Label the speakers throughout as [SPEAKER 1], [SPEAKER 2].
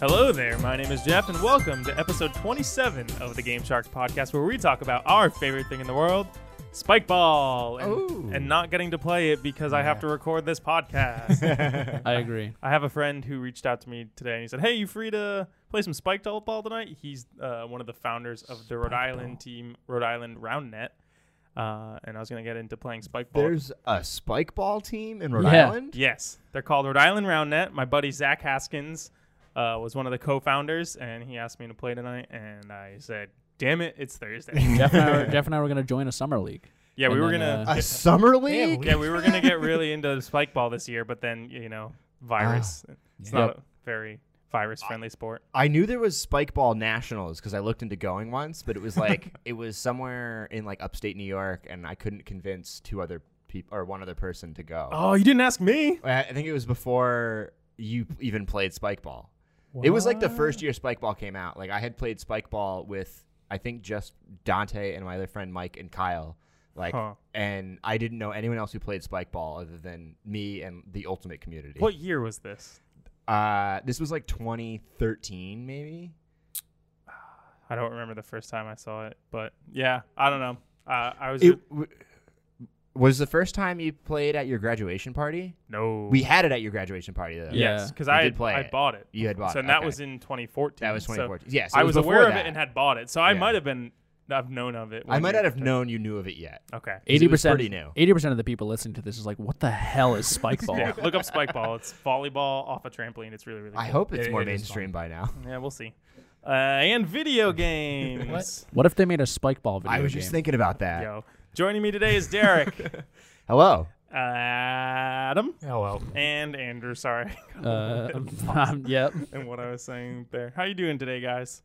[SPEAKER 1] Hello there, my name is Jeff, and welcome to episode 27 of the Game Sharks podcast, where we talk about our favorite thing in the world, spike ball,
[SPEAKER 2] Ooh.
[SPEAKER 1] and, and not getting to play it because I have to record this podcast.
[SPEAKER 3] I agree.
[SPEAKER 1] I have a friend who reached out to me today, and he said, "Hey, you free to play some spike ball ball tonight?" He's uh, one of the founders of the Rhode Island team, Rhode Island Roundnet, uh, and I was going to get into playing spike ball.
[SPEAKER 2] There's a spike ball team in Rhode
[SPEAKER 3] Yeah.
[SPEAKER 2] Island.
[SPEAKER 1] Yes, they're called Rhode Island Roundnet. My buddy Zach Haskins uh, was one of the co-founders, and he asked me to play tonight, and I said, "Damn it, it's Thursday."
[SPEAKER 3] Jeff and I were, Jeff and I were gonna join a summer league.
[SPEAKER 1] yeah, we
[SPEAKER 3] And
[SPEAKER 1] were
[SPEAKER 3] then,
[SPEAKER 1] gonna.
[SPEAKER 2] A summer league.
[SPEAKER 1] yeah, we were gonna get really into spike ball this year, but then you know, virus. it's not a very virus-friendly sport.
[SPEAKER 2] I knew there was spike ball nationals because I looked into going once, but it was like it was somewhere in like upstate New York, and I couldn't convince two other people or one other person to go.
[SPEAKER 1] Oh, you didn't ask me.
[SPEAKER 2] I I think it was before you even played spike ball. It was like the first year spike ball came out. Like I had played spike ball with I think just Dante and my other friend Mike and Kyle. Like
[SPEAKER 1] Huh.
[SPEAKER 2] and I didn't know anyone else who played spike ball other than me and the ultimate community.
[SPEAKER 1] What year was this?
[SPEAKER 2] Uh, this was like 2013, maybe.
[SPEAKER 1] I don't remember the first time I saw it, but yeah, I don't know. Uh, I was
[SPEAKER 2] It w- was the first time you played at your graduation party.
[SPEAKER 1] no.
[SPEAKER 2] We had it at your graduation party though.
[SPEAKER 3] Yeah.
[SPEAKER 1] yes, because
[SPEAKER 2] we
[SPEAKER 1] I
[SPEAKER 2] did play
[SPEAKER 1] I
[SPEAKER 2] it.
[SPEAKER 1] bought it.
[SPEAKER 2] you had bought.
[SPEAKER 1] so
[SPEAKER 2] it.
[SPEAKER 1] that
[SPEAKER 2] okay.
[SPEAKER 1] was in 2014.
[SPEAKER 2] that was
[SPEAKER 1] so
[SPEAKER 2] 2014. Yes, yeah, so
[SPEAKER 1] I
[SPEAKER 2] it
[SPEAKER 1] was
[SPEAKER 2] before
[SPEAKER 1] aware of
[SPEAKER 2] that.
[SPEAKER 1] it and had bought it, so I
[SPEAKER 2] Yeah.
[SPEAKER 1] might have been I've known of it.
[SPEAKER 2] I
[SPEAKER 1] when
[SPEAKER 2] might
[SPEAKER 1] you-
[SPEAKER 2] not have known you knew of it yet.
[SPEAKER 1] Okay.
[SPEAKER 2] It
[SPEAKER 3] Eighty
[SPEAKER 2] was
[SPEAKER 3] percent.
[SPEAKER 2] pretty new.
[SPEAKER 3] Eighty percent of the people listening to this is like, "What the hell is spike ball?"
[SPEAKER 1] Yeah, look up spike ball. It's volleyball off a trampoline. It's really really.
[SPEAKER 2] I
[SPEAKER 1] cool.
[SPEAKER 2] hope it's
[SPEAKER 3] It-
[SPEAKER 2] more
[SPEAKER 3] it is
[SPEAKER 2] mainstream by now.
[SPEAKER 1] Yeah, we'll see. Uh, and video games.
[SPEAKER 3] What if they made a spike ball video
[SPEAKER 2] I was
[SPEAKER 3] game?
[SPEAKER 2] just thinking about that.
[SPEAKER 1] Yo, joining me today is Derek,
[SPEAKER 2] Hello.
[SPEAKER 1] Adam,
[SPEAKER 2] Oh,
[SPEAKER 4] Hello.
[SPEAKER 1] and Andrew. Sorry,
[SPEAKER 3] uh, um, yep.
[SPEAKER 1] and what I was saying there. How you doing today, guys?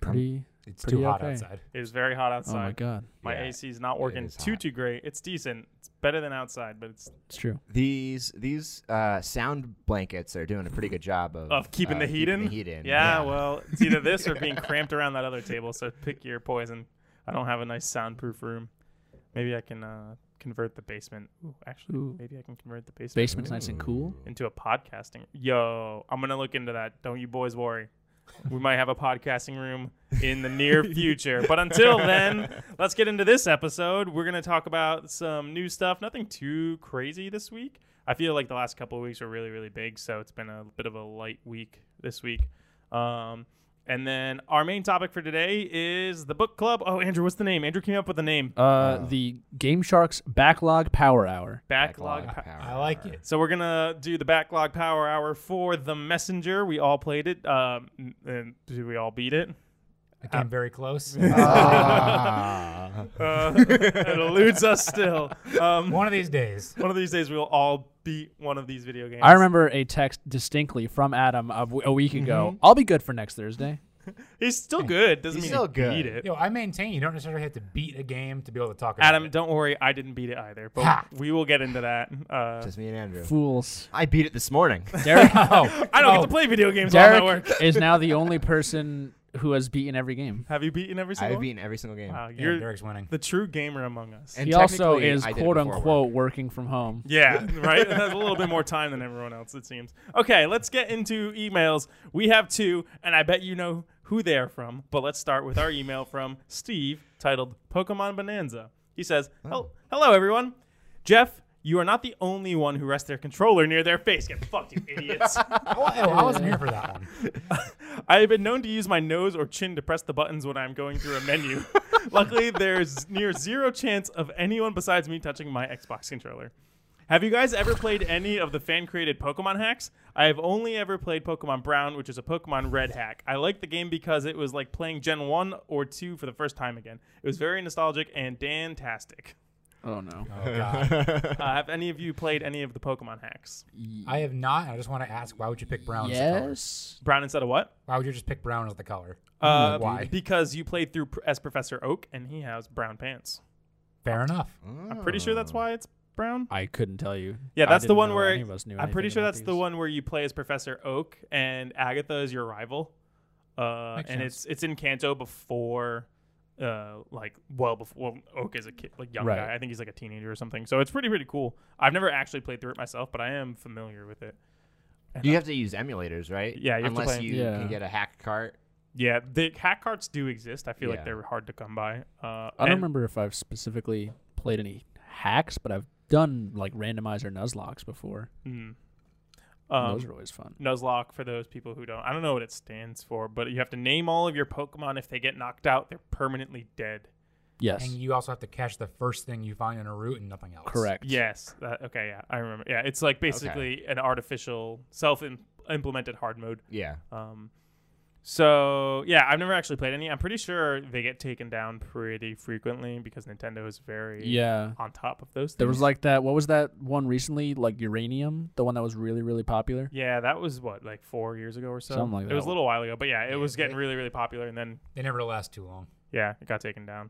[SPEAKER 3] Pretty.
[SPEAKER 4] It's
[SPEAKER 3] Pretty
[SPEAKER 4] too hot
[SPEAKER 3] okay.
[SPEAKER 4] outside.
[SPEAKER 1] It was very hot
[SPEAKER 3] Oh my
[SPEAKER 1] outside.
[SPEAKER 3] god,
[SPEAKER 1] my
[SPEAKER 2] Yeah,
[SPEAKER 1] AC is not working
[SPEAKER 2] is
[SPEAKER 1] too
[SPEAKER 2] hot.
[SPEAKER 1] too great. It's decent. It's better than outside, but it's
[SPEAKER 3] it's true.
[SPEAKER 2] These these uh, sound blankets are doing a pretty good job of
[SPEAKER 1] Of keeping
[SPEAKER 2] uh,
[SPEAKER 1] the heat in?
[SPEAKER 2] The heat in.
[SPEAKER 1] Yeah, well, it's either this or being cramped around that other table. So pick your poison. I don't have a nice soundproof room. Maybe I can uh, convert the basement. Ooh, actually,
[SPEAKER 3] Ooh.
[SPEAKER 1] maybe I can convert the basement
[SPEAKER 3] Basement's nice and cool.
[SPEAKER 1] into a podcasting. Yo, I'm gonna look into that. Don't you boys worry. We might have a podcasting room in the near future. But until then, let's get into this episode. We're going to talk about some new stuff. Nothing too crazy this week. I feel like the last couple of weeks were really, really big. So it's been a bit of a light week this week. Um, and then our main topic for today is the book club. Oh, Andrew, what's the name? Andrew came up with the name
[SPEAKER 3] Uh,
[SPEAKER 2] Oh.
[SPEAKER 3] The Game Sharks Backlog Power Hour.
[SPEAKER 1] Backlog. Pa-
[SPEAKER 2] power.
[SPEAKER 4] I like it.
[SPEAKER 1] So we're gonna do the backlog power hour for the messenger. We all played it. Um, and did we all beat it?
[SPEAKER 4] I came very close. Uh,
[SPEAKER 2] Ah.
[SPEAKER 1] Uh, it eludes us still. Um,
[SPEAKER 4] One of these days.
[SPEAKER 1] one of these days we will all beat one of these video games.
[SPEAKER 3] I remember a text distinctly from Adam of a week ago.
[SPEAKER 2] Mm-hmm.
[SPEAKER 3] I'll be good for next Thursday.
[SPEAKER 1] He's still good. Doesn't
[SPEAKER 2] He's
[SPEAKER 1] mean
[SPEAKER 2] still
[SPEAKER 1] he beat
[SPEAKER 2] good.
[SPEAKER 1] it.
[SPEAKER 4] Yo, I maintain you don't necessarily have to beat a game to be able to talk about
[SPEAKER 1] Adam,
[SPEAKER 4] it.
[SPEAKER 1] don't worry. I didn't beat it either. But
[SPEAKER 4] Ha.
[SPEAKER 1] we will get into that. Uh,
[SPEAKER 2] Just me and Andrew.
[SPEAKER 3] Fools.
[SPEAKER 2] I beat it this morning.
[SPEAKER 3] Derek.
[SPEAKER 4] Oh,
[SPEAKER 1] I don't
[SPEAKER 4] oh,
[SPEAKER 1] get to play video games while I'm at
[SPEAKER 3] Derek
[SPEAKER 1] work.
[SPEAKER 3] is now the only person who has beaten every game.
[SPEAKER 1] Have you beaten every single
[SPEAKER 2] I've
[SPEAKER 1] one?
[SPEAKER 2] beaten every single game.
[SPEAKER 1] Wow,
[SPEAKER 4] yeah,
[SPEAKER 1] you're
[SPEAKER 4] Derek's winning.
[SPEAKER 1] the true gamer among us.
[SPEAKER 2] And
[SPEAKER 3] he also
[SPEAKER 2] technically,
[SPEAKER 3] is
[SPEAKER 2] I did it
[SPEAKER 3] quote
[SPEAKER 2] before work.
[SPEAKER 3] unquote working from home.
[SPEAKER 1] Yeah, right? It has a little bit more time than everyone else, it seems. Okay, let's get into emails. We have two, and I bet you know who they are from, but let's start with our email from Steve titled Pokemon Bonanza. He says, "Hel- Hello, everyone. Jeff, you are not the only one who rests their controller near their face. Get fucked, you idiots.
[SPEAKER 4] Oh, I- oh, I wasn't here for that one.
[SPEAKER 1] I have been known to use my nose or chin to press the buttons when I'm going through a menu. Luckily, there's near zero chance of anyone besides me touching my Xbox controller. Have you guys ever played any of the fan created Pokemon hacks? I have only ever played Pokemon Brown, which is a Pokemon Red hack. I liked the game because it was like playing Gen 1 or 2 for the first time again. It was very nostalgic and dantastic.
[SPEAKER 3] Oh no.
[SPEAKER 4] Oh, God.
[SPEAKER 1] Uh, have any of you played any of the Pokemon hacks?
[SPEAKER 4] I have not. and I just want to ask, why would you pick brown as the color?
[SPEAKER 3] Yes.
[SPEAKER 1] Brown instead of what?
[SPEAKER 4] Why would you just pick brown as the color?
[SPEAKER 1] Uh,
[SPEAKER 4] Hmm, Why?
[SPEAKER 1] Because you played through pr- as Professor Oak and he has brown pants.
[SPEAKER 4] Fair enough.
[SPEAKER 1] I'm pretty sure that's why it's brown.
[SPEAKER 3] I couldn't tell you.
[SPEAKER 1] Yeah,
[SPEAKER 3] Hmm. I
[SPEAKER 1] that's the
[SPEAKER 3] didn't
[SPEAKER 1] one
[SPEAKER 3] know
[SPEAKER 1] where
[SPEAKER 3] any of us knew
[SPEAKER 1] I'm pretty
[SPEAKER 3] anything
[SPEAKER 1] sure
[SPEAKER 3] about
[SPEAKER 1] that's the
[SPEAKER 3] these.
[SPEAKER 1] one where you play as Professor Oak and Agatha is your rival. Uh,
[SPEAKER 4] Makes
[SPEAKER 1] and it's it's in Kanto before, uh, like well before Oak is a kid, like young
[SPEAKER 3] Right.
[SPEAKER 1] guy. I think he's like a teenager or something. So it's pretty pretty cool. I've never actually played through it myself, but I am familiar with it.
[SPEAKER 2] You have to use emulators, right?
[SPEAKER 1] Yeah, you have to
[SPEAKER 2] unless
[SPEAKER 1] play-
[SPEAKER 2] you
[SPEAKER 3] Yeah.
[SPEAKER 2] can get a hack cart.
[SPEAKER 1] Yeah, the hack carts do exist. I feel
[SPEAKER 2] Yeah.
[SPEAKER 1] like they're hard to come by. Uh,
[SPEAKER 3] I don't
[SPEAKER 1] and-
[SPEAKER 3] remember if I've specifically played any hacks, but I've done like randomizer nuzlocks before.
[SPEAKER 1] Mm.
[SPEAKER 3] and
[SPEAKER 1] Um,
[SPEAKER 3] Those are always fun.
[SPEAKER 1] Nuzlocke, for those people who don't, I don't know what it stands for, but you have to name all of your Pokemon. If they get knocked out, they're permanently dead.
[SPEAKER 3] Yes,
[SPEAKER 4] And you also have to catch the first thing you find in a route and nothing else.
[SPEAKER 3] correct.
[SPEAKER 1] Yes. That, okay. Yeah, I remember. Yeah, it's like basically an artificial, self-implemented hard mode.
[SPEAKER 2] Yeah.
[SPEAKER 1] Um, so yeah, I've never actually played any. I'm pretty sure they get taken down pretty frequently because Nintendo is very
[SPEAKER 3] Yeah.
[SPEAKER 1] on top of those. Things.
[SPEAKER 3] There was like that. What was that one recently? Like uranium, the one that was really, really popular.
[SPEAKER 1] Yeah, that was what like four years ago or so.
[SPEAKER 3] Something like
[SPEAKER 1] It was a
[SPEAKER 3] that.
[SPEAKER 1] little while ago, but yeah, it
[SPEAKER 4] Yeah,
[SPEAKER 1] was getting
[SPEAKER 4] they-
[SPEAKER 1] really, really popular, and then
[SPEAKER 4] They never last too long.
[SPEAKER 1] Yeah, it got taken down.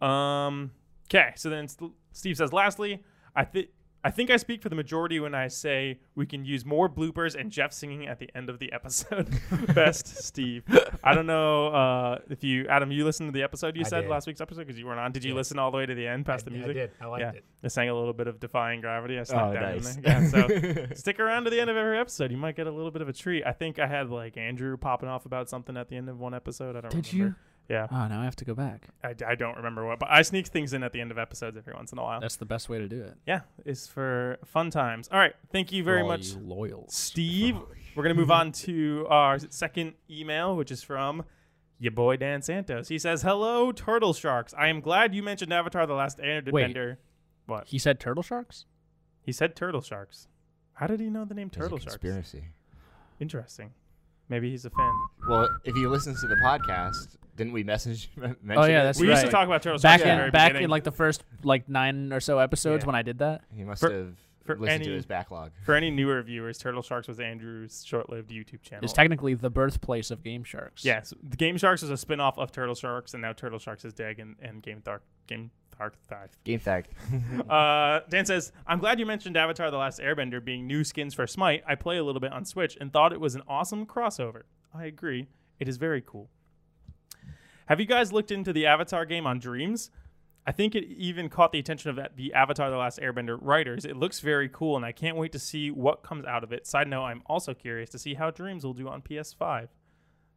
[SPEAKER 1] Um. Okay, so then St- Steve says, lastly, I think. I think I speak for the majority when I say we can use more bloopers and Jeff singing at the end of the episode. Best Steve. I don't know uh, if you, Adam, you listened to the episode you
[SPEAKER 4] I
[SPEAKER 1] said
[SPEAKER 4] did.
[SPEAKER 1] last week's episode because you weren't on. Did you
[SPEAKER 4] Yeah.
[SPEAKER 1] listen all the way to the end past the
[SPEAKER 4] I,
[SPEAKER 1] music?
[SPEAKER 4] I did. I liked
[SPEAKER 1] Yeah.
[SPEAKER 4] it.
[SPEAKER 1] I sang a little bit of Defying Gravity. I
[SPEAKER 2] Oh,
[SPEAKER 1] snuck down
[SPEAKER 2] nice.
[SPEAKER 1] in there. Yeah, so stick around to the end of every episode. You might get a little bit of a treat. I think I had like Andrew popping off about something at the end of one episode. I don't
[SPEAKER 3] Did
[SPEAKER 1] remember.
[SPEAKER 3] you?
[SPEAKER 1] Yeah.
[SPEAKER 3] Oh, now I have to go back.
[SPEAKER 1] I, I don't remember what, but I sneak things in at the end of episodes every once in a while.
[SPEAKER 3] That's the best way to do it.
[SPEAKER 1] yeah, it's for fun times. All right, thank you
[SPEAKER 3] for
[SPEAKER 1] very
[SPEAKER 3] all
[SPEAKER 1] much,
[SPEAKER 3] Oh, you loyals.
[SPEAKER 1] Steve. We're gonna move on to our second email, which is from your boy Dan Santos. He says, "Hello, turtle sharks. I am glad you mentioned Avatar: The Last
[SPEAKER 3] Wait.
[SPEAKER 1] Airbender. What
[SPEAKER 3] He said turtle sharks.
[SPEAKER 1] he said, turtle sharks. How did he know the name
[SPEAKER 2] There's a
[SPEAKER 1] turtle sharks?
[SPEAKER 2] conspiracy.
[SPEAKER 1] Interesting. Maybe he's a fan.
[SPEAKER 2] Well, if he listens to the podcast, didn't we message? Mention
[SPEAKER 3] Oh yeah,
[SPEAKER 2] it?
[SPEAKER 3] that's
[SPEAKER 1] we
[SPEAKER 3] right.
[SPEAKER 1] used to talk about turtle
[SPEAKER 3] back
[SPEAKER 1] sharks at the very
[SPEAKER 3] in back
[SPEAKER 1] beginning.
[SPEAKER 3] in like the first like nine or so episodes
[SPEAKER 4] Yeah.
[SPEAKER 3] when I did that.
[SPEAKER 2] He must
[SPEAKER 1] for-
[SPEAKER 2] have
[SPEAKER 1] for
[SPEAKER 2] listened to
[SPEAKER 1] any-
[SPEAKER 2] his backlog.
[SPEAKER 1] for any newer viewers, Turtle Sharks was Andrew's short-lived YouTube channel.
[SPEAKER 3] It's technically the birthplace of game sharks.
[SPEAKER 1] Yes, the Game Sharks is a spin-off of Turtle Sharks, and now Turtle Sharks is dead, and, and Game Dark Game Dark Dark.
[SPEAKER 2] Game fact.
[SPEAKER 1] Uh, Dan says, "I'm glad you mentioned Avatar: The Last Airbender being new skins for Smite. I play a little bit on Switch and thought it was an awesome crossover. I agree, it is very cool. Have you guys looked into the Avatar game on Dreams? I think it even caught the attention of the Avatar: The Last Airbender writers. It looks very cool, and I can't wait to see what comes out of it. Side note: I'm also curious to see how Dreams will do on PS5."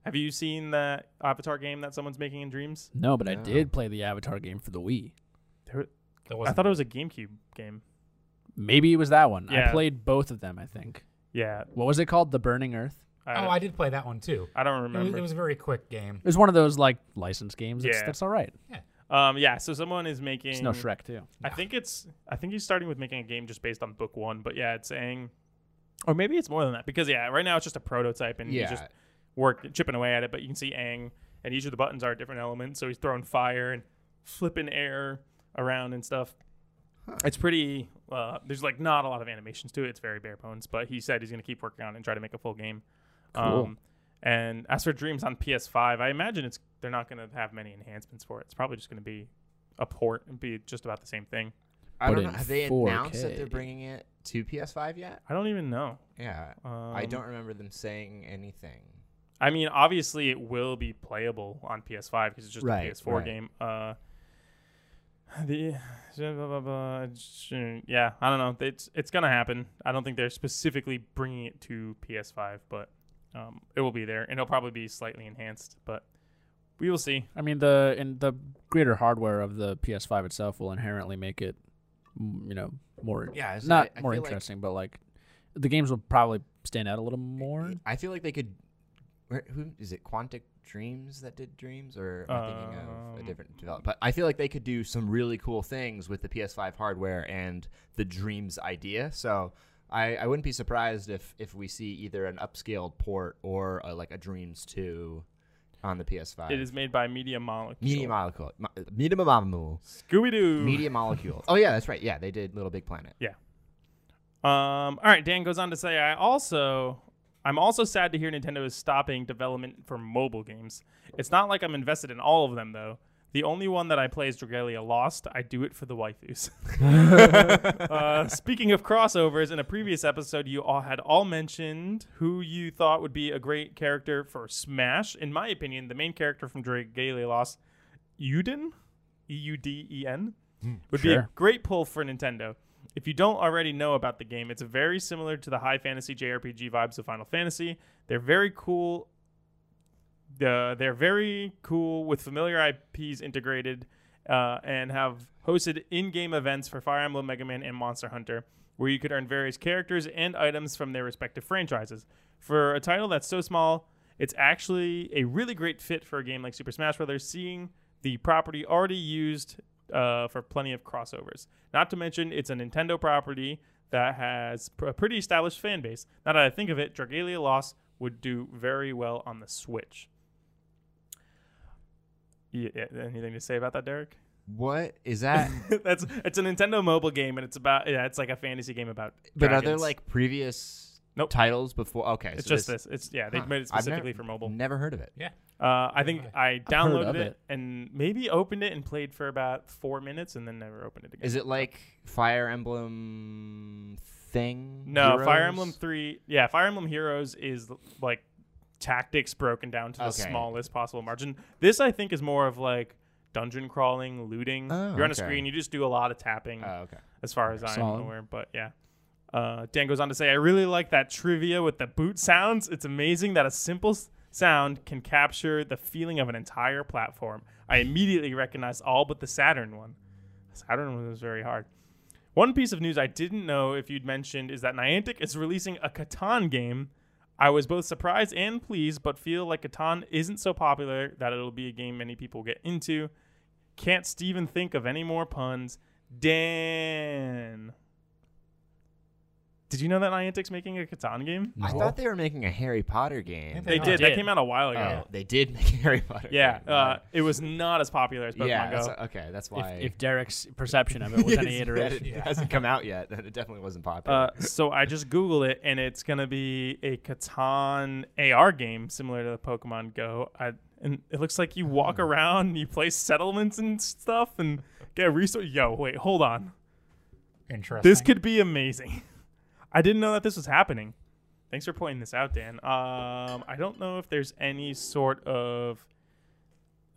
[SPEAKER 1] Have you seen the Avatar game that someone's making in Dreams?
[SPEAKER 3] No, but I
[SPEAKER 2] No.
[SPEAKER 3] did play the Avatar game for the Wii.
[SPEAKER 1] There- I
[SPEAKER 4] That wasn't
[SPEAKER 1] thought it was a GameCube game.
[SPEAKER 3] Maybe it was that one. I
[SPEAKER 1] Yeah.
[SPEAKER 3] played both of them. I think.
[SPEAKER 1] Yeah.
[SPEAKER 3] What was it called? The Burning Earth.
[SPEAKER 4] Oh, I did play that one too.
[SPEAKER 1] I don't
[SPEAKER 4] It was,
[SPEAKER 1] remember.
[SPEAKER 4] it was a very quick game.
[SPEAKER 3] It was one of those like licensed games. It's,
[SPEAKER 1] Yeah.
[SPEAKER 3] That's all right.
[SPEAKER 1] um, yeah. So someone is making.
[SPEAKER 3] It's no Shrek too.
[SPEAKER 1] I think it's. I think he's starting with making a game just based on book one, but yeah, it's saying, or maybe it's more than that because yeah, right now it's just a prototype and
[SPEAKER 2] yeah.
[SPEAKER 1] he's just work chipping away at it. But you can see Aang, and each of the buttons are a different element. So he's throwing fire and flipping air around and stuff. It's pretty. Uh, there's like not a lot of animations to it. It's very bare bones. But he said he's going to keep working on it and try to make a full game. Um,
[SPEAKER 3] Cool.
[SPEAKER 1] and as for Dreams on PS5, I imagine it's they're not going to have many enhancements for it. It's probably just going to be a port and be just about the same thing.
[SPEAKER 2] I
[SPEAKER 3] But
[SPEAKER 2] don't know.
[SPEAKER 3] in
[SPEAKER 2] Have they announced that they're
[SPEAKER 3] 4K.
[SPEAKER 2] bringing it to PS5 yet?
[SPEAKER 1] I don't even know.
[SPEAKER 2] Yeah.
[SPEAKER 1] Um,
[SPEAKER 2] I don't remember them saying anything.
[SPEAKER 1] I mean, obviously, it will be playable on PS5 because it's just a
[SPEAKER 2] Right,
[SPEAKER 1] PS4
[SPEAKER 2] right.
[SPEAKER 1] game. Uh, the blah, blah, blah, blah, sh- yeah, I don't know. It's it's gonna happen. I don't think they're specifically bringing it to PS5, but um, it will be there, and it'll probably be slightly enhanced. But we will see.
[SPEAKER 3] I mean the and the greater hardware of the PS5 itself will inherently make it, mm, you know, more
[SPEAKER 2] Yeah. so
[SPEAKER 3] not
[SPEAKER 2] I- I
[SPEAKER 3] more
[SPEAKER 2] feel like-
[SPEAKER 3] interesting, but like the games will probably stand out a little more.
[SPEAKER 2] I feel like they could. Where, who is it? Quantic Dreams that did Dreams, or am I thinking of a
[SPEAKER 1] Um,
[SPEAKER 2] different developer? But I feel like they could do some really cool things with the PS5 hardware and the Dreams idea. So I, I wouldn't be surprised if if we see either an upscaled port or a, like a Dreams two on the PS5.
[SPEAKER 1] It is made by Media Molecule.
[SPEAKER 2] Media Molecule. Mo- Media Molecule.
[SPEAKER 1] Scooby Doo.
[SPEAKER 2] Media Molecule. Oh yeah, that's right. Yeah, they did Little Big Planet.
[SPEAKER 1] Um, all right, Dan goes on to say, I also, I'm also sad to hear Nintendo is stopping development for mobile games. It's not like I'm invested in all of them though. The only one that I play is Dragalia Lost. I do it for the waifus. uh, speaking of crossovers, in a previous episode, you all had all mentioned who you thought would be a great character for Smash. In my opinion, the main character from Dragalia Lost, Euden, E U D E N, would be a
[SPEAKER 3] Sure.
[SPEAKER 1] great pull for Nintendo. If you don't already know about the game, it's very similar to the high fantasy JRPG vibes of Final Fantasy. They're very cool. The, they're very cool with familiar IPs integrated uh, and have hosted in game events for Fire Emblem, Mega Man, and Monster Hunter, where you could earn various characters and items from their respective franchises. For a title that's so small, it's actually a really great fit for a game like Super Smash Bros., seeing the property already used uh, for plenty of crossovers. Not to mention, it's a Nintendo property that has pr- a pretty established fan base. Now that I think of it, Dragalia Lost would do very well on the Switch. Yeah, yeah, anything to say about that, Derek?
[SPEAKER 2] What is that?
[SPEAKER 1] That's it's a Nintendo mobile game, and it's about yeah, it's like a fantasy game about.
[SPEAKER 2] but are there
[SPEAKER 1] dragons.
[SPEAKER 2] like previous
[SPEAKER 1] Nope.
[SPEAKER 2] titles before? Okay,
[SPEAKER 1] It's
[SPEAKER 2] so
[SPEAKER 1] just this. It's yeah, they
[SPEAKER 2] Huh.
[SPEAKER 1] have made it
[SPEAKER 2] I've never-
[SPEAKER 1] specifically for mobile.
[SPEAKER 2] Never heard of it.
[SPEAKER 4] Yeah.
[SPEAKER 1] Uh, I think I downloaded
[SPEAKER 3] of
[SPEAKER 1] it,
[SPEAKER 3] it.
[SPEAKER 1] and maybe opened it and played for about four minutes, and then never opened it again.
[SPEAKER 2] Is it like Fire Emblem thing?
[SPEAKER 1] No, Fire
[SPEAKER 2] Heroes?
[SPEAKER 1] Emblem Three. Yeah, Fire Emblem Heroes is like tactics broken down to the
[SPEAKER 2] Okay.
[SPEAKER 1] smallest possible margin. This I think is more of like dungeon crawling, looting.
[SPEAKER 2] Oh,
[SPEAKER 1] You're on a
[SPEAKER 2] okay.
[SPEAKER 1] screen. You just do a lot of tapping,
[SPEAKER 2] Oh, okay.
[SPEAKER 1] as far as I'm
[SPEAKER 3] Solid.
[SPEAKER 1] aware. But yeah. Uh, Dan goes on to say, I really like that trivia with the boot sounds. It's amazing that a simple s- sound can capture the feeling of an entire platform. I immediately recognized all but the Saturn one. Saturn one was very hard. One piece of news I didn't know if you'd mentioned is that Niantic is releasing a Catan game. I was both surprised and pleased, but feel like Catan isn't so popular that it'll be a game many people get into. Can't Steven think of any more puns? Dan. Did you know that Niantic's making a Catan game?
[SPEAKER 2] I
[SPEAKER 4] No.
[SPEAKER 2] thought they were making a Harry Potter game.
[SPEAKER 4] They
[SPEAKER 1] They
[SPEAKER 4] Oh,
[SPEAKER 1] did. That
[SPEAKER 3] did.
[SPEAKER 1] came out a while
[SPEAKER 2] Oh,
[SPEAKER 1] ago.
[SPEAKER 2] they did make a Harry Potter.
[SPEAKER 1] Yeah.
[SPEAKER 2] game.
[SPEAKER 1] Uh, it was not as popular as Pokemon
[SPEAKER 2] yeah.
[SPEAKER 1] Go.
[SPEAKER 2] That's, okay, that's why.
[SPEAKER 3] If, if Derek's perception of it was any
[SPEAKER 2] Yes, that
[SPEAKER 3] iteration,
[SPEAKER 2] it
[SPEAKER 4] Yeah.
[SPEAKER 2] hasn't come out yet, then it definitely wasn't popular.
[SPEAKER 1] Uh, so I just Googled it, and it's gonna be a Catan AR game similar to the Pokemon Go. I, and it looks like you walk
[SPEAKER 2] Hmm.
[SPEAKER 1] around, and you place settlements and stuff, and get resource. Yo, wait, hold on.
[SPEAKER 4] Interesting.
[SPEAKER 1] This could be amazing. I didn't know that this was happening. Thanks for pointing this out, Dan. Um, I don't know if there's any sort of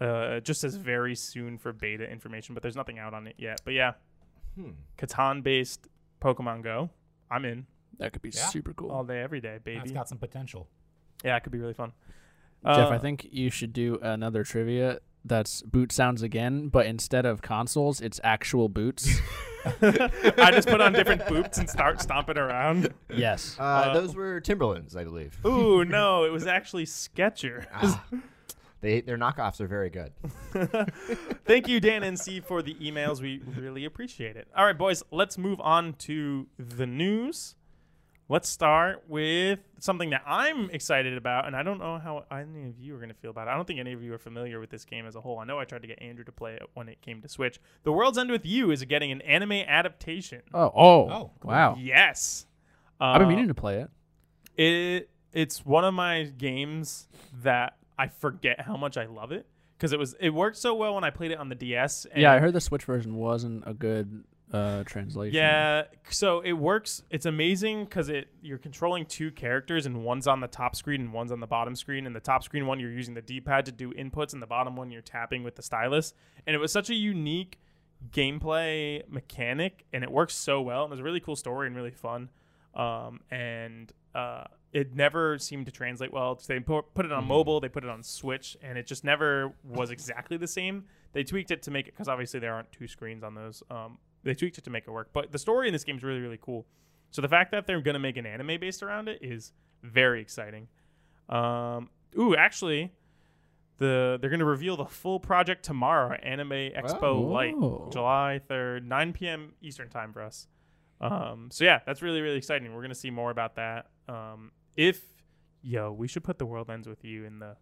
[SPEAKER 1] uh, just as very soon for beta information, but there's nothing out on it yet. But yeah,
[SPEAKER 2] hmm.
[SPEAKER 1] Catan based Pokemon Go. I'm in
[SPEAKER 3] that could be
[SPEAKER 4] Yeah.
[SPEAKER 3] super cool.
[SPEAKER 1] all day, every day,
[SPEAKER 4] That's
[SPEAKER 1] baby.
[SPEAKER 4] got some potential.
[SPEAKER 1] Yeah, it could be really fun.
[SPEAKER 3] Jeff,
[SPEAKER 1] Uh,
[SPEAKER 3] I think you should do another trivia that's boot sounds again, but instead of consoles, it's actual boots.
[SPEAKER 1] I just put on different boots and start stomping around.
[SPEAKER 3] yes.
[SPEAKER 2] uh, those were Timberlands, I believe.
[SPEAKER 1] Ooh, no, it was actually Sketcher.
[SPEAKER 2] Ah, they their knockoffs are very good.
[SPEAKER 1] Thank you, Dan and C, for the emails. We really appreciate it. All right, boys, let's move on to the news. Let's start with something that I'm excited about, and I don't know how any of you are going to feel about it. I don't think any of you are familiar with this game as a whole. I know I tried to get Andrew to play it when it came to Switch. The World's End with You is getting an anime adaptation.
[SPEAKER 3] oh, oh,
[SPEAKER 4] Oh, cool.
[SPEAKER 3] wow.
[SPEAKER 1] Yes.
[SPEAKER 3] I've been
[SPEAKER 1] Uh,
[SPEAKER 3] meaning to play it.
[SPEAKER 1] it it's one of my games that I forget how much I love it because it was it worked so well when I played it on the DS. And
[SPEAKER 3] Yeah, I heard the Switch version wasn't a good uh, translation.
[SPEAKER 1] Yeah, so it works. It's amazing because it you're controlling two characters and one's on the top screen and one's on the bottom screen. And the top screen one you're using the D-pad to do inputs, and the bottom one you're tapping with the stylus. And it was such a unique gameplay mechanic, and it works so well. And it was a really cool story and really fun. Um, and uh, it never seemed to translate well. So they pu- put it on mobile, they put it on Switch, and it just never was exactly the same. They tweaked it to make it because obviously there aren't two screens on those. Um, they tweaked it to make it work. But the story in this game is really, really cool. So the fact that they're going to make an anime based around it is very exciting. Um, ooh, actually, the they're going to reveal the full project tomorrow, at Anime Expo Light,
[SPEAKER 3] Oh.
[SPEAKER 1] July third, nine p.m. Eastern time for us. Um, so yeah, that's really, really exciting. We're going to see more about that. Um, if yo, we should put the world ends with you in the.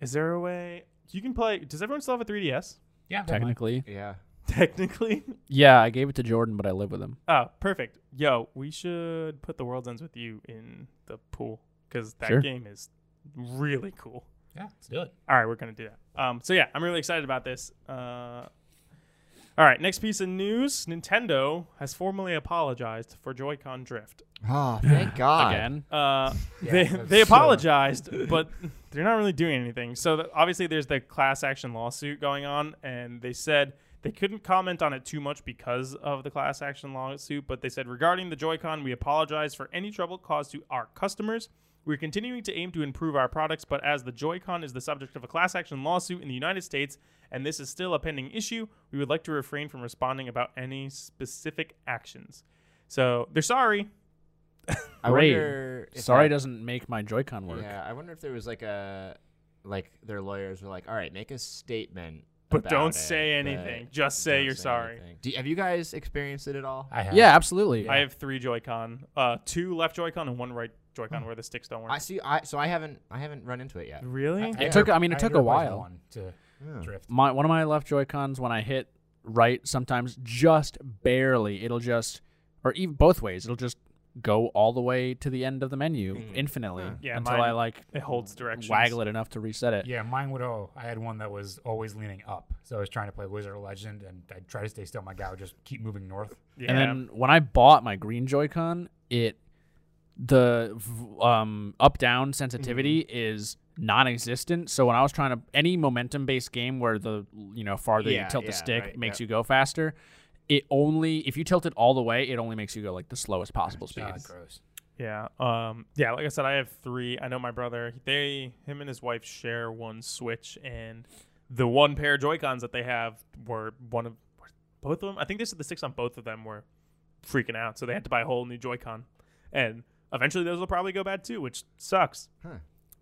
[SPEAKER 1] Is there a way you can play? Does everyone still have a 3ds?
[SPEAKER 4] Yeah. never mind.
[SPEAKER 3] Technically.
[SPEAKER 2] Yeah.
[SPEAKER 1] Technically,
[SPEAKER 3] Yeah, I gave it to Jordan, but I live with him.
[SPEAKER 1] Oh, perfect. Yo, we should put the World's Ends with You in the pool because that
[SPEAKER 3] Sure.
[SPEAKER 1] game is really cool.
[SPEAKER 4] Yeah. Let's do it.
[SPEAKER 1] All right, we're gonna do that. Um, so yeah, I'm really excited about this. Uh, all right, next piece of news: Nintendo has formally apologized for Joy-Con drift.
[SPEAKER 2] Oh, thank God.
[SPEAKER 3] Again.
[SPEAKER 1] Uh,
[SPEAKER 4] Yeah,
[SPEAKER 1] they
[SPEAKER 4] that's
[SPEAKER 1] they
[SPEAKER 4] so-
[SPEAKER 1] apologized, but they're not really doing anything. So th- obviously, there's the class action lawsuit going on, and they said They couldn't comment on it too much because of the class action lawsuit, but they said regarding the Joy-Con, we apologize for any trouble caused to our customers. We're continuing to aim to improve our products, but as the Joy-Con is the subject of a class action lawsuit in the United States, and this is still a pending issue, we would like to refrain from responding about any specific actions. So they're sorry.
[SPEAKER 2] I
[SPEAKER 3] Great.
[SPEAKER 2] wonder. if
[SPEAKER 3] Sorry
[SPEAKER 2] that-
[SPEAKER 3] doesn't make my Joy-Con work.
[SPEAKER 2] Yeah, I wonder if there was like a like their lawyers were like, all right, make a statement,
[SPEAKER 1] But
[SPEAKER 2] about
[SPEAKER 1] don't
[SPEAKER 2] it,
[SPEAKER 1] say anything.
[SPEAKER 2] but
[SPEAKER 1] Just say
[SPEAKER 2] don't
[SPEAKER 1] you're sorry.
[SPEAKER 2] anything." Do you- have you guys experienced it at all?
[SPEAKER 4] I have.
[SPEAKER 3] Yeah, absolutely.
[SPEAKER 1] I have three Joy-Con, uh, two left Joy-Con and one right Joy-Con where the sticks don't work. Mm.
[SPEAKER 2] I see. I so I haven't. I haven't run into it yet. Hmm.
[SPEAKER 1] really?
[SPEAKER 4] had to
[SPEAKER 3] took-
[SPEAKER 4] re-
[SPEAKER 3] I mean, it
[SPEAKER 4] had
[SPEAKER 3] took
[SPEAKER 4] to
[SPEAKER 3] a
[SPEAKER 4] replace
[SPEAKER 3] while.
[SPEAKER 4] one to
[SPEAKER 2] Yeah.
[SPEAKER 4] drift.
[SPEAKER 3] my one of my left Joy Cons when I hit right, sometimes just barely, it'll just, or even both ways, it'll just go all the way to the end of the menu infinitely
[SPEAKER 1] Mm-hmm. Yeah,
[SPEAKER 3] until
[SPEAKER 1] mine-
[SPEAKER 3] I like
[SPEAKER 1] it holds directions.
[SPEAKER 3] waggle it enough to reset it.
[SPEAKER 4] Yeah, mine would. Oh, I had one that was always leaning up, so I was trying to play Wizard of Legend, and I'd try to stay still. My guy would just keep moving north.
[SPEAKER 1] Yeah.
[SPEAKER 3] And then when I bought my green Joy-Con, it the v- um up down sensitivity
[SPEAKER 1] Mm-hmm.
[SPEAKER 3] is non-existent. So when I was trying to any momentum based game where the you know farther
[SPEAKER 2] Yeah,
[SPEAKER 3] you tilt
[SPEAKER 2] yeah,
[SPEAKER 3] the stick
[SPEAKER 2] right,
[SPEAKER 3] makes
[SPEAKER 2] yeah.
[SPEAKER 3] you go faster, it only if you tilt it all the way, it only makes you go like the slowest possible speed.
[SPEAKER 4] Ah, gross.
[SPEAKER 1] yeah. Um. Yeah. Like I said, I have three. I know my brother. They, him, and his wife share one Switch, and the one pair of Joy Cons that they have were one of were both of them. I think they said the sticks on both of them were freaking out, so they had to buy a whole new Joy Con, and eventually those will probably go bad too, which sucks.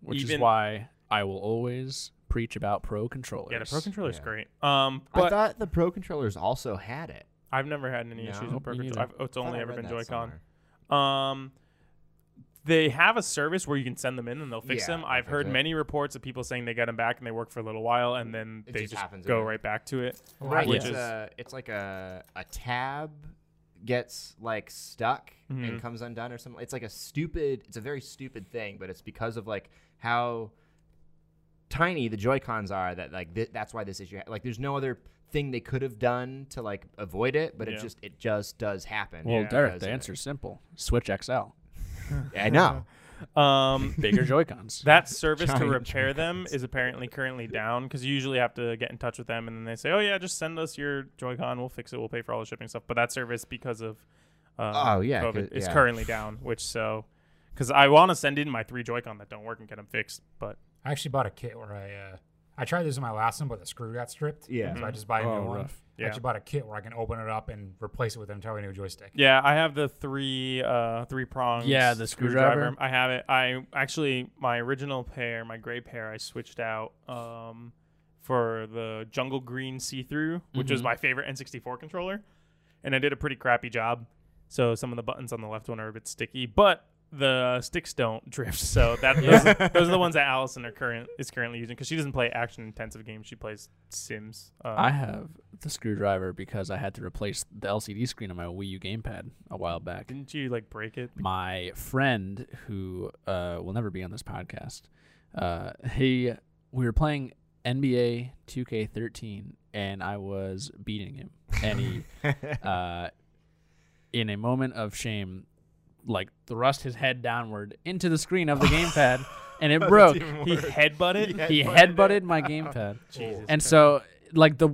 [SPEAKER 3] which is
[SPEAKER 1] Even-
[SPEAKER 3] why I will always preach about pro controllers.
[SPEAKER 1] Yeah, the Pro Controller's
[SPEAKER 2] Yeah.
[SPEAKER 1] great. Um,
[SPEAKER 2] I
[SPEAKER 1] but
[SPEAKER 2] thought the pro controllers also had it.
[SPEAKER 1] I've never had any issues
[SPEAKER 2] No,
[SPEAKER 1] with Pro
[SPEAKER 3] me
[SPEAKER 1] Controller.
[SPEAKER 3] neither.
[SPEAKER 1] I've- oh, It's
[SPEAKER 2] Thought
[SPEAKER 1] only
[SPEAKER 2] I
[SPEAKER 1] ever
[SPEAKER 2] read
[SPEAKER 1] been
[SPEAKER 2] that
[SPEAKER 1] Joy-Con.
[SPEAKER 2] somewhere.
[SPEAKER 1] Um, they have a service where you can send them in and they'll fix
[SPEAKER 2] Yeah,
[SPEAKER 1] them. I've
[SPEAKER 2] that's
[SPEAKER 1] heard
[SPEAKER 2] it.
[SPEAKER 1] many reports of people saying they got them back and they work for a little while and then
[SPEAKER 2] It
[SPEAKER 1] they
[SPEAKER 2] just
[SPEAKER 1] just,
[SPEAKER 2] happens
[SPEAKER 1] go
[SPEAKER 2] again.
[SPEAKER 1] right back to it.
[SPEAKER 2] Right,
[SPEAKER 1] Which
[SPEAKER 2] it's,
[SPEAKER 1] is-
[SPEAKER 2] a, it's like a a tab gets like stuck
[SPEAKER 1] Mm-hmm.
[SPEAKER 2] and comes undone or something. It's like a stupid. It's a very stupid thing, but it's because of like how tiny the Joy Cons are that like th- that's why this issue. ha- Like, there's no other thing they could have done to like avoid it, but
[SPEAKER 1] Yeah.
[SPEAKER 2] it just it just does happen.
[SPEAKER 3] Well,
[SPEAKER 1] Yeah,
[SPEAKER 3] Derek,
[SPEAKER 2] because
[SPEAKER 3] the
[SPEAKER 2] of it.
[SPEAKER 3] answer's simple: Switch XL,
[SPEAKER 2] I know.
[SPEAKER 1] Um,
[SPEAKER 3] bigger Joy-Cons.
[SPEAKER 1] that service to
[SPEAKER 2] Giant
[SPEAKER 1] repair them is apparently currently down because you usually have to get in touch with them and then they say, oh, yeah, just send us your Joy-Con. We'll fix it. We'll pay for all the shipping stuff. But that service, because of uh,
[SPEAKER 2] Oh, yeah,
[SPEAKER 1] COVID,
[SPEAKER 2] 'cause-
[SPEAKER 1] is
[SPEAKER 2] yeah.
[SPEAKER 1] currently down, which so. Because I want to send in my three Joy-Con that don't work and get them fixed, but
[SPEAKER 4] I actually bought a kit where I uh, I tried this in my last one, but the screw got stripped.
[SPEAKER 2] Yeah.
[SPEAKER 4] so I just buy a
[SPEAKER 3] Oh,
[SPEAKER 4] new one.
[SPEAKER 3] rough.
[SPEAKER 1] Yeah.
[SPEAKER 4] I actually bought a kit where I can open it up and replace it with an entirely new joystick.
[SPEAKER 1] Yeah, I have the three uh three prongs.
[SPEAKER 3] Yeah, the screwdriver.
[SPEAKER 1] I have it. I actually my original pair, my gray pair, I switched out um for the jungle green see through, which
[SPEAKER 3] Mm-hmm.
[SPEAKER 1] was my favorite N64 controller, and I did a pretty crappy job. So some of the buttons on the left one are a bit sticky, but the sticks don't drift. So that those, are- those are the ones that Allison are current is currently using because she doesn't play action intensive games. She plays Sims. Uh,
[SPEAKER 3] I have the screwdriver because I had to replace the LCD screen on my Wii U gamepad a while back.
[SPEAKER 1] didn't you like break it?
[SPEAKER 3] My friend, who uh, will never be on this podcast, uh, he we were playing NBA 2K13, and I was beating him, and he, uh, in a moment of shame, like thrust his head downward into the screen of the gamepad, and it broke.
[SPEAKER 1] He headbutted. Yeah.
[SPEAKER 3] He headbutted my gamepad
[SPEAKER 1] Jesus.
[SPEAKER 3] and so like the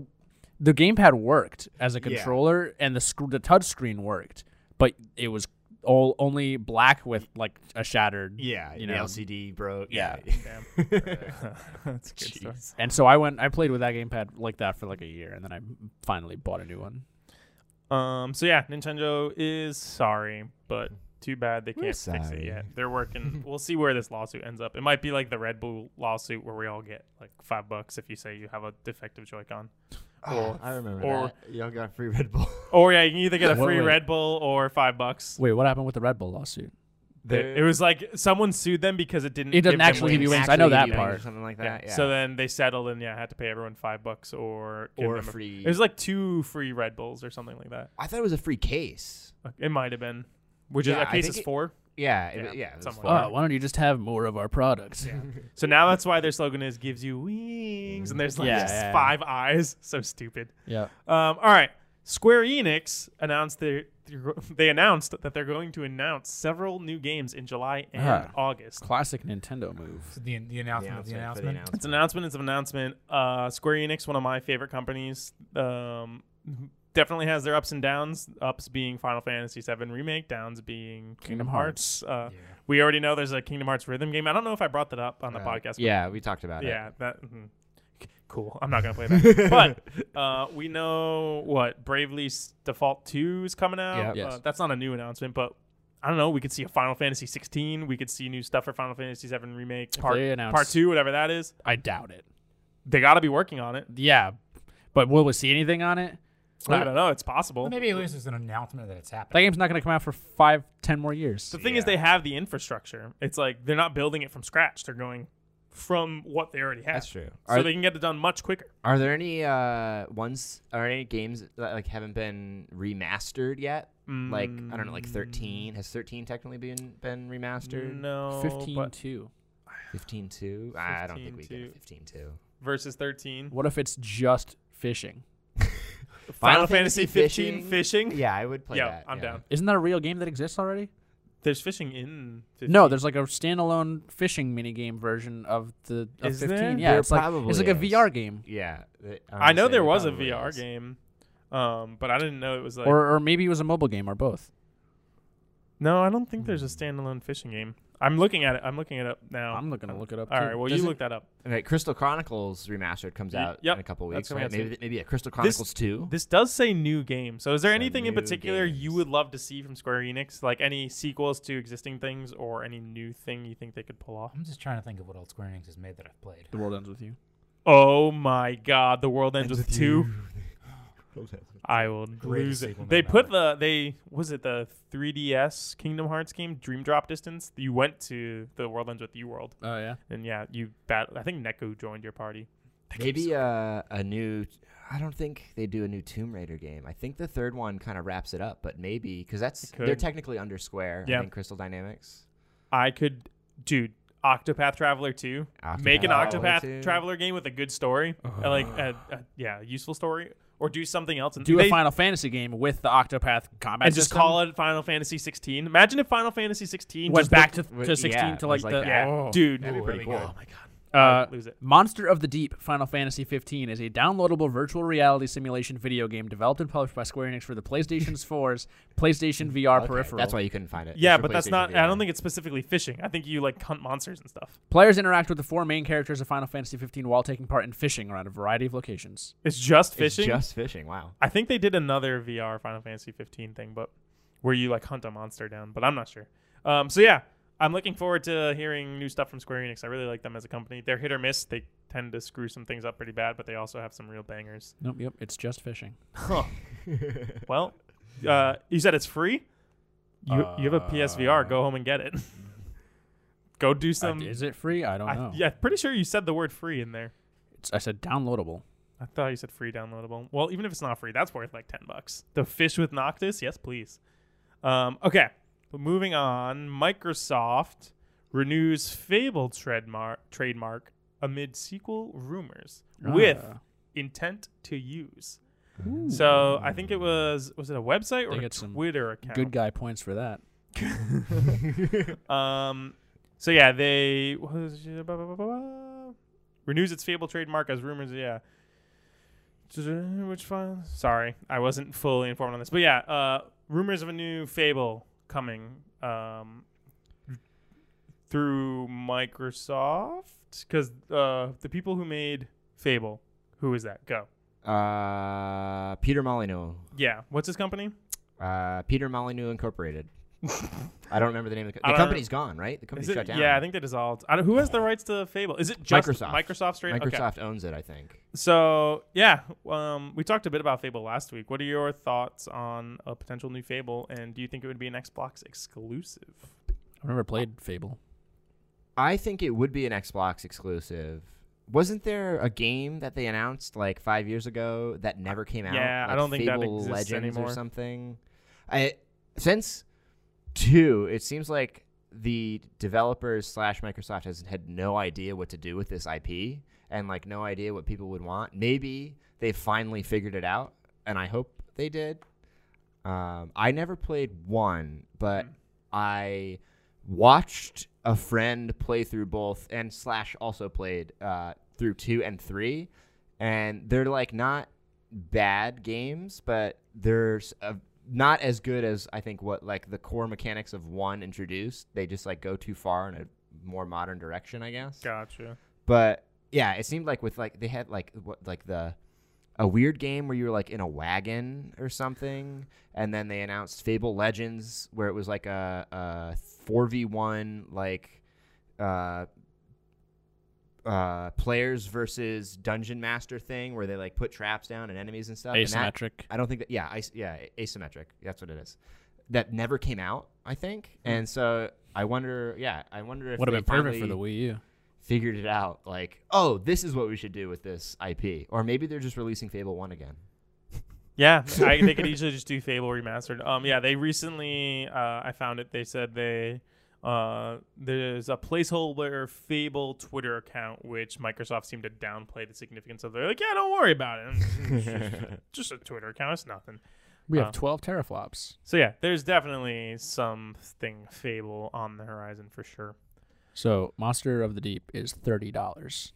[SPEAKER 3] the gamepad worked as a controller and the sc- the touch screen worked but it was all only black with like a shattered
[SPEAKER 2] yeah,
[SPEAKER 3] you
[SPEAKER 2] the
[SPEAKER 3] know.
[SPEAKER 2] LCD broke.
[SPEAKER 3] Yeah.
[SPEAKER 1] Damn. That's a good stuff.
[SPEAKER 3] and so i went i played with that gamepad like that for like a year and then i finally bought a new one
[SPEAKER 1] Um. So yeah, Nintendo is sorry, but too bad they
[SPEAKER 2] We're
[SPEAKER 1] can't fix it
[SPEAKER 2] sorry.
[SPEAKER 1] yet. They're working. we'll see where this lawsuit ends up. It might be like the Red Bull lawsuit where we all get like five bucks if you say you have a defective Joy-Con. Or,
[SPEAKER 2] Oh, I remember
[SPEAKER 1] or-
[SPEAKER 2] that. Oh, Y'all got free Red Bull.
[SPEAKER 1] or yeah, you can either get a
[SPEAKER 3] Wait,
[SPEAKER 1] free
[SPEAKER 3] wait.
[SPEAKER 1] Red Bull or five bucks.
[SPEAKER 3] wait what happened with the red bull lawsuit
[SPEAKER 1] It, it was like someone sued them because it didn't.
[SPEAKER 3] It doesn't
[SPEAKER 1] give them
[SPEAKER 3] actually give you wings. I know
[SPEAKER 2] Actually
[SPEAKER 3] that
[SPEAKER 2] give you wings or
[SPEAKER 3] part.
[SPEAKER 2] Something like
[SPEAKER 1] Yeah.
[SPEAKER 2] that. Yeah.
[SPEAKER 1] So then they settled and yeah, had to pay everyone five bucks or give
[SPEAKER 2] or
[SPEAKER 1] them a-
[SPEAKER 2] free.
[SPEAKER 1] It was like two free Red Bulls or something like that.
[SPEAKER 2] I thought it was a free case.
[SPEAKER 1] It might have been. Which
[SPEAKER 2] Yeah,
[SPEAKER 1] is
[SPEAKER 2] I
[SPEAKER 1] a case
[SPEAKER 2] think
[SPEAKER 1] is
[SPEAKER 2] it-
[SPEAKER 1] four.
[SPEAKER 2] Yeah,
[SPEAKER 1] Yeah,
[SPEAKER 2] it, yeah. it was
[SPEAKER 1] somewhere.
[SPEAKER 2] four.
[SPEAKER 1] Wow.
[SPEAKER 3] oh why don't you just have more of our products
[SPEAKER 1] So now that's why their slogan is "Gives you wings," and there's like
[SPEAKER 3] Yeah,
[SPEAKER 1] just
[SPEAKER 3] yeah, yeah.
[SPEAKER 1] five eyes. So stupid.
[SPEAKER 3] yeah
[SPEAKER 1] Um, all right, Square Enix announced their they're- they announced that they're going to announce several new games in July and
[SPEAKER 3] Ah.
[SPEAKER 1] August.
[SPEAKER 3] Classic Nintendo move.
[SPEAKER 4] So the, the announcement of the
[SPEAKER 2] announcement for
[SPEAKER 4] announcement.
[SPEAKER 1] It's an announcement. It's an announcement. Uh, Square Enix, one of my favorite companies, um, definitely has their ups and downs. Ups being Final Fantasy VII remake, downs being
[SPEAKER 3] Kingdom
[SPEAKER 1] Hearts. Uh,
[SPEAKER 4] Yeah.
[SPEAKER 1] we already know there's a Kingdom Hearts rhythm game. I don't know if I brought that up on the
[SPEAKER 2] Uh,
[SPEAKER 1] podcast. but
[SPEAKER 2] Yeah, we talked about
[SPEAKER 1] yeah, that. mhm. Cool. I'm not gonna play that. but uh, we know what Bravely S- Default Two is coming out.
[SPEAKER 2] Yep.
[SPEAKER 3] Yes.
[SPEAKER 1] Uh, that's not a new announcement, but I don't know. We could see a Final Fantasy 16. We could see new stuff for Final Fantasy VII remake
[SPEAKER 3] If
[SPEAKER 1] part
[SPEAKER 3] they announce-
[SPEAKER 1] part two, whatever that is.
[SPEAKER 3] I doubt it.
[SPEAKER 1] They got to be working on it.
[SPEAKER 3] Yeah, but will we see anything on it?
[SPEAKER 1] I don't know. It's possible.
[SPEAKER 4] Well, maybe at least it's an announcement that it's
[SPEAKER 3] That
[SPEAKER 4] happening.
[SPEAKER 3] game's not going to come out for five, ten more years.
[SPEAKER 1] The thing is,
[SPEAKER 2] Yeah.
[SPEAKER 1] they have the infrastructure. It's like they're not building it from scratch. They're going from what they already have,
[SPEAKER 2] That's true.
[SPEAKER 1] so
[SPEAKER 2] Are,
[SPEAKER 1] they can get it done much quicker.
[SPEAKER 2] are there any uh ones are any games that like haven't been remastered yet? Like I don't know, like
[SPEAKER 1] Mm,
[SPEAKER 2] 13. Has 13 technically been been remastered?
[SPEAKER 1] No,
[SPEAKER 3] Fifteen
[SPEAKER 1] Oh, but
[SPEAKER 3] two.
[SPEAKER 2] 15 too. I don't think we
[SPEAKER 1] 15
[SPEAKER 2] get
[SPEAKER 1] too.
[SPEAKER 2] 15 too.
[SPEAKER 1] versus 13.
[SPEAKER 3] What if it's just fishing?
[SPEAKER 1] Final Fantasy 15 fishing.
[SPEAKER 2] Yeah, I would play
[SPEAKER 1] Yeah,
[SPEAKER 2] that.
[SPEAKER 1] I'm
[SPEAKER 2] yeah.
[SPEAKER 1] down.
[SPEAKER 3] Isn't that a real game that exists already?
[SPEAKER 1] There's fishing in. 15.
[SPEAKER 3] No, there's like a standalone fishing minigame version of the of
[SPEAKER 1] Is
[SPEAKER 3] 15.
[SPEAKER 1] there?
[SPEAKER 3] Yeah,
[SPEAKER 2] There
[SPEAKER 3] it's like
[SPEAKER 2] probably
[SPEAKER 3] it's like
[SPEAKER 2] is.
[SPEAKER 3] a VR game,
[SPEAKER 2] Yeah. th- I'm
[SPEAKER 1] I know
[SPEAKER 2] saying
[SPEAKER 1] there
[SPEAKER 2] it
[SPEAKER 1] was a
[SPEAKER 2] probably
[SPEAKER 1] VR
[SPEAKER 2] is.
[SPEAKER 1] game, um, but I didn't know it was like.
[SPEAKER 3] or or maybe it was a mobile game, or both.
[SPEAKER 1] no, I don't think there's a standalone fishing game. I'm looking at it. I'm looking it up now.
[SPEAKER 3] I'm gonna look it up.
[SPEAKER 1] All
[SPEAKER 3] too.
[SPEAKER 1] right. Well,
[SPEAKER 3] Does
[SPEAKER 1] you
[SPEAKER 3] it-
[SPEAKER 1] look that up.
[SPEAKER 2] Okay, Crystal Chronicles remastered comes
[SPEAKER 1] Y-
[SPEAKER 2] out
[SPEAKER 1] yep,
[SPEAKER 2] in a couple
[SPEAKER 1] that's
[SPEAKER 2] weeks,
[SPEAKER 1] coming
[SPEAKER 2] right?
[SPEAKER 1] out soon.
[SPEAKER 2] Maybe th- maybe a Crystal Chronicles 2.
[SPEAKER 1] This does say new game. So, is there
[SPEAKER 2] So
[SPEAKER 1] anything in
[SPEAKER 2] new
[SPEAKER 1] particular you
[SPEAKER 2] games.
[SPEAKER 1] would love to see from Square Enix? Like any sequels to existing things, or any new thing you think they could pull off?
[SPEAKER 4] I'm just trying to think of what else Square Enix has made that I've played.
[SPEAKER 3] the world ends with you.
[SPEAKER 1] Oh my God! The world ends with two. I will
[SPEAKER 4] Greatest
[SPEAKER 1] lose it.
[SPEAKER 4] sequel
[SPEAKER 1] They
[SPEAKER 4] known
[SPEAKER 1] put the they was it the 3DS Kingdom Hearts game Dream Drop Distance. You went to the World Ends with You world,
[SPEAKER 3] Oh yeah.
[SPEAKER 1] and yeah, you bat. I think Neko joined your party. That game's
[SPEAKER 2] Maybe uh, a new. I don't think they do a new Tomb Raider game. I think the third one kind of wraps it up, but maybe because that's
[SPEAKER 1] It could.
[SPEAKER 2] they're technically under Square.
[SPEAKER 1] Yeah.
[SPEAKER 2] I think Crystal Dynamics.
[SPEAKER 1] I could, dude. Octopath Traveler 2. Make an
[SPEAKER 2] Octopath Traveler
[SPEAKER 1] Octopath
[SPEAKER 2] 2.
[SPEAKER 1] Traveler game with a good story, uh, like a, a yeah, useful story, or do something else and
[SPEAKER 3] Do
[SPEAKER 1] they-
[SPEAKER 3] a Final Fantasy game with the Octopath combat
[SPEAKER 1] and just call it Final Fantasy 16. Imagine if Final Fantasy 16
[SPEAKER 3] Went
[SPEAKER 1] just
[SPEAKER 3] back to,
[SPEAKER 1] looked-
[SPEAKER 2] w-
[SPEAKER 3] to 16
[SPEAKER 2] yeah,
[SPEAKER 3] to
[SPEAKER 2] was
[SPEAKER 3] like,
[SPEAKER 2] like
[SPEAKER 3] the
[SPEAKER 2] that.
[SPEAKER 1] yeah, dude.
[SPEAKER 4] That'd be pretty cool.
[SPEAKER 1] Oh my god,
[SPEAKER 3] Uh,
[SPEAKER 1] I'd lose it.
[SPEAKER 3] Monster of the Deep Final Fantasy 15 is a downloadable virtual reality simulation video game developed and published by Square Enix for the PlayStation 4's
[SPEAKER 1] Mm,
[SPEAKER 3] PlayStation VR
[SPEAKER 2] Okay,
[SPEAKER 3] peripheral.
[SPEAKER 2] That's why you couldn't find it.
[SPEAKER 1] Yeah,
[SPEAKER 2] It's for
[SPEAKER 1] but that's
[SPEAKER 2] PlayStation
[SPEAKER 1] not. I
[SPEAKER 2] VR.
[SPEAKER 1] don't think it's specifically fishing. I think you like hunt monsters and stuff.
[SPEAKER 3] Players interact with the four main characters of Final Fantasy 15 while taking part in fishing around a variety of locations.
[SPEAKER 1] It's just
[SPEAKER 2] It's
[SPEAKER 1] fishing.
[SPEAKER 2] just fishing. Wow.
[SPEAKER 1] I think they did another VR Final Fantasy 15 thing, but where you like hunt a monster down. But I'm not sure. Um, so yeah, I'm looking forward to hearing new stuff from Square Enix. I really like them as a company. They're hit or miss. They tend to screw some things up pretty bad, but they also have some real bangers.
[SPEAKER 3] Nope, yep, it's just fishing.
[SPEAKER 1] Well, uh, you said it's free. You you have a
[SPEAKER 3] Uh,
[SPEAKER 1] PSVR. Go home and get it. go do some.
[SPEAKER 3] is it free? I don't
[SPEAKER 1] um, I-
[SPEAKER 3] know.
[SPEAKER 1] yeah, pretty sure you said the word free in there.
[SPEAKER 3] It's, I said downloadable.
[SPEAKER 1] I thought you said free downloadable. Well, even if it's not free, that's worth like ten bucks. The fish with Noctis, yes, please. Um, okay, but moving on. Microsoft renews Fable trademark trademark amid sequel rumors with
[SPEAKER 3] Ah.
[SPEAKER 1] intent to use. So I think it was was it a website
[SPEAKER 3] They
[SPEAKER 1] or a
[SPEAKER 3] get some
[SPEAKER 1] Twitter account?
[SPEAKER 3] good guy points for that.
[SPEAKER 1] Um, so yeah, they what was it? Blah, blah, blah, blah, blah. renews its Fable trademark as rumors. Yeah, which fun. Sorry, I wasn't fully informed on this, but yeah, uh, rumors of a new Fable coming um, through Microsoft because uh, the people who made Fable, who is that? Go.
[SPEAKER 2] Uh, Peter Molyneux.
[SPEAKER 1] Yeah, what's his company?
[SPEAKER 2] Uh, Peter Molyneux Incorporated. I don't remember the name of the,
[SPEAKER 1] I
[SPEAKER 2] co- the
[SPEAKER 1] don't know.
[SPEAKER 2] company's gone, right? The
[SPEAKER 1] Is
[SPEAKER 2] company's
[SPEAKER 1] it-
[SPEAKER 2] shut down.
[SPEAKER 1] yeah, I think they dissolved. I don't, who has the rights to Fable? Is it just
[SPEAKER 2] Microsoft.
[SPEAKER 1] Microsoft straight? Okay.
[SPEAKER 2] Microsoft owns it, I think.
[SPEAKER 1] So yeah, um, we talked a bit about Fable last week. What are your thoughts on a potential new Fable, and do you think it would be an Xbox exclusive?
[SPEAKER 3] I've never played Fable.
[SPEAKER 2] I think it would be an Xbox exclusive. Wasn't there a game that they announced like five years ago that never came out?
[SPEAKER 1] Yeah, I
[SPEAKER 2] Like
[SPEAKER 1] don't think that
[SPEAKER 2] Fable
[SPEAKER 1] exists
[SPEAKER 2] Legends
[SPEAKER 1] anymore.
[SPEAKER 2] or something. I since two, it seems like the developers slash Microsoft has had no idea what to do with this IP and like no idea what people would want. Maybe they finally figured it out, and I hope they did. Um, I never played one, but I watched a friend play through both, and Slash also played uh, through two and three, and they're like not bad games, but they're s- uh, not as good as I think what like the core mechanics of one introduced. They just like go too far in a more modern direction, I guess
[SPEAKER 1] Gotcha.
[SPEAKER 2] but yeah, it seemed like with like they had like what like the a weird game where you were like in a wagon or something, and then they announced Fable Legends where it was like a four v one like uh uh players versus dungeon master thing where they like put traps down and enemies and stuff. and that-
[SPEAKER 3] Asymmetric.
[SPEAKER 2] I don't think that. Yeah, is- yeah, asymmetric. That's what it is. That never came out, I think, and so I wonder. Yeah, I wonder if
[SPEAKER 3] Would
[SPEAKER 2] they
[SPEAKER 3] have Hmm. been perfect for
[SPEAKER 2] finally-
[SPEAKER 3] the Wii U.
[SPEAKER 2] figured it out like oh this is what we should do with this ip or maybe they're just releasing fable 1 again
[SPEAKER 1] Yeah, I, they could easily just do Fable remastered. Um, yeah, they recently, uh, I found it. They said they, uh, there's a placeholder Fable Twitter account which Microsoft seemed to downplay the significance of. They're like, yeah, don't worry about it. It's just, just a Twitter account. It's nothing.
[SPEAKER 3] We
[SPEAKER 1] Uh,
[SPEAKER 3] have 12 teraflops.
[SPEAKER 1] So yeah, there's definitely something Fable on the horizon for sure.
[SPEAKER 3] So Monster of the Deep is thirty dollars.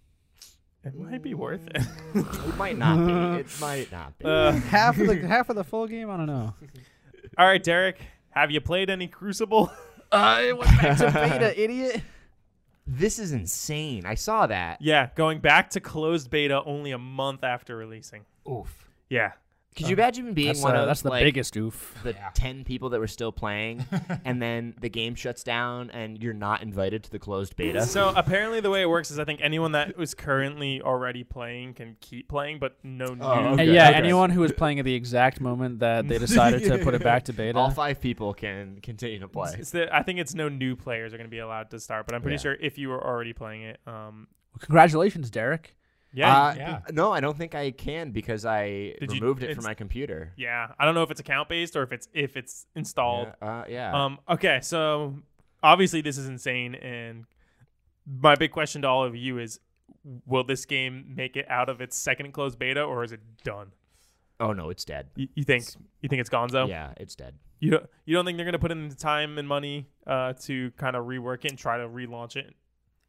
[SPEAKER 1] It might be worth it.
[SPEAKER 2] it might not be it might not be
[SPEAKER 1] Uh,
[SPEAKER 3] half of the half of the full game. I don't know.
[SPEAKER 1] all right, Derek, have you played any Crucible?
[SPEAKER 3] I went back to beta, idiot.
[SPEAKER 2] this is insane i saw that
[SPEAKER 1] yeah, going back to closed beta only a month after releasing.
[SPEAKER 4] Oof.
[SPEAKER 1] Yeah.
[SPEAKER 2] could you imagine being
[SPEAKER 3] That's,
[SPEAKER 2] one
[SPEAKER 3] uh,
[SPEAKER 2] of
[SPEAKER 3] that's the
[SPEAKER 2] like,
[SPEAKER 3] biggest oof.
[SPEAKER 2] the
[SPEAKER 4] Yeah.
[SPEAKER 2] 10 people that were still playing and then the game shuts down and you're not invited to the closed beta
[SPEAKER 1] So apparently the way it works is I think anyone that was currently already playing can keep playing, but no new.
[SPEAKER 2] Oh,
[SPEAKER 3] And
[SPEAKER 2] okay,
[SPEAKER 3] yeah,
[SPEAKER 2] okay.
[SPEAKER 3] anyone who was playing at the exact moment that they decided to put it back to beta.
[SPEAKER 2] all five people can continue to
[SPEAKER 1] It's-
[SPEAKER 2] play
[SPEAKER 1] it's the- I think it's no new players are going to be allowed to start, but I'm pretty
[SPEAKER 2] Yeah.
[SPEAKER 1] sure if you were already playing it, um,
[SPEAKER 3] Congratulations, Derek.
[SPEAKER 1] yeah,
[SPEAKER 2] Uh,
[SPEAKER 4] yeah.
[SPEAKER 2] no i don't think i can because i
[SPEAKER 1] Did you-
[SPEAKER 2] removed it
[SPEAKER 1] it's-
[SPEAKER 2] from my computer
[SPEAKER 1] yeah. I don't know if it's account based or if it's if it's installed.
[SPEAKER 2] yeah, uh, yeah.
[SPEAKER 1] Um, okay, so obviously this is insane, and my big question to all of you is: Will this game make it out of its second closed beta, or is it done?
[SPEAKER 2] oh no it's dead
[SPEAKER 1] You, you think you think it's Gonzo?
[SPEAKER 2] yeah it's dead
[SPEAKER 1] You don't, you don't think they're gonna put in the time and money uh, to kind of rework it and try to relaunch it?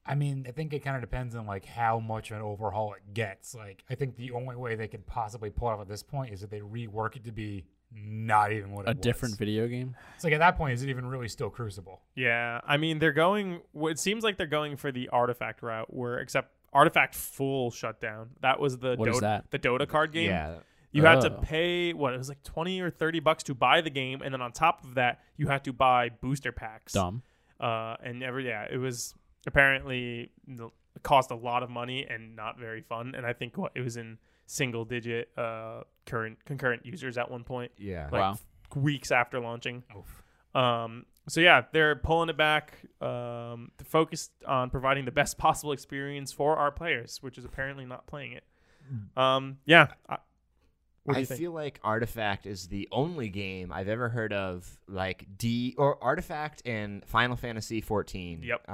[SPEAKER 4] I mean, I think it kind of depends on like how much of an overhaul it gets. Like, I think the only way they could possibly pull it off at this point is if they rework it to be not even what it
[SPEAKER 3] A
[SPEAKER 4] was.
[SPEAKER 3] different video game.
[SPEAKER 4] It's like at that point, is it even really still Crucible?
[SPEAKER 1] Yeah, I mean they're going. well, It seems like they're going for the artifact route, where except artifact full shutdown. That was the
[SPEAKER 3] What is
[SPEAKER 1] Dota,
[SPEAKER 3] that?
[SPEAKER 1] the Dota card game.
[SPEAKER 2] yeah
[SPEAKER 1] You had to
[SPEAKER 3] Oh.
[SPEAKER 1] pay what it was like twenty or thirty bucks to buy the game, and then on top of that, you had to buy booster packs.
[SPEAKER 3] Dumb.
[SPEAKER 1] Uh, and every yeah, it was apparently n- cost a lot of money and not very fun. And I think what it was in single digit uh current concurrent users at one point,
[SPEAKER 2] yeah
[SPEAKER 1] like
[SPEAKER 3] Wow.
[SPEAKER 1] weeks after launching.
[SPEAKER 4] Oof.
[SPEAKER 1] Um, so yeah, they're pulling it back, um, they're focused on providing the best possible experience for our players, which is apparently not playing it.
[SPEAKER 3] Hmm.
[SPEAKER 1] Um, yeah. I, what do
[SPEAKER 2] I
[SPEAKER 1] you think?
[SPEAKER 2] feel like Artifact is the only game I've ever heard of like D or Artifact and Final Fantasy 14.
[SPEAKER 1] Yep.
[SPEAKER 2] Uh,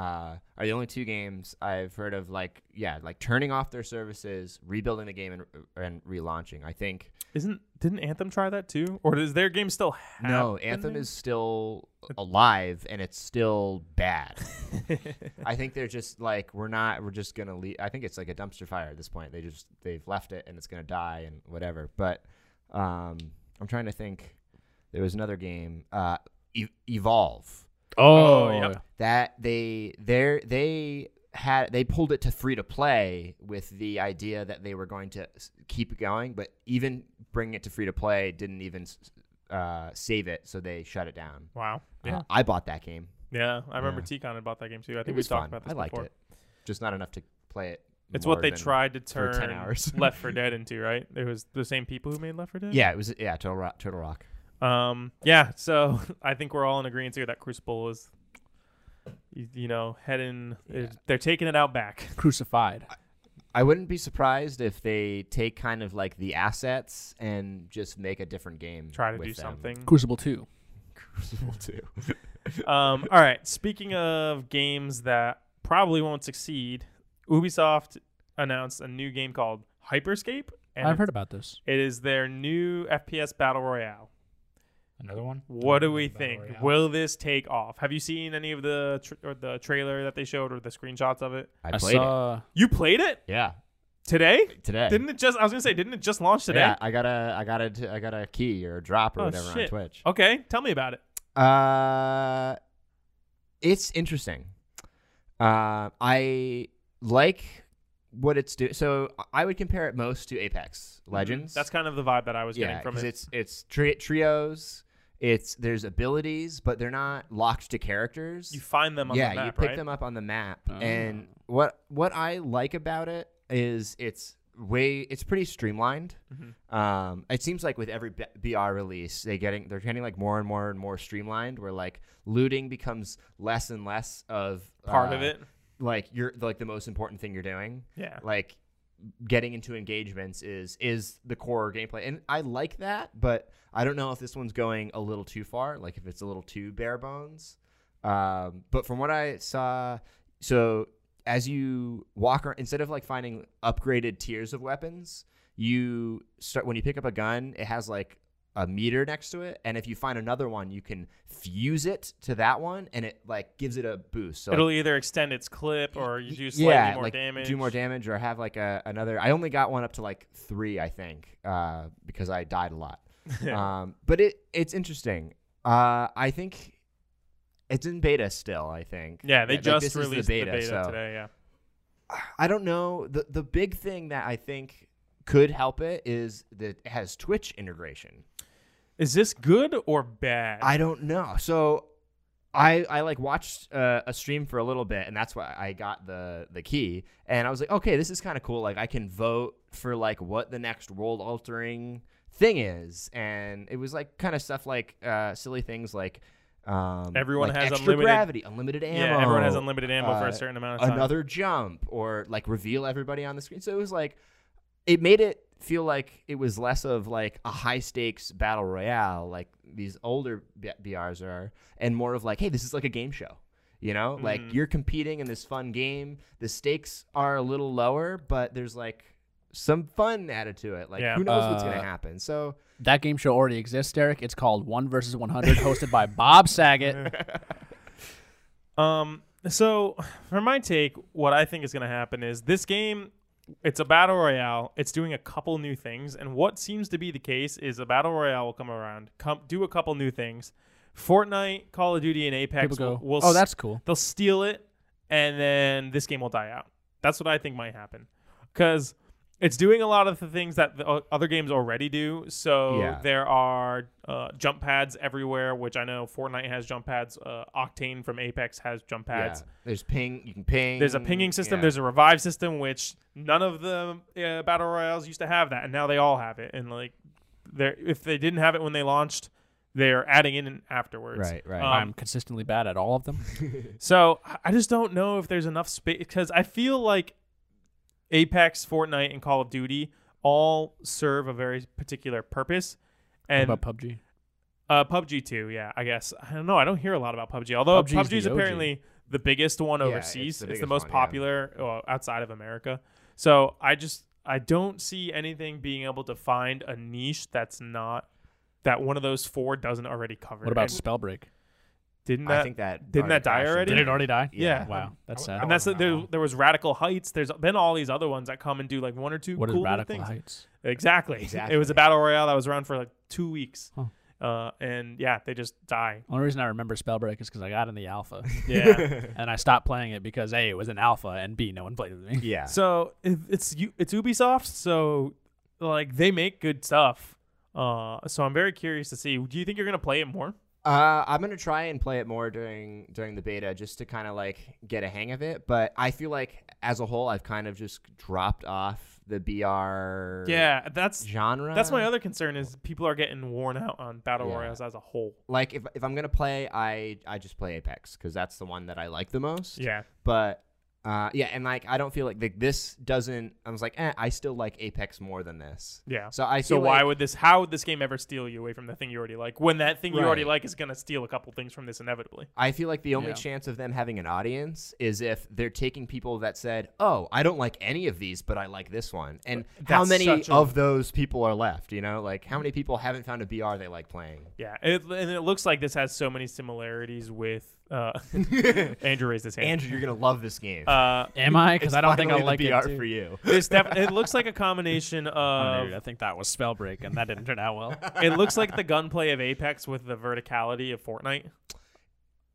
[SPEAKER 2] are the only two games I've heard of like yeah like turning off their services, rebuilding the game, and and relaunching. I think
[SPEAKER 1] Isn't didn't Anthem try that too, or does their game still have?
[SPEAKER 2] no, Anthem is still alive and it's still bad. I think they're just like we're not we're just gonna leave. I think it's like a dumpster fire at this point. They just they've left it and it's gonna die and whatever. But um, I'm trying to think. There was another game, uh, e- Evolve,
[SPEAKER 1] Oh, yep.
[SPEAKER 2] that they they they had they pulled it to free to play with the idea that they were going to s- keep going, but even bringing it to free to play didn't even s- uh, save it, so they shut it down.
[SPEAKER 1] Wow.
[SPEAKER 2] Uh,
[SPEAKER 1] Yeah.
[SPEAKER 2] I bought that game.
[SPEAKER 1] yeah. I remember
[SPEAKER 2] Yeah.
[SPEAKER 1] T-Con had bought that game too. I
[SPEAKER 2] It
[SPEAKER 1] think we
[SPEAKER 2] was
[SPEAKER 1] talked
[SPEAKER 2] fun.
[SPEAKER 1] about this
[SPEAKER 2] I liked
[SPEAKER 1] before.
[SPEAKER 2] it, just not enough to play it.
[SPEAKER 1] It's
[SPEAKER 2] more
[SPEAKER 1] what they
[SPEAKER 2] than-
[SPEAKER 1] tried to
[SPEAKER 2] for
[SPEAKER 1] turn
[SPEAKER 2] 10 hours.
[SPEAKER 1] Left for Dead into, right? It was the same people who made Left for Dead.
[SPEAKER 2] Yeah, it was yeah Turtle Rock. Turtle Rock.
[SPEAKER 1] Um. Yeah. So I think we're all in agreement here that Crucible is, you, you know, heading.
[SPEAKER 3] Yeah.
[SPEAKER 1] They're taking it out back.
[SPEAKER 3] Crucified.
[SPEAKER 2] I wouldn't be surprised if they take kind of like the assets and just make a different game.
[SPEAKER 1] Try to
[SPEAKER 2] with
[SPEAKER 1] do
[SPEAKER 2] them.
[SPEAKER 1] something.
[SPEAKER 3] Crucible Two.
[SPEAKER 2] Crucible too.
[SPEAKER 1] um, all right. Speaking of games that probably won't succeed, Ubisoft announced a new game called Hyperscape.
[SPEAKER 3] I've heard about this.
[SPEAKER 1] it is their new FPS battle royale.
[SPEAKER 4] Another one.
[SPEAKER 1] What do we
[SPEAKER 4] Another
[SPEAKER 1] think?
[SPEAKER 4] way out.
[SPEAKER 1] Will this take off? Have you seen any of the tr- or the trailer that they showed or the screenshots of it?
[SPEAKER 2] I
[SPEAKER 3] I
[SPEAKER 2] played it.
[SPEAKER 3] saw.
[SPEAKER 1] You played it
[SPEAKER 2] Yeah,
[SPEAKER 1] today?
[SPEAKER 2] today.
[SPEAKER 1] Didn't it just? I was gonna say, didn't it just launch today?
[SPEAKER 2] Yeah, I got a I got a I got a key or a drop or
[SPEAKER 1] Oh,
[SPEAKER 2] whatever
[SPEAKER 1] shit. Oh.
[SPEAKER 2] on Twitch.
[SPEAKER 1] Okay, tell me about it.
[SPEAKER 2] Uh, it's interesting. Uh, I like what it's doing. So I would compare it most to Apex Legends.
[SPEAKER 1] Mm-hmm. That's kind of the vibe that I was
[SPEAKER 2] yeah,
[SPEAKER 1] getting from
[SPEAKER 2] 'cause
[SPEAKER 1] it.
[SPEAKER 2] it's it's tri- trios. It's there's abilities, but they're not locked to characters.
[SPEAKER 1] You find them on
[SPEAKER 2] yeah,
[SPEAKER 1] the map,
[SPEAKER 2] you pick
[SPEAKER 1] right?
[SPEAKER 2] them up on the map,
[SPEAKER 3] Oh.
[SPEAKER 2] and what what I like about it is it's way it's pretty streamlined.
[SPEAKER 1] Mm-hmm.
[SPEAKER 2] Um, it seems like with every B- BR release, they getting they're getting like more and more and more streamlined. Where like looting becomes less and less of
[SPEAKER 1] Part
[SPEAKER 2] uh,
[SPEAKER 1] of it.
[SPEAKER 2] like you're like the most important thing you're doing.
[SPEAKER 1] Yeah.
[SPEAKER 2] Like getting into engagements is is the core gameplay, and I like that. But I don't know if this one's going a little too far. Like if it's a little too bare bones. Um, but from what I saw, so as you walk around, instead of like finding upgraded tiers of weapons, you start when you pick up a gun, it has like a meter next to it, and if you find another one, you can fuse it to that one, and it like gives it a boost. So like,
[SPEAKER 1] It'll either extend its clip or you do slightly
[SPEAKER 2] yeah,
[SPEAKER 1] more
[SPEAKER 2] like
[SPEAKER 1] damage.
[SPEAKER 2] do more damage, or have like a another. I only got one up to like three, I think, uh, because I died a lot. um, but it it's interesting. Uh, I think it's in beta still. I think.
[SPEAKER 1] Yeah, they
[SPEAKER 2] like,
[SPEAKER 1] just
[SPEAKER 2] this is
[SPEAKER 1] released
[SPEAKER 2] the beta, so
[SPEAKER 1] today. Yeah.
[SPEAKER 2] I don't know. the The big thing that I think could help it is that it has Twitch integration.
[SPEAKER 1] Is this good or bad?
[SPEAKER 2] I don't know. So I I like watched uh, a stream for a little bit, and that's why I got the the key. And I was like, okay, this is kind of cool. Like I can vote for like what the next world altering thing is, and it was like kind of stuff like uh, silly things like. Um,
[SPEAKER 1] Everyone
[SPEAKER 2] like
[SPEAKER 1] has
[SPEAKER 2] extra
[SPEAKER 1] unlimited-
[SPEAKER 2] gravity, unlimited ammo.
[SPEAKER 1] yeah, everyone has unlimited ammo for
[SPEAKER 2] uh,
[SPEAKER 1] a certain amount of time.
[SPEAKER 2] another jump or like reveal everybody on the screen. So it was like it made it feel like it was less of like a high stakes battle royale like these older B- BRs are and more of like hey this is like a game show. You know, like
[SPEAKER 1] Mhm.
[SPEAKER 2] you're competing in this fun game. The stakes are a little lower, but there's like some fun added to it. Like
[SPEAKER 1] Yeah.
[SPEAKER 2] who knows what's going
[SPEAKER 3] Uh,
[SPEAKER 2] to happen. So
[SPEAKER 3] That game show already exists, Derek. It's called One versus One Hundred, hosted by Bob Saget.
[SPEAKER 1] Um, so for my take, what I think is going to happen is this game. It's a battle royale. It's doing a couple new things, and what seems to be the case is a battle royale will come around, come do a couple new things. Fortnite, Call of Duty, and Apex
[SPEAKER 3] People go,
[SPEAKER 1] will, will
[SPEAKER 3] "Oh,
[SPEAKER 1] s-
[SPEAKER 3] that's cool."
[SPEAKER 1] they'll steal it, and then this game will die out. That's what I think might happen, because it's doing a lot of the things that the o- other games already do. So
[SPEAKER 2] Yeah.
[SPEAKER 1] there are uh, jump pads everywhere, which I know Fortnite has jump pads. Uh, Octane from Apex has jump
[SPEAKER 2] yeah,
[SPEAKER 1] pads.
[SPEAKER 2] there's ping. You can ping.
[SPEAKER 1] There's a pinging system.
[SPEAKER 2] Mm, yeah.
[SPEAKER 1] There's a revive system, which none of the uh, battle royales used to have that, and now they all have it. And like, they if they didn't have it when they launched, they're adding in afterwards.
[SPEAKER 2] Right, right.
[SPEAKER 1] Um,
[SPEAKER 3] I'm consistently bad at all of them.
[SPEAKER 1] so I- I just don't know if there's enough space because I feel like Apex, Fortnite, and Call of Duty all serve a very particular purpose. And
[SPEAKER 3] about PUBG.
[SPEAKER 1] uh, PUBG too, yeah, I guess. I don't know. I don't hear a lot about PUBG, although
[SPEAKER 3] PUBG's
[SPEAKER 1] PUBG is
[SPEAKER 3] the OG.
[SPEAKER 1] apparently the biggest one
[SPEAKER 2] Yeah,
[SPEAKER 1] overseas.
[SPEAKER 2] it's the
[SPEAKER 1] It's the,
[SPEAKER 2] biggest
[SPEAKER 1] most
[SPEAKER 2] one, yeah.
[SPEAKER 1] popular well, outside of America. So I just I don't see anything being able to find a niche that's not that one of those four doesn't already cover.
[SPEAKER 3] What about
[SPEAKER 1] And
[SPEAKER 3] Spellbreak?
[SPEAKER 1] didn't
[SPEAKER 2] I
[SPEAKER 1] that?
[SPEAKER 2] think that
[SPEAKER 1] didn't that die
[SPEAKER 2] crashed
[SPEAKER 1] already?
[SPEAKER 3] Did
[SPEAKER 2] into-
[SPEAKER 3] it already die?
[SPEAKER 1] Yeah.
[SPEAKER 3] Wow, that's
[SPEAKER 4] I- I
[SPEAKER 3] sad.
[SPEAKER 1] and that's
[SPEAKER 4] wasn't
[SPEAKER 1] there.
[SPEAKER 4] that one.
[SPEAKER 1] There was Radical Heights. There's been all these other ones that come and do like one or two
[SPEAKER 3] What is
[SPEAKER 1] cool little
[SPEAKER 3] Radical
[SPEAKER 1] things.
[SPEAKER 3] Heights?
[SPEAKER 1] Exactly. It was a
[SPEAKER 2] Exactly.
[SPEAKER 1] battle royale that was around for like two weeks,
[SPEAKER 3] Huh.
[SPEAKER 1] uh, and yeah, they just die.
[SPEAKER 3] Only reason I remember Spellbreak is because I got in the alpha,
[SPEAKER 1] Yeah.
[SPEAKER 3] and I stopped playing it because a it was an alpha, and b no one played with me.
[SPEAKER 2] Yeah.
[SPEAKER 1] so it, it's U- it's Ubisoft. So like they make good stuff. Uh, so I'm very curious to see. Do you think you're gonna play it more?
[SPEAKER 2] Uh, I'm gonna try and play it more during during the beta just to kind of like get a hang of it. But I feel like as a whole, I've kind of just dropped off the BR
[SPEAKER 1] Yeah, that's
[SPEAKER 2] genre.
[SPEAKER 1] that's my other concern is people are getting worn out on battle
[SPEAKER 2] Yeah.
[SPEAKER 1] royals as a whole.
[SPEAKER 2] like if if I'm gonna play, I I just play Apex because that's the one that I like the most.
[SPEAKER 1] Yeah,
[SPEAKER 2] But Uh, yeah, and like I don't feel like the, this doesn't. I was like, eh, I still like Apex more than this.
[SPEAKER 1] Yeah.
[SPEAKER 2] So I
[SPEAKER 1] So
[SPEAKER 2] feel
[SPEAKER 1] why
[SPEAKER 2] like-
[SPEAKER 1] would this? How would this game ever steal you away from the thing you already like? When that thing you already
[SPEAKER 2] Right.
[SPEAKER 1] like is gonna steal a couple things from this inevitably.
[SPEAKER 2] I feel like the only
[SPEAKER 3] Yeah.
[SPEAKER 2] chance of them having an audience is if they're taking people that said, "Oh, I don't like any of these, but I like this one." And how
[SPEAKER 1] That's
[SPEAKER 2] many
[SPEAKER 1] such a-
[SPEAKER 2] of those people are left? You know, like how many people haven't found a BR they like playing?
[SPEAKER 1] Yeah. It, and it looks like this has so many similarities with. Uh, Andrew raised his hand.
[SPEAKER 2] Andrew, you're gonna love this game.
[SPEAKER 1] uh,
[SPEAKER 3] Am I? Because
[SPEAKER 2] It's
[SPEAKER 3] I don't think I
[SPEAKER 2] finally the
[SPEAKER 3] like it.
[SPEAKER 2] BR
[SPEAKER 3] too.
[SPEAKER 2] for you.
[SPEAKER 1] this def- it looks like a combination
[SPEAKER 3] Oh,
[SPEAKER 1] of
[SPEAKER 3] dude, I think that was spell break, and that didn't turn out well.
[SPEAKER 1] it looks like the gunplay of Apex with the verticality of Fortnite.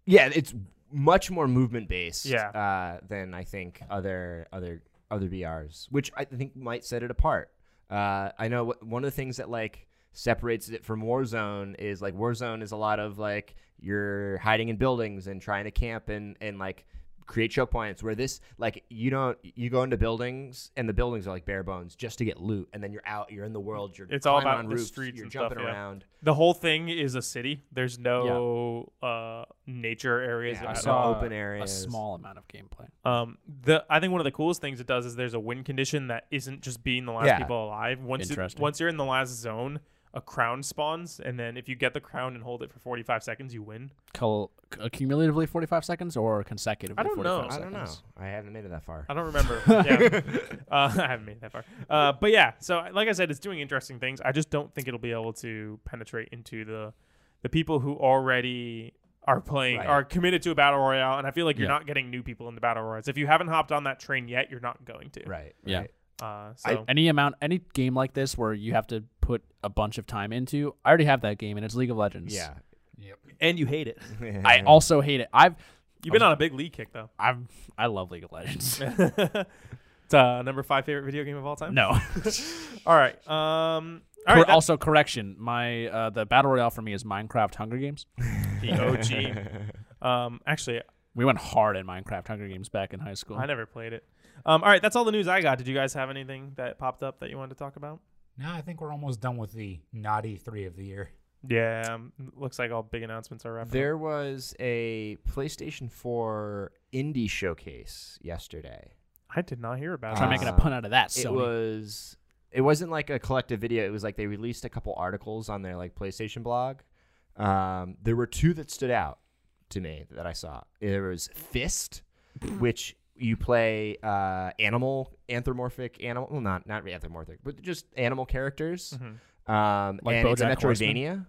[SPEAKER 2] Yeah, it's much more movement based.
[SPEAKER 1] Yeah.
[SPEAKER 2] Uh, than I think other other other BRs, which I think might set it apart. Uh, I know wh- one of the things that like separates it from Warzone is like Warzone is a lot of like you're hiding in buildings and trying to camp and and like create choke points where this like you don't you go into buildings and the buildings are like bare bones just to get loot and then you're out you're in the world you're
[SPEAKER 1] It's all
[SPEAKER 2] climbing
[SPEAKER 1] about
[SPEAKER 2] on
[SPEAKER 1] the
[SPEAKER 2] roofs,
[SPEAKER 1] streets
[SPEAKER 2] you're
[SPEAKER 1] and stuff,
[SPEAKER 2] jumping
[SPEAKER 1] yeah.
[SPEAKER 2] around
[SPEAKER 1] The whole thing is a city. There's no uh, nature areas
[SPEAKER 2] Yeah, I
[SPEAKER 1] at
[SPEAKER 2] saw
[SPEAKER 1] all.
[SPEAKER 2] open
[SPEAKER 3] a
[SPEAKER 2] areas.
[SPEAKER 3] small amount of gameplay.
[SPEAKER 1] Um, the I think one of the coolest things it does is there's a win condition that isn't just being the last
[SPEAKER 2] Yeah.
[SPEAKER 1] people alive. Once it,
[SPEAKER 3] Interesting.
[SPEAKER 1] once you're in the last zone, a crown spawns, and then if you get the crown and hold it for 45 seconds, you win.
[SPEAKER 3] Col- c- cumulatively 45 seconds or consecutively
[SPEAKER 1] I don't
[SPEAKER 3] 45
[SPEAKER 1] know.
[SPEAKER 2] I don't
[SPEAKER 3] seconds?
[SPEAKER 2] know I haven't made it that far
[SPEAKER 1] I don't remember. yeah. uh, I haven't made it that far. Uh, but yeah, so like I said, it's doing interesting things. I just don't think it'll be able to penetrate into the the people who already are playing
[SPEAKER 2] Right.
[SPEAKER 1] are committed to a battle royale, and I feel like you're
[SPEAKER 3] Yeah.
[SPEAKER 1] not getting new people in the battle royales. If you haven't hopped on that train yet, you're not going to.
[SPEAKER 2] right
[SPEAKER 3] Yeah.
[SPEAKER 2] right.
[SPEAKER 1] Uh,
[SPEAKER 2] I-
[SPEAKER 1] so
[SPEAKER 3] Any amount, any game like this where you have to put a bunch of time into, I already have that game, and it's League of Legends.
[SPEAKER 2] yeah
[SPEAKER 4] Yep.
[SPEAKER 1] and you hate it.
[SPEAKER 3] I also hate it. I've,
[SPEAKER 1] You've been on a big league kick though.
[SPEAKER 3] I've, I love League of Legends.
[SPEAKER 1] it's uh, number five favorite video game of all time.
[SPEAKER 3] no.
[SPEAKER 1] All right. Um. All
[SPEAKER 3] Cor-
[SPEAKER 1] right.
[SPEAKER 3] also, correction. My uh, the battle royale for me is Minecraft Hunger Games.
[SPEAKER 1] that's the OG. um. Actually,
[SPEAKER 3] We went hard in Minecraft Hunger Games back in high school.
[SPEAKER 1] I never played it. Um. All right. That's all the news I got. Did you guys have anything that popped up that you wanted to talk about?
[SPEAKER 4] Now I think we're almost done with the naughty three of the year.
[SPEAKER 1] Yeah. Um, looks like all big announcements are wrapped.
[SPEAKER 2] There was a PlayStation 4 indie showcase yesterday.
[SPEAKER 1] I did not hear about
[SPEAKER 3] Try
[SPEAKER 1] it.
[SPEAKER 2] make
[SPEAKER 3] making a
[SPEAKER 2] Uh,
[SPEAKER 3] pun out of that.
[SPEAKER 2] It
[SPEAKER 3] Sony.
[SPEAKER 2] was it wasn't like a collective video. It was like they released a couple articles on their like PlayStation blog. Um, there were two that stood out to me that I saw. There was Fist, which you play uh, animal anthropomorphic animal, well, not not anthropomorphic, but just animal characters.
[SPEAKER 1] Mhm.
[SPEAKER 2] Um,
[SPEAKER 3] Mm-hmm. Like
[SPEAKER 2] and it's a
[SPEAKER 3] BoJack Horseman?
[SPEAKER 2] Metroidvania.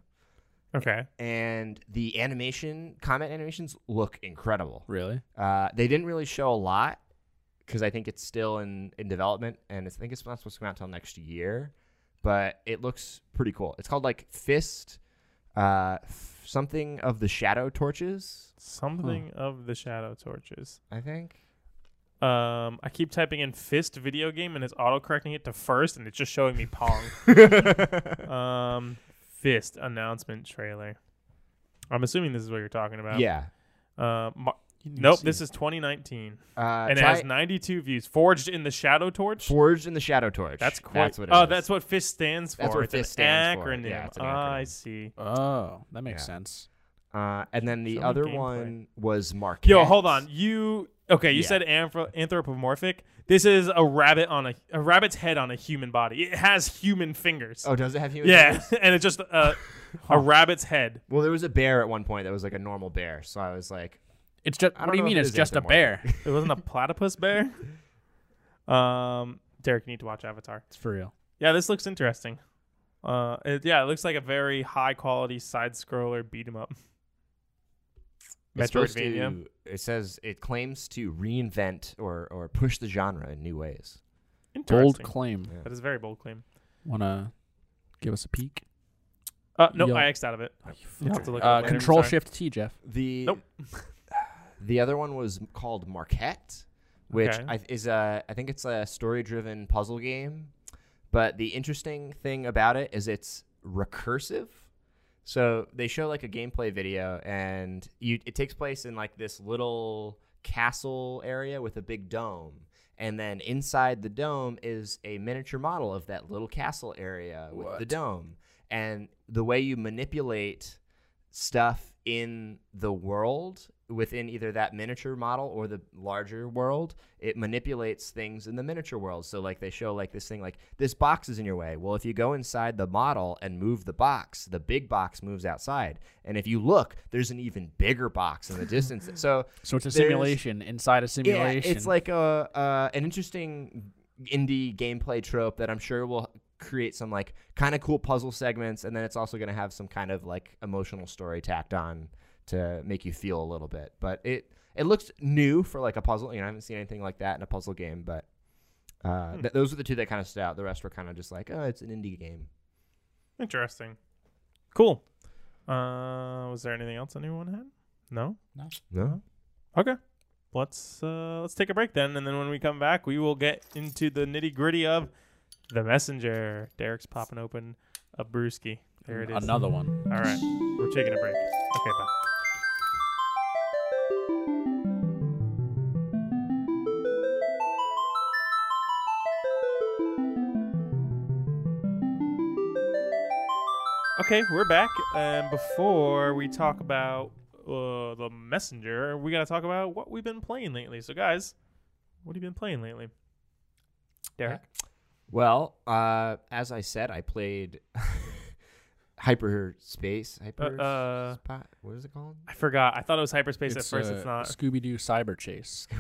[SPEAKER 1] Okay.
[SPEAKER 2] and the animation combat animations look incredible.
[SPEAKER 3] really?
[SPEAKER 2] Uh, they didn't really show a lot because I think it's still in in development, and it's- I think it's not supposed to come out till next year. But it looks pretty cool. It's called like Fist, uh, f- something of the Shadow Torches,
[SPEAKER 1] Something of the shadow torches.
[SPEAKER 2] I think.
[SPEAKER 1] Um, I keep typing in fist video game and it's auto correcting it to first, and it's just showing me Pong. um, fist announcement trailer. I'm assuming this is what you're talking about.
[SPEAKER 2] yeah.
[SPEAKER 1] Uh, Mar- nope. This is 2019,
[SPEAKER 2] Uh,
[SPEAKER 1] and it
[SPEAKER 2] try
[SPEAKER 1] has 92 views. Forged in the Shadow Torch.
[SPEAKER 2] Forged in the Shadow Torch.
[SPEAKER 1] that's quite.
[SPEAKER 2] That's what. it is.
[SPEAKER 1] oh, that's what Fist stands for.
[SPEAKER 2] That's what
[SPEAKER 1] it's an
[SPEAKER 2] FIST stands for.
[SPEAKER 1] acronym.
[SPEAKER 2] Yeah, it's an
[SPEAKER 1] Ah, I
[SPEAKER 2] acronym.
[SPEAKER 1] see.
[SPEAKER 3] Oh, that makes
[SPEAKER 2] Yeah.
[SPEAKER 3] sense.
[SPEAKER 2] Uh, and then the
[SPEAKER 1] Show me
[SPEAKER 2] other
[SPEAKER 1] gameplay.
[SPEAKER 2] one was Mark.
[SPEAKER 1] Yo, hold on. You okay? You
[SPEAKER 2] Yeah.
[SPEAKER 1] said anthro- anthropomorphic. This is a rabbit on a a rabbit's head on a human body. It has human fingers.
[SPEAKER 2] Oh, does it have you?
[SPEAKER 1] yeah, and it's just uh, a rabbit's head.
[SPEAKER 2] Well, there was a bear at one point that was like a normal bear, so I was like,
[SPEAKER 3] It's just.
[SPEAKER 2] I
[SPEAKER 3] What
[SPEAKER 2] don't
[SPEAKER 3] do you
[SPEAKER 2] know if
[SPEAKER 3] mean?
[SPEAKER 2] it
[SPEAKER 3] It's
[SPEAKER 2] is
[SPEAKER 3] just a bear.
[SPEAKER 1] It wasn't a platypus bear. Um, Derek, you need to watch Avatar.
[SPEAKER 3] it's for real.
[SPEAKER 1] Yeah, this looks interesting. Uh, it, yeah, it looks like a very high quality side scroller beat 'em up.
[SPEAKER 2] It's supposed
[SPEAKER 1] Metroidvania.
[SPEAKER 2] to- it says it claims to reinvent or or push the genre in new ways.
[SPEAKER 1] Interesting.
[SPEAKER 3] Bold claim.
[SPEAKER 2] Yeah.
[SPEAKER 1] that is a very bold claim.
[SPEAKER 3] Wanna give us a peek?
[SPEAKER 1] Uh, no,
[SPEAKER 3] Yo.
[SPEAKER 1] I X'd out of it. You'll have to look it
[SPEAKER 3] Uh,
[SPEAKER 1] up later,
[SPEAKER 3] control
[SPEAKER 1] sorry.
[SPEAKER 3] Shift T, Jeff.
[SPEAKER 2] The
[SPEAKER 1] Nope.
[SPEAKER 2] the other one was called Marquette, which
[SPEAKER 1] Okay.
[SPEAKER 2] I, is a I think it's a story driven puzzle game. But the interesting thing about it is it's recursive. So they show like a gameplay video, and you it takes place in like this little castle area with a big dome. And then inside the dome is a miniature model of that little castle area with the
[SPEAKER 3] What?
[SPEAKER 2] dome. And the way you manipulate stuff in the world within either that miniature model or the larger world, it manipulates things in the miniature world. So like they show like this thing like this box is in your way. Well, if you go inside the model and move the box, the big box moves outside. And if you look, there's an even bigger box in the distance. So
[SPEAKER 3] So it's a
[SPEAKER 2] there's-
[SPEAKER 3] simulation inside a simulation.
[SPEAKER 2] yeah, it's like a uh, an interesting indie gameplay trope that I'm sure will create some like kind of cool puzzle segments, and then it's also going to have some kind of like emotional story tacked on to make you feel a little bit. But it it looks new for like a puzzle. You know, I haven't seen anything like that in a puzzle game, but. Uh, th- those were the two that kind of stood out. The rest were kind of just like, oh, it's an indie game.
[SPEAKER 1] Interesting. Cool. Uh, was there anything else anyone had? No.
[SPEAKER 4] No.
[SPEAKER 2] No,
[SPEAKER 1] Okay. Let's uh, let's take a break then, and then when we come back, we will get into the nitty gritty of the messenger. Derek's popping open a brewski. There it is.
[SPEAKER 3] another one.
[SPEAKER 1] All right, we're taking a break. Okay, bye. Okay, we're back, and before we talk about uh, the messenger, we gotta talk about what we've been playing lately. So, guys, what have you been playing lately? Derek,
[SPEAKER 2] Well, uh, as I said, I played Hyperspace. Hyper.
[SPEAKER 1] uh,
[SPEAKER 2] spot, what is it called?
[SPEAKER 1] I forgot. I thought it was hyperspace at first. it's not.
[SPEAKER 3] Scooby Doo Cyber Chase.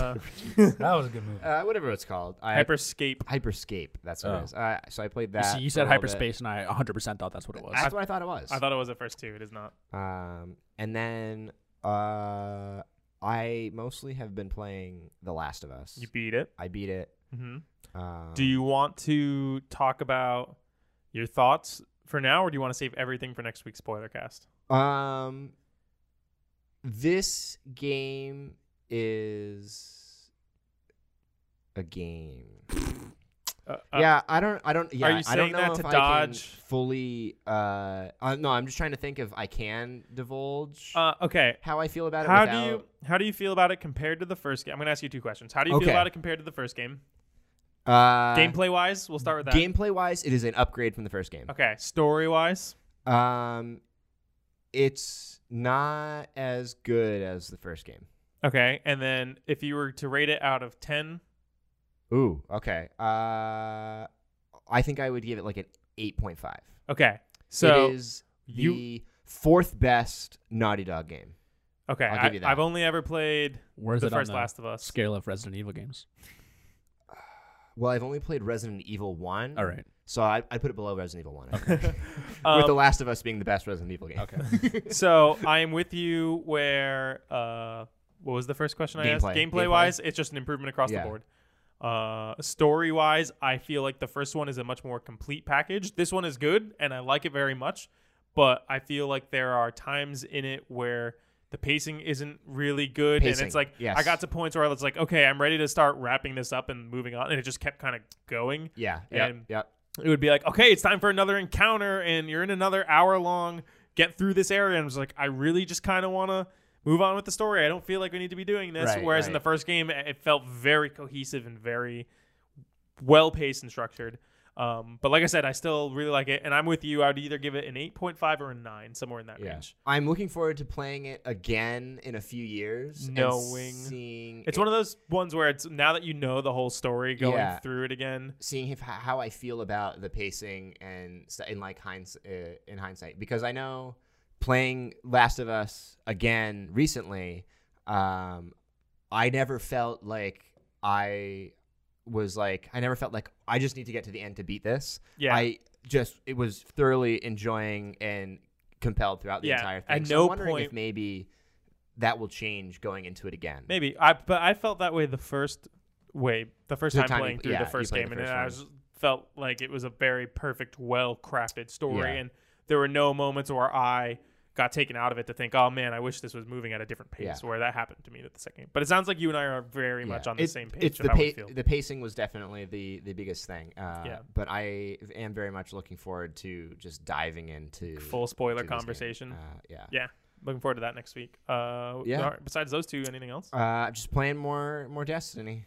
[SPEAKER 1] Uh,
[SPEAKER 4] That was a good movie.
[SPEAKER 2] uh, whatever it's called. I,
[SPEAKER 1] hyperscape.
[SPEAKER 2] Hyperscape. That's what
[SPEAKER 3] Oh.
[SPEAKER 2] it is. Uh, so I played
[SPEAKER 3] You,
[SPEAKER 2] that.
[SPEAKER 3] see, you
[SPEAKER 2] for a
[SPEAKER 3] said
[SPEAKER 2] little bit.
[SPEAKER 3] hyperspace, and I 100% thought that's what it was.
[SPEAKER 2] That's what I thought it was.
[SPEAKER 1] I thought it was at first too. It is not.
[SPEAKER 2] um, and then uh, I mostly have been playing The Last of Us.
[SPEAKER 1] You beat it.
[SPEAKER 2] I beat it.
[SPEAKER 1] hmm
[SPEAKER 2] Um,
[SPEAKER 1] Do you want to talk about your thoughts for now, or do you want to save everything for next week's spoiler cast?
[SPEAKER 2] Um, this game is a game.
[SPEAKER 1] Uh, uh,
[SPEAKER 2] yeah, I don't. I don't. Yeah,
[SPEAKER 1] you
[SPEAKER 2] I
[SPEAKER 1] saying
[SPEAKER 2] don't know
[SPEAKER 1] that
[SPEAKER 2] if
[SPEAKER 1] to
[SPEAKER 2] I
[SPEAKER 1] dodge-
[SPEAKER 2] can fully. Uh, uh, no, I'm just trying to think if I can divulge
[SPEAKER 1] Uh, okay.
[SPEAKER 2] how I feel about it.
[SPEAKER 1] How
[SPEAKER 2] without,
[SPEAKER 1] do you how do you feel about it compared to the first game? I'm gonna ask you two questions. How do you feel
[SPEAKER 2] Okay.
[SPEAKER 1] about it compared to the first game?
[SPEAKER 2] Uh,
[SPEAKER 1] Gameplay wise, we'll start with that.
[SPEAKER 2] Gameplay wise, it is an upgrade from the first game.
[SPEAKER 1] okay. Story wise,
[SPEAKER 2] Um, it's not as good as the first game.
[SPEAKER 1] okay. And then if you were to rate it out of ten,
[SPEAKER 2] Ooh. Okay. Uh, I think I would give it like an eight point five.
[SPEAKER 1] okay. So
[SPEAKER 2] it is the
[SPEAKER 1] you-
[SPEAKER 2] fourth best Naughty Dog game.
[SPEAKER 1] okay,
[SPEAKER 2] I'll give you that.
[SPEAKER 1] I, have only ever played
[SPEAKER 3] Where's
[SPEAKER 1] the
[SPEAKER 3] it on
[SPEAKER 1] first Last of Us.
[SPEAKER 3] scale of Resident Evil games?
[SPEAKER 2] Well, I've only played Resident Evil One.
[SPEAKER 3] All right.
[SPEAKER 2] So I, I put it below Resident Evil One. With
[SPEAKER 1] Um,
[SPEAKER 2] The Last of Us being the best Resident Evil game. Okay.
[SPEAKER 1] so I am with you where uh what was the first question I
[SPEAKER 2] Gameplay.
[SPEAKER 1] asked? Gameplay
[SPEAKER 2] Gameplay.
[SPEAKER 1] wise, it's just an improvement across
[SPEAKER 2] Yeah.
[SPEAKER 1] the board. Uh story wise, I feel like the first one is a much more complete package. This one is good and I like it very much, but I feel like there are times in it where the pacing isn't really good and
[SPEAKER 2] Pacing,
[SPEAKER 1] it's like
[SPEAKER 2] yes.
[SPEAKER 1] I got to points where I was like, okay, I'm ready to start wrapping this up and moving on and it just kept kind of going
[SPEAKER 2] yeah.
[SPEAKER 1] Yeah.
[SPEAKER 2] Yeah. Yeah.
[SPEAKER 1] it would be like, okay, it's time for another encounter, and you're in another hour long. Get through this area, and I was like, I really just kind of want to move on with the story. I don't feel like we need to be doing this.
[SPEAKER 2] Right,
[SPEAKER 1] Whereas in the
[SPEAKER 2] right.
[SPEAKER 1] first game, it felt very cohesive and very well paced and structured. Um, but like I said, I still really like it, and I'm with you. I would either give it an eight point five or a nine, somewhere in that
[SPEAKER 2] Yeah.
[SPEAKER 1] range.
[SPEAKER 2] I'm looking forward to playing it again in a few years. and
[SPEAKER 1] Knowing-
[SPEAKER 2] seeing
[SPEAKER 1] It's one of those ones where it's now that you know the whole story, going
[SPEAKER 2] Yeah.
[SPEAKER 1] through it again.
[SPEAKER 2] seeing if, how I feel about the pacing and st- in like hinds- uh, in hindsight because I know playing Last of Us again recently, um, I never felt like I was like I never felt like I just need to get to the end to beat this.
[SPEAKER 1] Yeah.
[SPEAKER 2] I just it was thoroughly enjoying and compelled throughout the
[SPEAKER 1] Yeah,
[SPEAKER 2] entire
[SPEAKER 1] at
[SPEAKER 2] thing. so
[SPEAKER 1] no
[SPEAKER 2] I'm wondering
[SPEAKER 1] point-
[SPEAKER 2] if maybe that will change going into it again.
[SPEAKER 1] Maybe I, but I felt that way the first way, the first
[SPEAKER 2] The
[SPEAKER 1] time,
[SPEAKER 2] time you
[SPEAKER 1] playing
[SPEAKER 2] pl-
[SPEAKER 1] through
[SPEAKER 2] yeah,
[SPEAKER 1] the
[SPEAKER 2] you
[SPEAKER 1] first
[SPEAKER 2] played
[SPEAKER 1] game,
[SPEAKER 2] the
[SPEAKER 1] and
[SPEAKER 2] first
[SPEAKER 1] then I
[SPEAKER 2] one.
[SPEAKER 1] was, felt like it was a very perfect, well crafted story,
[SPEAKER 2] Yeah.
[SPEAKER 1] and there were no moments where I got taken out of it to think, oh man, I wish this was moving at a different pace.
[SPEAKER 2] Yeah.
[SPEAKER 1] Where that happened to me with the second game, but it sounds like you and I are very much
[SPEAKER 2] Yeah.
[SPEAKER 1] on the
[SPEAKER 2] It's-
[SPEAKER 1] same page.
[SPEAKER 2] It's
[SPEAKER 1] of
[SPEAKER 2] the,
[SPEAKER 1] how we feel.
[SPEAKER 2] pa- the pacing was definitely the, the biggest thing. Uh,
[SPEAKER 1] Yeah.
[SPEAKER 2] But I am very much looking forward to just diving into
[SPEAKER 1] Full spoiler
[SPEAKER 2] to this game.
[SPEAKER 1] conversation.
[SPEAKER 2] Uh, yeah.
[SPEAKER 1] yeah, looking forward to that next week. Uh,
[SPEAKER 2] Yeah.
[SPEAKER 1] are- Besides those two, anything else?
[SPEAKER 2] Uh, I'm just playing more more Destiny.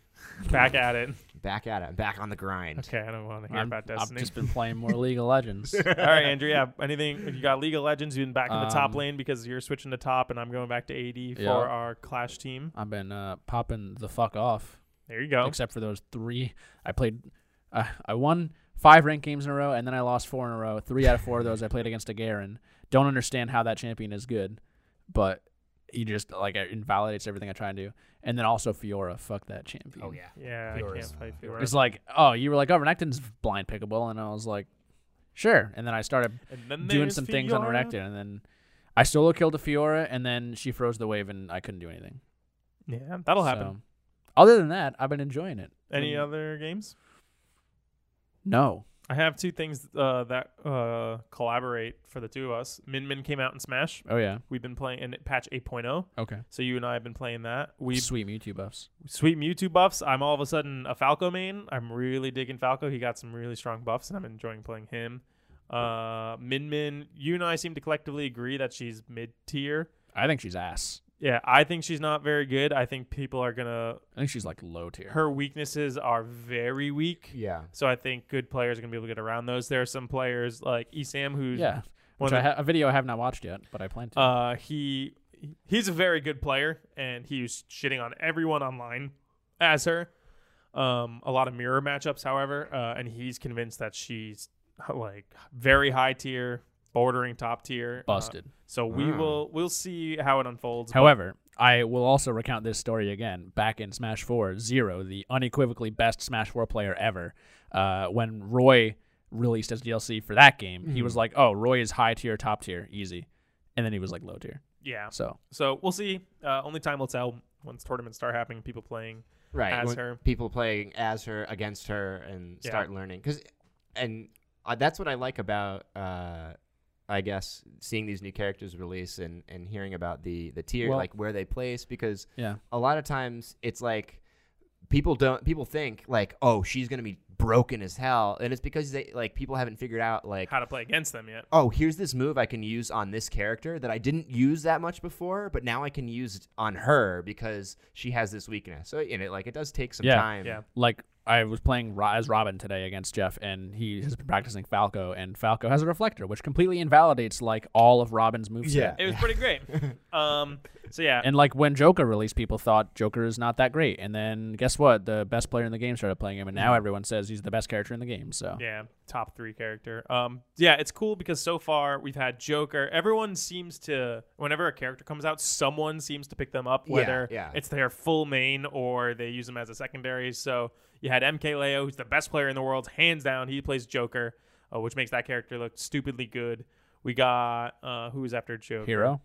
[SPEAKER 1] Back at it.
[SPEAKER 2] Back at it. I'm back on the grind.
[SPEAKER 1] Okay, I don't want to hear
[SPEAKER 3] I'm-
[SPEAKER 1] about
[SPEAKER 3] I've
[SPEAKER 1] Destiny.
[SPEAKER 3] just been playing more League of Legends.
[SPEAKER 1] All right, Andrew. Yeah, anything? You got League of Legends. You've been back in the top
[SPEAKER 3] Um,
[SPEAKER 1] lane because you're switching to top, and I'm going back to AD for
[SPEAKER 3] Yeah.
[SPEAKER 1] our Clash team.
[SPEAKER 3] I've been uh, popping the fuck off,
[SPEAKER 1] There you go.
[SPEAKER 3] except for those three. I played, uh, I won five ranked games in a row, and then I lost four in a row. Three out of four of those I played against a Garen. Don't understand how that champion is good, but he just like it invalidates everything I try and do. And then also Fiora, fuck that champion.
[SPEAKER 4] Oh yeah.
[SPEAKER 1] Yeah, I
[SPEAKER 4] Fiora's-
[SPEAKER 1] can't play Fiora.
[SPEAKER 3] It's like, oh, you were like, oh, Renekton's blind pickable, and I was like, sure. And then I started
[SPEAKER 1] and then
[SPEAKER 3] doing
[SPEAKER 1] there's
[SPEAKER 3] some things on
[SPEAKER 1] Fiora.
[SPEAKER 3] Renekton, and then I solo killed a Fiora, and then she froze the wave, and I couldn't do anything.
[SPEAKER 1] Yeah, that'll happen.
[SPEAKER 3] So, other than that, I've been enjoying it.
[SPEAKER 1] Any
[SPEAKER 3] Mm.
[SPEAKER 1] other games?
[SPEAKER 3] No,
[SPEAKER 1] I have two things uh, that uh, collaborate for the two of us. Min Min came out in Smash.
[SPEAKER 3] oh yeah,
[SPEAKER 1] We've been playing in patch 8.0,
[SPEAKER 3] okay.
[SPEAKER 1] so you and I have been playing that. We
[SPEAKER 3] Sweet Mewtwo buffs.
[SPEAKER 1] sweet Mewtwo buffs. I'm all of a sudden a Falco main. I'm really digging Falco. He got some really strong buffs, and I'm enjoying playing him. Uh, Min Min, you and I seem to collectively agree that she's mid tier.
[SPEAKER 3] I think she's ass.
[SPEAKER 1] Yeah, I think she's not very good. I think people are gonna.
[SPEAKER 3] I think she's like low tier.
[SPEAKER 1] Her weaknesses are very weak.
[SPEAKER 2] Yeah.
[SPEAKER 1] So I think good players are gonna be able to get around those. There are some players like Esam who's
[SPEAKER 3] yeah,
[SPEAKER 1] one
[SPEAKER 3] which
[SPEAKER 1] of
[SPEAKER 3] I
[SPEAKER 1] the-
[SPEAKER 3] ha- a video I have not watched yet, but I plan to.
[SPEAKER 1] uh, he he's a very good player, and he was shitting on everyone online as her. Um, a lot of mirror matchups, however, uh, and he's convinced that she's like very high tier, bordering top tier, Uh,
[SPEAKER 3] Busted.
[SPEAKER 1] so we
[SPEAKER 2] Ah.
[SPEAKER 1] will we'll see how it unfolds. but-
[SPEAKER 3] However, I will also recount this story again. Back in Smash 4, Zero, the unequivocally best Smash 4 player ever, uh, when Roy released as DLC for that game, he
[SPEAKER 1] Hmm.
[SPEAKER 3] was like, oh, Roy is high tier, top tier, easy. And then he was like low tier.
[SPEAKER 1] yeah,
[SPEAKER 3] So,
[SPEAKER 1] so we'll see. Uh, only time will tell. Once tournaments start happening, people playing.
[SPEAKER 2] Right.
[SPEAKER 1] As
[SPEAKER 2] when
[SPEAKER 1] her.
[SPEAKER 2] People playing as her, against her, and
[SPEAKER 1] Yeah.
[SPEAKER 2] start learning. Cause, and uh, that's what I like about, uh, I guess, seeing these new characters release and, and hearing about the, the tier,
[SPEAKER 3] Well-
[SPEAKER 2] like where they place, because
[SPEAKER 3] yeah.
[SPEAKER 2] a lot of times it's like people don't people think like oh she's gonna be broken as hell and it's because they like people haven't figured out like
[SPEAKER 1] How to play against them yet?
[SPEAKER 2] oh here's this move i can use on this character that i didn't use that much before but now i can use it on her because she has this weakness so you know like it does take some
[SPEAKER 3] Yeah.
[SPEAKER 2] time
[SPEAKER 1] Yeah.
[SPEAKER 3] Like, I was playing Ro- as Robin today against Jeff, and he has been practicing Falco, and Falco has a reflector, which completely invalidates, like, all of Robin's moveset.
[SPEAKER 2] Yeah.
[SPEAKER 1] It was pretty great. um, so yeah,
[SPEAKER 3] And like when Joker released, people thought Joker is not that great. And then guess what? The best player in the game started playing him, and now everyone says he's the best character in the game. So
[SPEAKER 1] Yeah, top three character. Um, yeah, it's cool because so far we've had Joker. Everyone seems to, whenever a character comes out, someone seems to pick them up,
[SPEAKER 2] Yeah,
[SPEAKER 1] whether
[SPEAKER 2] yeah.
[SPEAKER 1] it's their full main or they use them as a secondary. So you had MKLeo, who's the best player in the world, hands down. He plays Joker, uh, which makes that character look stupidly good. We got uh, who was after Joker?
[SPEAKER 3] hero.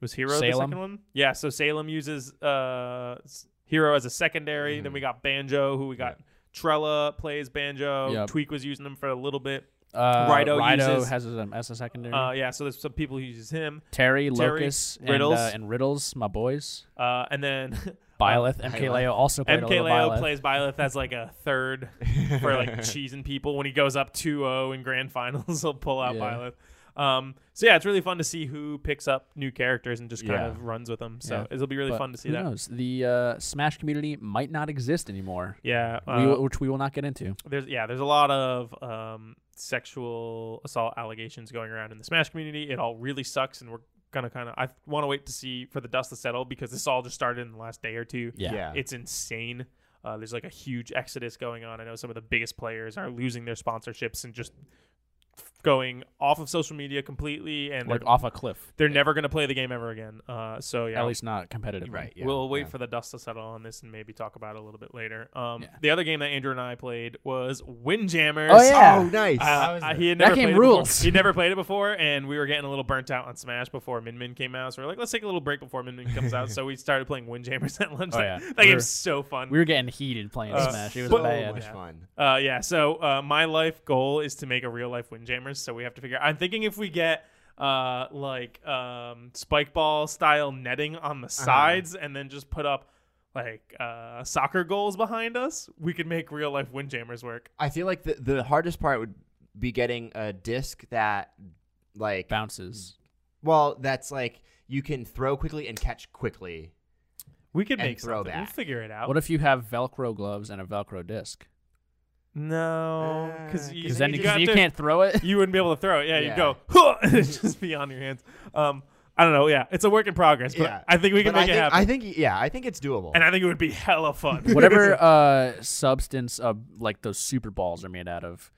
[SPEAKER 1] Was Hero the
[SPEAKER 3] Salem.
[SPEAKER 1] second one? Yeah, so Salem uses uh s- Hero as a secondary. Then we got Banjo, who we got Trella plays Banjo.
[SPEAKER 3] Yep.
[SPEAKER 1] Tweak was using him for a little bit.
[SPEAKER 3] Uh,
[SPEAKER 1] Rido
[SPEAKER 3] Rido,
[SPEAKER 1] uses-
[SPEAKER 3] has him as a secondary.
[SPEAKER 1] Uh yeah, so there's some people who uses him. Terry,
[SPEAKER 3] Terry, Locus,
[SPEAKER 1] Riddles.
[SPEAKER 3] and, uh, and Riddles, my boys.
[SPEAKER 1] Uh and then
[SPEAKER 3] Byleth, MKLeo also played a little
[SPEAKER 1] MKLeo
[SPEAKER 3] Byleth.
[SPEAKER 1] plays Byleth as like a third for like cheesing people. When he goes up 2-0 in grand finals, he'll pull out
[SPEAKER 3] Yeah.
[SPEAKER 1] Byleth. Um, so yeah, it's really fun to see who picks up new characters and just kind
[SPEAKER 2] Yeah.
[SPEAKER 1] of runs with them. So
[SPEAKER 3] Yeah.
[SPEAKER 1] it'll be really
[SPEAKER 3] But
[SPEAKER 1] fun to see
[SPEAKER 3] who
[SPEAKER 1] that.
[SPEAKER 3] knows? The uh, Smash community might not exist anymore,
[SPEAKER 1] Yeah,
[SPEAKER 3] we,
[SPEAKER 1] uh,
[SPEAKER 3] will- which we will not get into.
[SPEAKER 1] there's yeah there's a lot of um, sexual assault allegations going around in the smash community it all really sucks and we're gonna kind of i want to wait to see for the dust to settle because this all just started in the last day or two
[SPEAKER 3] Yeah.
[SPEAKER 1] it's insane uh, there's like a huge exodus going on i know some of the biggest players are losing their sponsorships and just going off of social media completely and
[SPEAKER 3] like
[SPEAKER 1] they're,
[SPEAKER 3] off a cliff.
[SPEAKER 1] they're never going to play the game ever again uh, so yeah
[SPEAKER 3] At least not competitively.
[SPEAKER 2] right yeah,
[SPEAKER 1] we'll wait
[SPEAKER 2] yeah.
[SPEAKER 1] for the dust to settle on this and maybe talk about it a little bit later. Um,
[SPEAKER 3] Yeah.
[SPEAKER 1] The other game that Andrew and I played was Windjammers.
[SPEAKER 3] Oh, yeah.
[SPEAKER 2] oh nice
[SPEAKER 1] Uh,
[SPEAKER 4] was
[SPEAKER 1] uh,
[SPEAKER 4] it?
[SPEAKER 1] he had
[SPEAKER 3] That
[SPEAKER 1] never
[SPEAKER 3] game
[SPEAKER 1] played it before.
[SPEAKER 3] rules.
[SPEAKER 1] He'd never played it before, and we were getting a little burnt out on Smash before Min Min came out. So we're like, let's take a little break before Min Min comes out. so we started playing Windjammers at lunch.
[SPEAKER 3] Oh,
[SPEAKER 1] That-
[SPEAKER 3] yeah.
[SPEAKER 1] That
[SPEAKER 3] We were-
[SPEAKER 1] game's so fun.
[SPEAKER 3] We were getting heated playing
[SPEAKER 1] Uh,
[SPEAKER 3] Smash. It was
[SPEAKER 2] so
[SPEAKER 3] bad.
[SPEAKER 2] much
[SPEAKER 1] Yeah.
[SPEAKER 2] fun
[SPEAKER 1] Uh, yeah. So uh, my life goal is to make a real life windjammers. So we have to figure. I'm thinking if we get uh, like um, spike ball style netting on the
[SPEAKER 2] Uh-huh.
[SPEAKER 1] sides and then just put up like uh, soccer goals behind us, we could make real life windjammers work.
[SPEAKER 2] i feel like the, the hardest part would be getting a disc that like
[SPEAKER 3] Bounces.
[SPEAKER 2] well that's like you can throw quickly and catch quickly
[SPEAKER 1] We could
[SPEAKER 2] and
[SPEAKER 1] make something. We'll
[SPEAKER 2] throwback.
[SPEAKER 1] figure it out.
[SPEAKER 3] What if you have Velcro gloves and a Velcro disc?
[SPEAKER 1] no, because
[SPEAKER 2] Uh,
[SPEAKER 1] you,
[SPEAKER 3] Because
[SPEAKER 2] Because
[SPEAKER 3] then
[SPEAKER 2] you
[SPEAKER 3] you,
[SPEAKER 2] just-
[SPEAKER 1] got
[SPEAKER 3] you
[SPEAKER 1] to-
[SPEAKER 3] can't throw it.
[SPEAKER 1] you wouldn't be able to throw it. Yeah,
[SPEAKER 2] Yeah.
[SPEAKER 1] you'd go "Huh," and it'd just be on your hands. Um, I don't know. Yeah, it's a work in progress, but
[SPEAKER 2] Yeah.
[SPEAKER 1] I think we can
[SPEAKER 2] But I
[SPEAKER 1] make it
[SPEAKER 2] think-
[SPEAKER 1] happen.
[SPEAKER 2] I think yeah, I think it's doable.
[SPEAKER 1] and I think it would be hella fun.
[SPEAKER 3] Whatever uh, substance of like those super balls are made out of.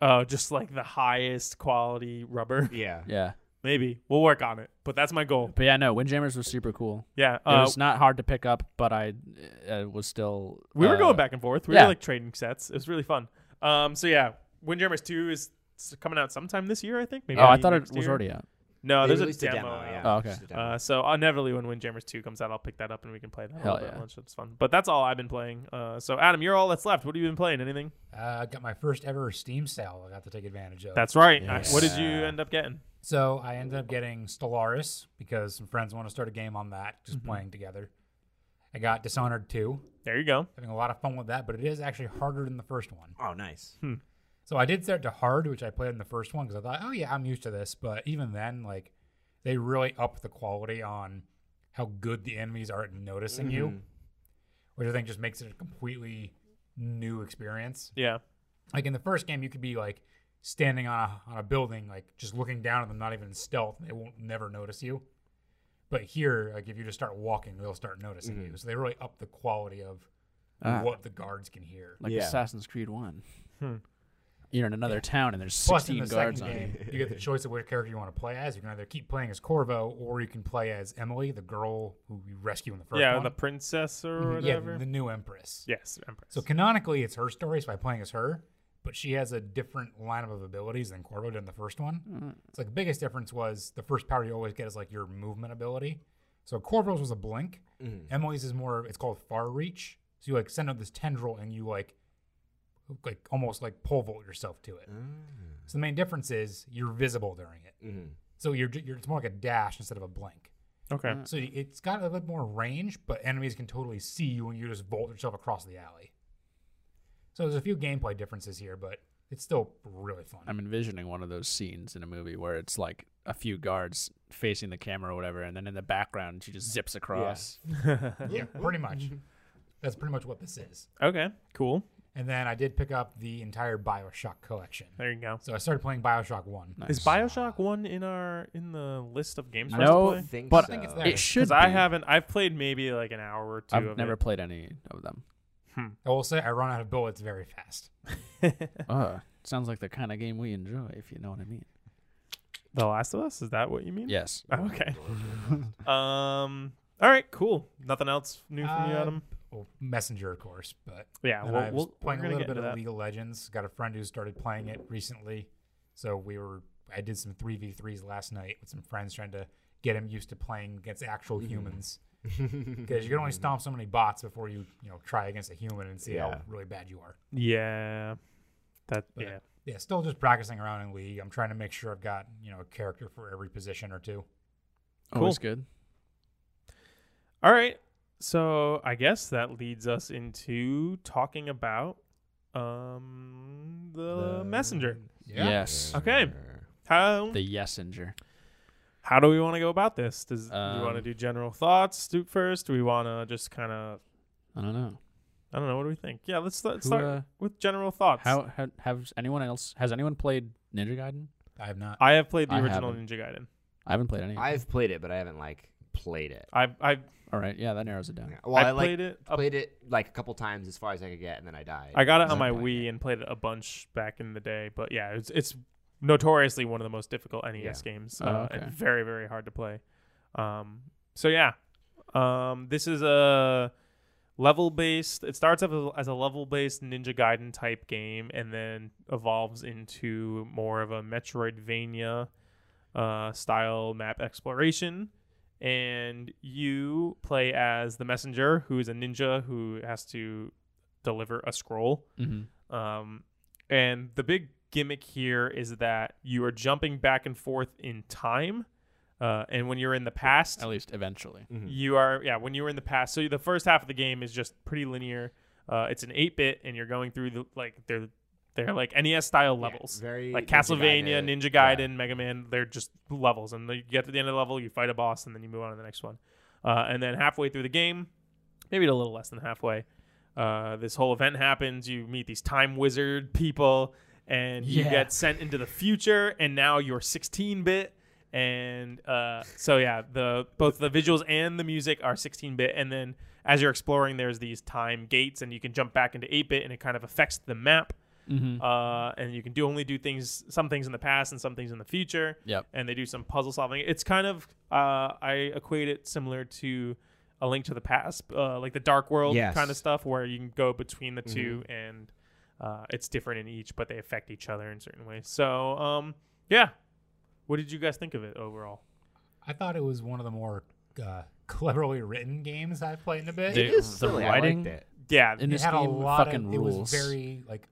[SPEAKER 1] Oh, just like the highest quality rubber.
[SPEAKER 2] yeah.
[SPEAKER 3] Yeah.
[SPEAKER 1] Maybe we'll work on it, but that's my goal.
[SPEAKER 3] But yeah, no, Windjammers was super cool.
[SPEAKER 1] Yeah,
[SPEAKER 3] it
[SPEAKER 1] uh,
[SPEAKER 3] was not hard to pick up, but I uh, was still.
[SPEAKER 1] we were
[SPEAKER 3] uh,
[SPEAKER 1] going back and forth. We
[SPEAKER 3] yeah.
[SPEAKER 1] were like trading sets. It was really fun. Um, so yeah, Windjammers Two is s- coming out sometime this year, I think. Maybe
[SPEAKER 3] Oh, I thought it
[SPEAKER 1] next
[SPEAKER 3] was
[SPEAKER 1] year.
[SPEAKER 3] already out.
[SPEAKER 1] No,
[SPEAKER 2] They
[SPEAKER 1] Oh, there's
[SPEAKER 2] released
[SPEAKER 1] a demo. out.
[SPEAKER 2] yeah,
[SPEAKER 3] Oh, okay.
[SPEAKER 2] just a demo.
[SPEAKER 1] Uh, so uh, inevitably when Windjammers 2 comes out, I'll pick that up and we can play that. a
[SPEAKER 3] Hell
[SPEAKER 1] little bit
[SPEAKER 3] yeah.
[SPEAKER 1] at lunch. It's fun. But that's all I've been playing. Uh, so Adam, you're all that's left. What have you been playing? Anything?
[SPEAKER 4] Uh, I got my first ever Steam sale. I got to take advantage of.
[SPEAKER 1] That's right. I- what did you
[SPEAKER 2] Yeah.
[SPEAKER 1] end up getting?
[SPEAKER 4] so I ended up getting Stellaris because some friends want to start a game on that,
[SPEAKER 3] Mm-hmm.
[SPEAKER 4] just playing together. I got Dishonored 2,
[SPEAKER 1] There you go.
[SPEAKER 4] having a lot of fun with that, but it is actually harder than the first one.
[SPEAKER 2] oh, nice.
[SPEAKER 4] So I did start to hard, which I played in the first one because I thought, oh yeah, I'm used to this. But even then, like they really upped the quality on how good the enemies are at noticing
[SPEAKER 2] Mm-hmm.
[SPEAKER 4] you, which I think just makes it a completely new experience.
[SPEAKER 1] Yeah.
[SPEAKER 4] Like in the first game, you could be like standing on a, on a building, like just looking down at them, not even in stealth. They won't never notice you. But here, like if you just start walking, they'll start noticing you. So they really up the quality of
[SPEAKER 3] Ah.
[SPEAKER 4] what the guards can hear.
[SPEAKER 3] Like
[SPEAKER 2] Yeah.
[SPEAKER 3] Assassin's Creed 1.
[SPEAKER 1] Hmm.
[SPEAKER 3] You're in another town and there's
[SPEAKER 4] Plus, in
[SPEAKER 3] 16
[SPEAKER 4] the
[SPEAKER 3] guards
[SPEAKER 4] second
[SPEAKER 3] on you.
[SPEAKER 4] game, you get the choice of which character you want to play as. You can either keep playing as Corvo, or you can play as Emily, the girl who you rescue in the first
[SPEAKER 1] yeah,
[SPEAKER 4] one. Mm-hmm.
[SPEAKER 1] the princess or
[SPEAKER 3] Mm-hmm.
[SPEAKER 4] yeah,
[SPEAKER 1] whatever.
[SPEAKER 4] the new Empress.
[SPEAKER 1] yes, Empress.
[SPEAKER 4] So canonically, it's her story. So by playing as her, but she has a different lineup of abilities than Corvo did in the first one.
[SPEAKER 3] Uh,
[SPEAKER 4] It's like the biggest difference was the first power you always get is like your movement ability. So Corvo's was a blink.
[SPEAKER 2] Mm-hmm.
[SPEAKER 4] Emily's is more. It's called far reach. So you like send out this tendril and you like, like almost like pole vault yourself to it. So the main difference is you're visible during it.
[SPEAKER 2] Mm-hmm.
[SPEAKER 4] So you're, ju- you're it's more like a dash instead of a blink.
[SPEAKER 1] okay.
[SPEAKER 4] So it's got a bit more range, but enemies can totally see you when you just bolt yourself across the alley. So there's a few gameplay differences here, but it's still really fun.
[SPEAKER 3] I'm envisioning one of those scenes in a movie where it's like a few guards facing the camera or whatever, and then in the background she just zips across. Mm.
[SPEAKER 4] yeah, pretty much. That's pretty much what this is.
[SPEAKER 1] Okay. Cool.
[SPEAKER 4] And then I did pick up the entire Bioshock collection.
[SPEAKER 1] There you go.
[SPEAKER 4] So I started playing Bioshock One.
[SPEAKER 3] Nice.
[SPEAKER 1] Is BioShock 1 in our in the list of games for us to
[SPEAKER 3] No,
[SPEAKER 1] play?
[SPEAKER 2] think
[SPEAKER 3] but
[SPEAKER 2] so.
[SPEAKER 4] I think it's there.
[SPEAKER 3] It should.
[SPEAKER 1] I
[SPEAKER 3] be.
[SPEAKER 1] haven't I've played maybe like an hour or 2
[SPEAKER 3] I've
[SPEAKER 1] of
[SPEAKER 3] never
[SPEAKER 1] it.
[SPEAKER 3] played any of them.
[SPEAKER 4] I will say I run out of bullets very fast.
[SPEAKER 3] Uh, sounds like the kind of game we enjoy, if you know what I mean.
[SPEAKER 1] The Last of Us? Is that what you mean?
[SPEAKER 3] Yes.
[SPEAKER 1] Oh, okay. um all right, cool. Nothing else new from you,
[SPEAKER 4] Uh,
[SPEAKER 1] Adam?
[SPEAKER 4] Well, Messenger, of course, but
[SPEAKER 1] Yeah,
[SPEAKER 4] And
[SPEAKER 1] we'll,
[SPEAKER 4] I was
[SPEAKER 1] we'll,
[SPEAKER 4] playing
[SPEAKER 1] we're
[SPEAKER 4] a
[SPEAKER 1] gonna
[SPEAKER 4] little
[SPEAKER 1] get
[SPEAKER 4] bit
[SPEAKER 1] into
[SPEAKER 4] of
[SPEAKER 1] that.
[SPEAKER 4] League of Legends. Got a friend who started playing it recently, so we were. I did some three v threes last night with some friends trying to get him used to playing against actual
[SPEAKER 1] Mm-hmm.
[SPEAKER 4] humans. Because you can only stomp so many bots before you you know try against a human and see how
[SPEAKER 2] Yeah.
[SPEAKER 4] really bad you are.
[SPEAKER 1] Yeah, that
[SPEAKER 4] But
[SPEAKER 1] yeah.
[SPEAKER 4] yeah, still just practicing around in League. I'm trying to make sure I've got you know a character for every position or two.
[SPEAKER 3] Always Oh, good.
[SPEAKER 1] All right, so I guess that leads us into talking about um the, messenger.
[SPEAKER 3] Yes.
[SPEAKER 1] Okay, how
[SPEAKER 3] The Yesinger.
[SPEAKER 1] how do we want to go about this? Does do we want to
[SPEAKER 3] Um,
[SPEAKER 1] do general thoughts do first? Do we want to just kind of
[SPEAKER 3] I don't know.
[SPEAKER 1] I don't know. What do we think? Yeah, let's, let's
[SPEAKER 3] Who,
[SPEAKER 1] start
[SPEAKER 3] uh,
[SPEAKER 1] with general thoughts.
[SPEAKER 3] How, how has anyone else? Has anyone played Ninja Gaiden?
[SPEAKER 4] I have not.
[SPEAKER 1] I have played the
[SPEAKER 3] I
[SPEAKER 1] original
[SPEAKER 3] haven't.
[SPEAKER 1] Ninja Gaiden.
[SPEAKER 3] I haven't played any.
[SPEAKER 2] I've played it, but I haven't like played it.
[SPEAKER 1] I've I've
[SPEAKER 3] All right. Yeah, that narrows it down.
[SPEAKER 2] Yeah. Well, I,
[SPEAKER 1] I
[SPEAKER 2] like,
[SPEAKER 1] played it up-
[SPEAKER 2] played it like a couple times as far as I could get, and then I died.
[SPEAKER 1] I got it on
[SPEAKER 2] So
[SPEAKER 1] my
[SPEAKER 2] I'm playing
[SPEAKER 1] Wii and played it a bunch back in the day, but yeah, it's it's notoriously one of the most difficult NES
[SPEAKER 2] Yeah.
[SPEAKER 1] games.
[SPEAKER 3] Oh,
[SPEAKER 1] Uh,
[SPEAKER 3] okay.
[SPEAKER 1] and very very hard to play. Um, so yeah, um, this is a level based. It starts up as- as a level based Ninja Gaiden type game, and then evolves into more of a Metroidvania uh, style map exploration. And you play as the messenger, who is a ninja who has to deliver a scroll.
[SPEAKER 3] Mm-hmm.
[SPEAKER 1] Um, and the big gimmick here is that you are jumping back and forth in time. Uh, and when you're in the past,
[SPEAKER 3] At least eventually.
[SPEAKER 2] hmm.
[SPEAKER 1] you are yeah. When you were in the past, so the first half of the game is just pretty linear. Uh, it's an eight bit, and you're going through the like they're they're like NES style
[SPEAKER 2] Yeah,
[SPEAKER 1] levels,
[SPEAKER 2] very
[SPEAKER 1] like
[SPEAKER 2] Ninja
[SPEAKER 1] Castlevania,
[SPEAKER 2] Gaiden.
[SPEAKER 1] Ninja
[SPEAKER 2] Yeah.
[SPEAKER 1] Gaiden, Mega Man. They're just levels, and you get to the end of the level, you fight a boss, and then you move on to the next one. Uh, and then halfway through the game, maybe a little less than halfway. Uh, this whole event happens. You meet these time wizard people, and you
[SPEAKER 4] Yeah.
[SPEAKER 1] get sent into the future. And now you're 16 bit. And uh, so yeah, the both the visuals and the music are 16 bit. And then as you're exploring, there's these time gates, and you can jump back into 8 bit, and it kind of affects the map.
[SPEAKER 3] Mm-hmm.
[SPEAKER 1] Uh, and you can do only do things some things in the past and some things in the future
[SPEAKER 3] Yep.
[SPEAKER 1] and they do some puzzle solving. It's kind of uh, I equate it similar to a Link to the Past, uh, like the Dark World
[SPEAKER 2] Yes.
[SPEAKER 1] kind of stuff, where you can go between the two, and uh, it's different in each, but they affect each other in certain ways. So, um, yeah, what did you guys think of it overall?
[SPEAKER 4] I thought it was one of the more uh, cleverly written games I've played in a bit.
[SPEAKER 3] Dude,
[SPEAKER 2] it is
[SPEAKER 3] the
[SPEAKER 2] silly. I
[SPEAKER 3] writing-
[SPEAKER 2] liked it.
[SPEAKER 1] Yeah,
[SPEAKER 3] In
[SPEAKER 4] it
[SPEAKER 3] this
[SPEAKER 4] had
[SPEAKER 3] game,
[SPEAKER 4] a lot
[SPEAKER 3] fucking
[SPEAKER 4] of,
[SPEAKER 3] rules.
[SPEAKER 4] It was very like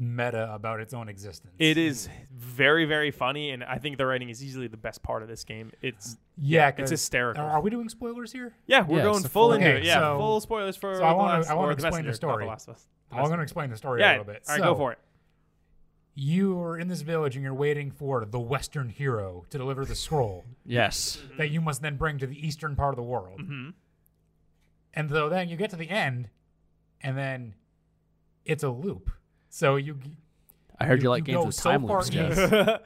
[SPEAKER 4] meta about its own existence.
[SPEAKER 1] it is very very funny, and I think the writing is easily the best part of this game. It's
[SPEAKER 4] Yeah,
[SPEAKER 1] it's
[SPEAKER 4] 'cause-
[SPEAKER 1] hysterical.
[SPEAKER 4] Are, are we doing spoilers here?
[SPEAKER 1] yeah, we're
[SPEAKER 3] Yeah,
[SPEAKER 1] going
[SPEAKER 3] it's a
[SPEAKER 1] full
[SPEAKER 3] full-
[SPEAKER 1] into
[SPEAKER 4] Okay,
[SPEAKER 1] it. Yeah,
[SPEAKER 4] so-
[SPEAKER 1] full spoilers for.
[SPEAKER 4] so I
[SPEAKER 1] The
[SPEAKER 4] wanna-
[SPEAKER 1] Last-
[SPEAKER 4] I wanna
[SPEAKER 1] or The
[SPEAKER 4] explain the
[SPEAKER 1] Messenger, not
[SPEAKER 4] story.
[SPEAKER 1] The Last of Us. The
[SPEAKER 4] I'm going
[SPEAKER 1] Messenger.
[SPEAKER 4] to explain the story
[SPEAKER 1] yeah,
[SPEAKER 4] a little bit.
[SPEAKER 1] All right,
[SPEAKER 4] So,
[SPEAKER 1] go for it.
[SPEAKER 4] You are in this village and you're waiting for the Western hero to deliver the scroll
[SPEAKER 3] Yes.
[SPEAKER 4] that you must then bring to the eastern part of the world.
[SPEAKER 1] Mhm.
[SPEAKER 4] And so then you get to the end, and then it's a loop. So you
[SPEAKER 3] I heard
[SPEAKER 4] You-
[SPEAKER 3] you, like
[SPEAKER 4] you
[SPEAKER 3] games
[SPEAKER 4] go
[SPEAKER 3] with
[SPEAKER 4] so
[SPEAKER 3] time
[SPEAKER 4] far
[SPEAKER 3] loops, Jeff.
[SPEAKER 4] east.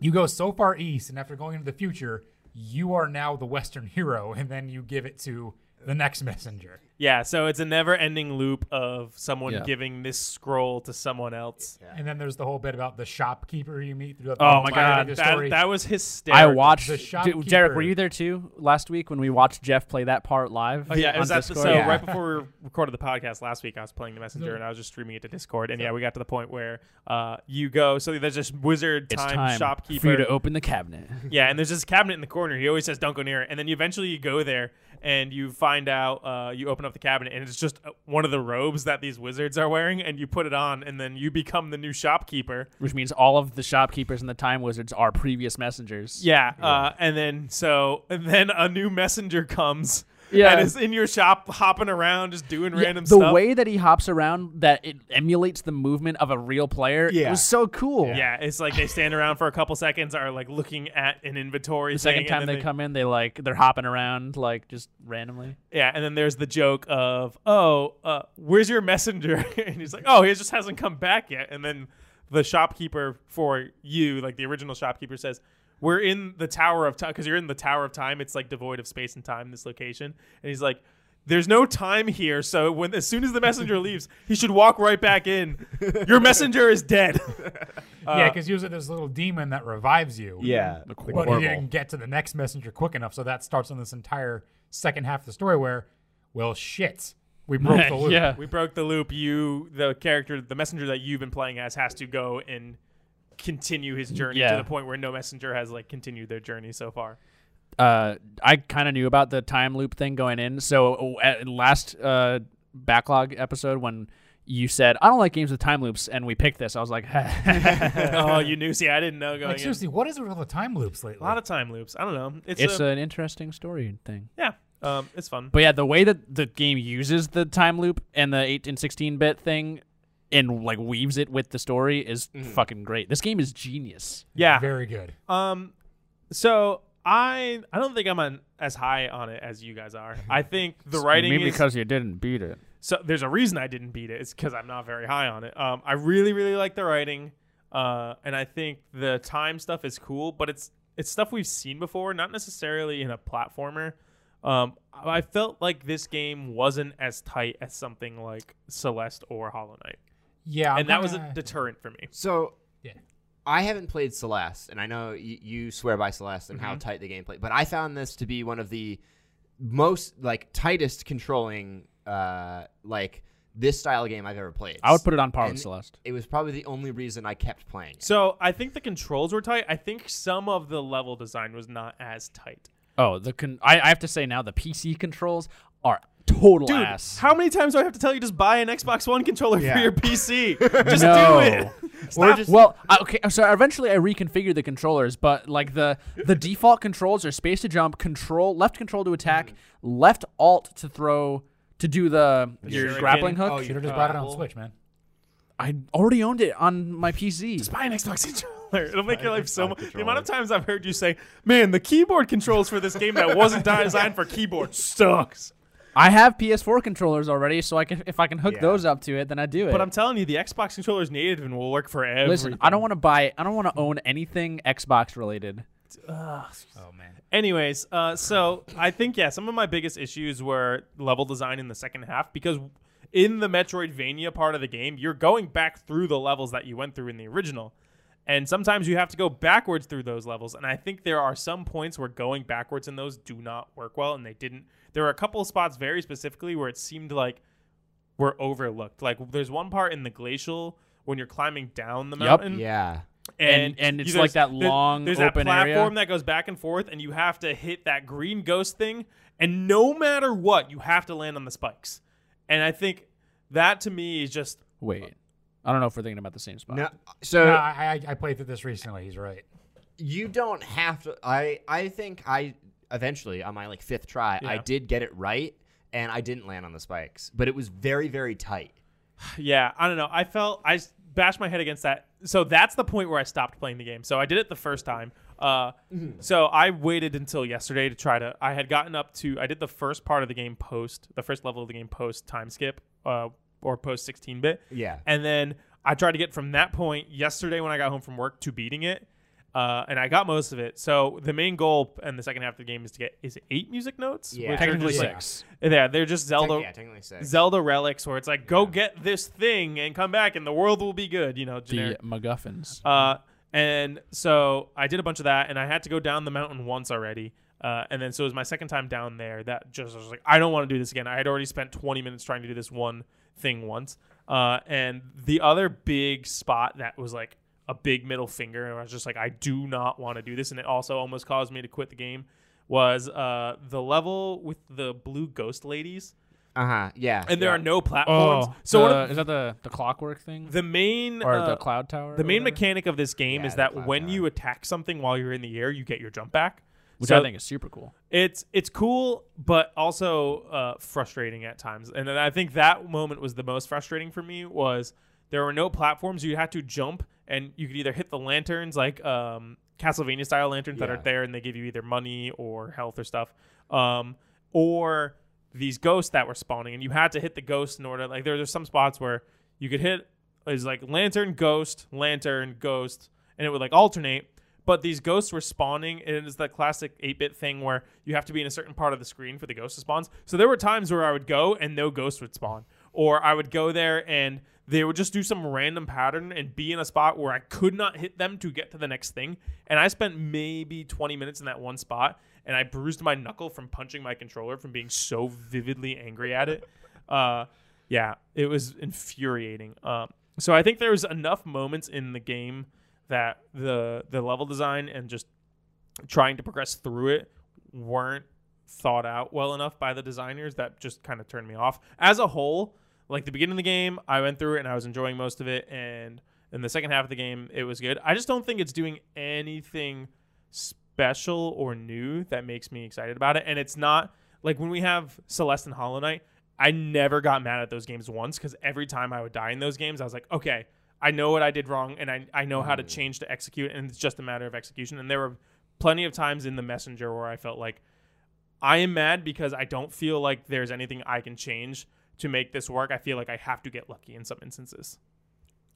[SPEAKER 4] you go so far east, and after going into the future, you are now the Western hero, and then you give it to the next messenger.
[SPEAKER 1] Yeah, so it's a never-ending loop of someone
[SPEAKER 3] Yeah.
[SPEAKER 1] giving this scroll to someone else.
[SPEAKER 4] And then there's the whole bit about the shopkeeper you meet throughout the
[SPEAKER 1] Oh my
[SPEAKER 4] entirety
[SPEAKER 1] god,
[SPEAKER 4] of the
[SPEAKER 1] that,
[SPEAKER 4] story.
[SPEAKER 1] that was
[SPEAKER 3] I
[SPEAKER 1] hysterical.
[SPEAKER 3] watched.
[SPEAKER 4] The
[SPEAKER 3] Dude, Derek,
[SPEAKER 4] shopkeeper.
[SPEAKER 3] were you there too last week when we watched Jeff play that part live?
[SPEAKER 1] Oh yeah, it
[SPEAKER 3] on
[SPEAKER 1] was at the,
[SPEAKER 3] Discord?
[SPEAKER 1] so
[SPEAKER 4] Yeah.
[SPEAKER 1] right before we recorded the podcast last week, I was playing the messenger and I was just streaming it to Discord, and yeah, we got to the point where uh, you go. So there's this wizard
[SPEAKER 3] It's
[SPEAKER 1] time,
[SPEAKER 3] time
[SPEAKER 1] shopkeeper
[SPEAKER 3] for you to open the cabinet.
[SPEAKER 1] Yeah, and there's this cabinet in the corner. He always says, "Don't go near it." And then you eventually you go there and you find out. Uh, you open up the cabinet and it's just uh, one of the robes that these wizards are wearing, and you put it on, and then you become the new shopkeeper.
[SPEAKER 3] which means all of the shopkeepers and the time wizards are previous messengers.
[SPEAKER 1] Yeah, Uh, and then so and then a new messenger comes.
[SPEAKER 3] Yeah.
[SPEAKER 1] and is in your shop hopping around, just doing random
[SPEAKER 3] the
[SPEAKER 1] stuff.
[SPEAKER 3] way that he hops around, that it emulates the movement of a real player. It
[SPEAKER 2] Yeah.
[SPEAKER 3] was so cool.
[SPEAKER 1] yeah, it's like they stand around for a couple seconds, are like looking at an inventory.
[SPEAKER 3] The second
[SPEAKER 1] thing, and
[SPEAKER 3] time
[SPEAKER 1] then
[SPEAKER 3] they, come in, they like they're hopping around like just randomly.
[SPEAKER 1] Yeah, and then there's the joke of, "Oh, uh, where's your messenger?" and he's like, "Oh, he just hasn't come back yet." And then the shopkeeper for you, like the original shopkeeper, says, "We're in the Tower of Time because you're in the Tower of Time. It's like devoid of space and time. This location." And he's like, "There's no time here. So when as soon as the messenger leaves, he should walk right back in. Your messenger is dead." uh,
[SPEAKER 4] yeah, because usually there's a little demon that revives you.
[SPEAKER 2] Yeah,
[SPEAKER 4] But he didn't get to the next messenger quick enough, so that starts on this entire second half of the story where, well, shit, we broke the loop.
[SPEAKER 3] yeah.
[SPEAKER 1] we broke the loop. You, the character, the messenger that you've been playing as, has to go and continue his journey to
[SPEAKER 3] Yeah.
[SPEAKER 1] the point where no messenger has like continued their journey so far.
[SPEAKER 3] Uh, I kind of knew about the time loop thing going in. So uh, at last uh, backlog episode when you said I don't like games with time loops, and we picked this, I was like,
[SPEAKER 1] oh, you knew? See, I didn't know going
[SPEAKER 4] Like
[SPEAKER 1] in.
[SPEAKER 4] seriously, what is with all the time loops lately?
[SPEAKER 1] A lot of time loops. I don't know. It's,
[SPEAKER 3] it's
[SPEAKER 1] a,
[SPEAKER 3] an interesting story thing.
[SPEAKER 1] yeah. Um, it's fun.
[SPEAKER 3] But yeah, the way that the game uses the time loop and the 8 and 16 bit thing and like weaves it with the story is
[SPEAKER 1] Mm-hmm.
[SPEAKER 3] fucking great. This game is genius.
[SPEAKER 1] Yeah.
[SPEAKER 4] Very good.
[SPEAKER 1] Um, so I I don't think I'm on as high on it as you guys are. I think the writing is
[SPEAKER 3] you didn't beat it.
[SPEAKER 1] so there's a reason I didn't beat it. It's because I'm not very high on it. Um, I really, really like the writing, uh, and I think the time stuff is cool, but it's it's stuff we've seen before, not necessarily in a platformer. Um, I felt like this game wasn't as tight as something like Celeste or Hollow Knight,
[SPEAKER 4] Yeah,
[SPEAKER 1] and that was a
[SPEAKER 4] kinda-
[SPEAKER 1] deterrent for me.
[SPEAKER 2] So
[SPEAKER 4] Yeah.
[SPEAKER 2] I haven't played Celeste, and I know you, you swear by Celeste and how tight the gameplay. But I found this to be one of the most like tightest controlling uh like this style game I've ever played.
[SPEAKER 3] I would put it on par with
[SPEAKER 2] And-
[SPEAKER 3] Celeste.
[SPEAKER 2] It was probably the only reason I kept playing. It.
[SPEAKER 1] So I think the controls were tight. I think some of the level design was not as tight.
[SPEAKER 3] Oh, the con- I, I have to say now the PC controls are total
[SPEAKER 1] Dude,
[SPEAKER 3] ass.
[SPEAKER 1] how many times do I have to tell you just buy an Xbox One controller for
[SPEAKER 2] Yeah.
[SPEAKER 1] your PC? Just
[SPEAKER 3] No.
[SPEAKER 1] do it.
[SPEAKER 2] Or just
[SPEAKER 3] well, I, okay, so eventually I reconfigured the controllers, but like the the default controls are space to jump, control left control to attack,
[SPEAKER 1] Mm-hmm.
[SPEAKER 3] left alt to throw to do the your
[SPEAKER 1] shuriken.
[SPEAKER 3] grappling hook.
[SPEAKER 2] Oh,
[SPEAKER 4] Should
[SPEAKER 2] you
[SPEAKER 4] have just brought it on
[SPEAKER 2] Apple.
[SPEAKER 4] Switch, man.
[SPEAKER 3] I already owned it on my PC.
[SPEAKER 1] buy an Xbox controller. It'll make your life so
[SPEAKER 2] Xbox
[SPEAKER 1] much. The
[SPEAKER 2] controller.
[SPEAKER 1] amount of times I've heard you say, "Man, the keyboard controls for this game that wasn't designed for keyboard sucks."
[SPEAKER 3] I have PS4 controllers already, so I can if I can hook
[SPEAKER 2] Yeah.
[SPEAKER 3] those up to it, then I do it.
[SPEAKER 1] But I'm telling you, the Xbox controller is native and will work for everything.
[SPEAKER 3] Listen, I don't want to buy. I don't want to own anything Xbox related.
[SPEAKER 4] Oh man.
[SPEAKER 1] Anyways, uh, so I think yeah, some of my biggest issues were level design in the second half because in the Metroidvania part of the game, you're going back through the levels that you went through in the original. And sometimes you have to go backwards through those levels. And I think there are some points where going backwards in those do not work well. And they didn't. There are a couple of spots very specifically where it seemed like we're overlooked. Like there's one part in the glacial when you're climbing down the
[SPEAKER 3] Yep.
[SPEAKER 1] mountain
[SPEAKER 2] Yeah.
[SPEAKER 3] And- and it's like that
[SPEAKER 1] there's-
[SPEAKER 3] long
[SPEAKER 1] there's
[SPEAKER 3] open
[SPEAKER 1] that
[SPEAKER 3] area.
[SPEAKER 1] platform that goes back and forth and you have to hit that green ghost thing and no matter what you have to land on the spikes and i think that to me is just
[SPEAKER 3] Wait, I don't know if we're thinking about the same spot.
[SPEAKER 2] No, so
[SPEAKER 4] No, I, I I played through this recently. He's right.
[SPEAKER 2] you don't have to i i think i eventually on my like fifth try i
[SPEAKER 1] Yeah.
[SPEAKER 2] did get it right and i didn't land on the spikes but it was very very tight
[SPEAKER 1] yeah i don't know i felt i s- bashed my head against that so that's the point where i stopped playing the game so i did it the first time uh,
[SPEAKER 2] Mm-hmm.
[SPEAKER 1] so i waited until yesterday to try to i had gotten up to i did the first part of the game post the first level of the game post time skip uh, or post 16 bit
[SPEAKER 2] yeah
[SPEAKER 1] And then I tried to get from that point yesterday when I got home from work to beating it. Uh, and I got most of it. So the main goal in the second half of the game is to get is it eight music notes?
[SPEAKER 2] Yeah.
[SPEAKER 1] Which are
[SPEAKER 3] Technically
[SPEAKER 1] just like-
[SPEAKER 3] six.
[SPEAKER 1] yeah, they're just Zelda
[SPEAKER 2] yeah, technically six.
[SPEAKER 1] Zelda relics where it's like go get this thing and come back and the world will be good. You know, generic.
[SPEAKER 3] The MacGuffins.
[SPEAKER 1] Uh, and so I did a bunch of that, and I had to go down the mountain once already. Uh, and then so it was my second time down there. That just I was like, I don't want to do this again. I had already spent 20 minutes trying to do this one thing once. Uh, and the other big spot that was like a big middle finger, and I was just like, I do not want to do this. And it also almost caused me to quit the game. Was uh, the level with the blue ghost ladies,
[SPEAKER 2] uh-huh yeah
[SPEAKER 1] and there
[SPEAKER 2] yeah.
[SPEAKER 1] are no platforms. so one of
[SPEAKER 3] Oh, is that the the clockwork thing
[SPEAKER 1] the main
[SPEAKER 3] or
[SPEAKER 1] uh,
[SPEAKER 3] the cloud tower?
[SPEAKER 1] the
[SPEAKER 3] or
[SPEAKER 1] main
[SPEAKER 3] whatever?
[SPEAKER 1] mechanic of this game
[SPEAKER 2] Yeah,
[SPEAKER 1] is
[SPEAKER 2] the
[SPEAKER 1] that
[SPEAKER 2] cloud
[SPEAKER 1] when
[SPEAKER 2] tower.
[SPEAKER 1] you attack something while you're in the air, you get your jump back.
[SPEAKER 3] which
[SPEAKER 1] so
[SPEAKER 3] I think is super cool.
[SPEAKER 1] it's it's cool, but also uh, frustrating at times. And then I think that moment was the most frustrating for me was there were no platforms. You had to jump, and you could either hit the lanterns like um, Castlevania style lanterns that
[SPEAKER 2] Yeah.
[SPEAKER 1] are there, and they give you either money or health or stuff, um, or these ghosts that were spawning, and you had to hit the ghosts in order. Like there there's some spots where you could hit is like lantern ghost lantern ghost and it would like alternate but these ghosts were spawning and it's that classic 8-bit thing where you have to be in a certain part of the screen for the ghost to spawn so there were times where i would go and no ghost would spawn or i would go there and they would just do some random pattern and be in a spot where i could not hit them to get to the next thing and i spent maybe 20 minutes in that one spot and i bruised my knuckle from punching my controller from being so vividly angry at it uh, yeah, it was infuriating. Um, so I think there was enough moments in the game that the the level design and just trying to progress through it weren't thought out well enough by the designers that just kind of turned me off. As a whole, like the beginning of the game, I went through it and I was enjoying most of it and in the second half of the game, it was good. I just don't think it's doing anything special or new that makes me excited about it. And it's not like when we have Celeste and Hollow Knight, I never got mad at those games once because every time I would die in those games, I was like, okay, I know what I did wrong and I, I know how to change to execute. And it's just a matter of execution. And there were plenty of times in the messenger where I felt like I am mad because I don't feel like there's anything I can change to make this work. I feel like I have to get lucky in some instances.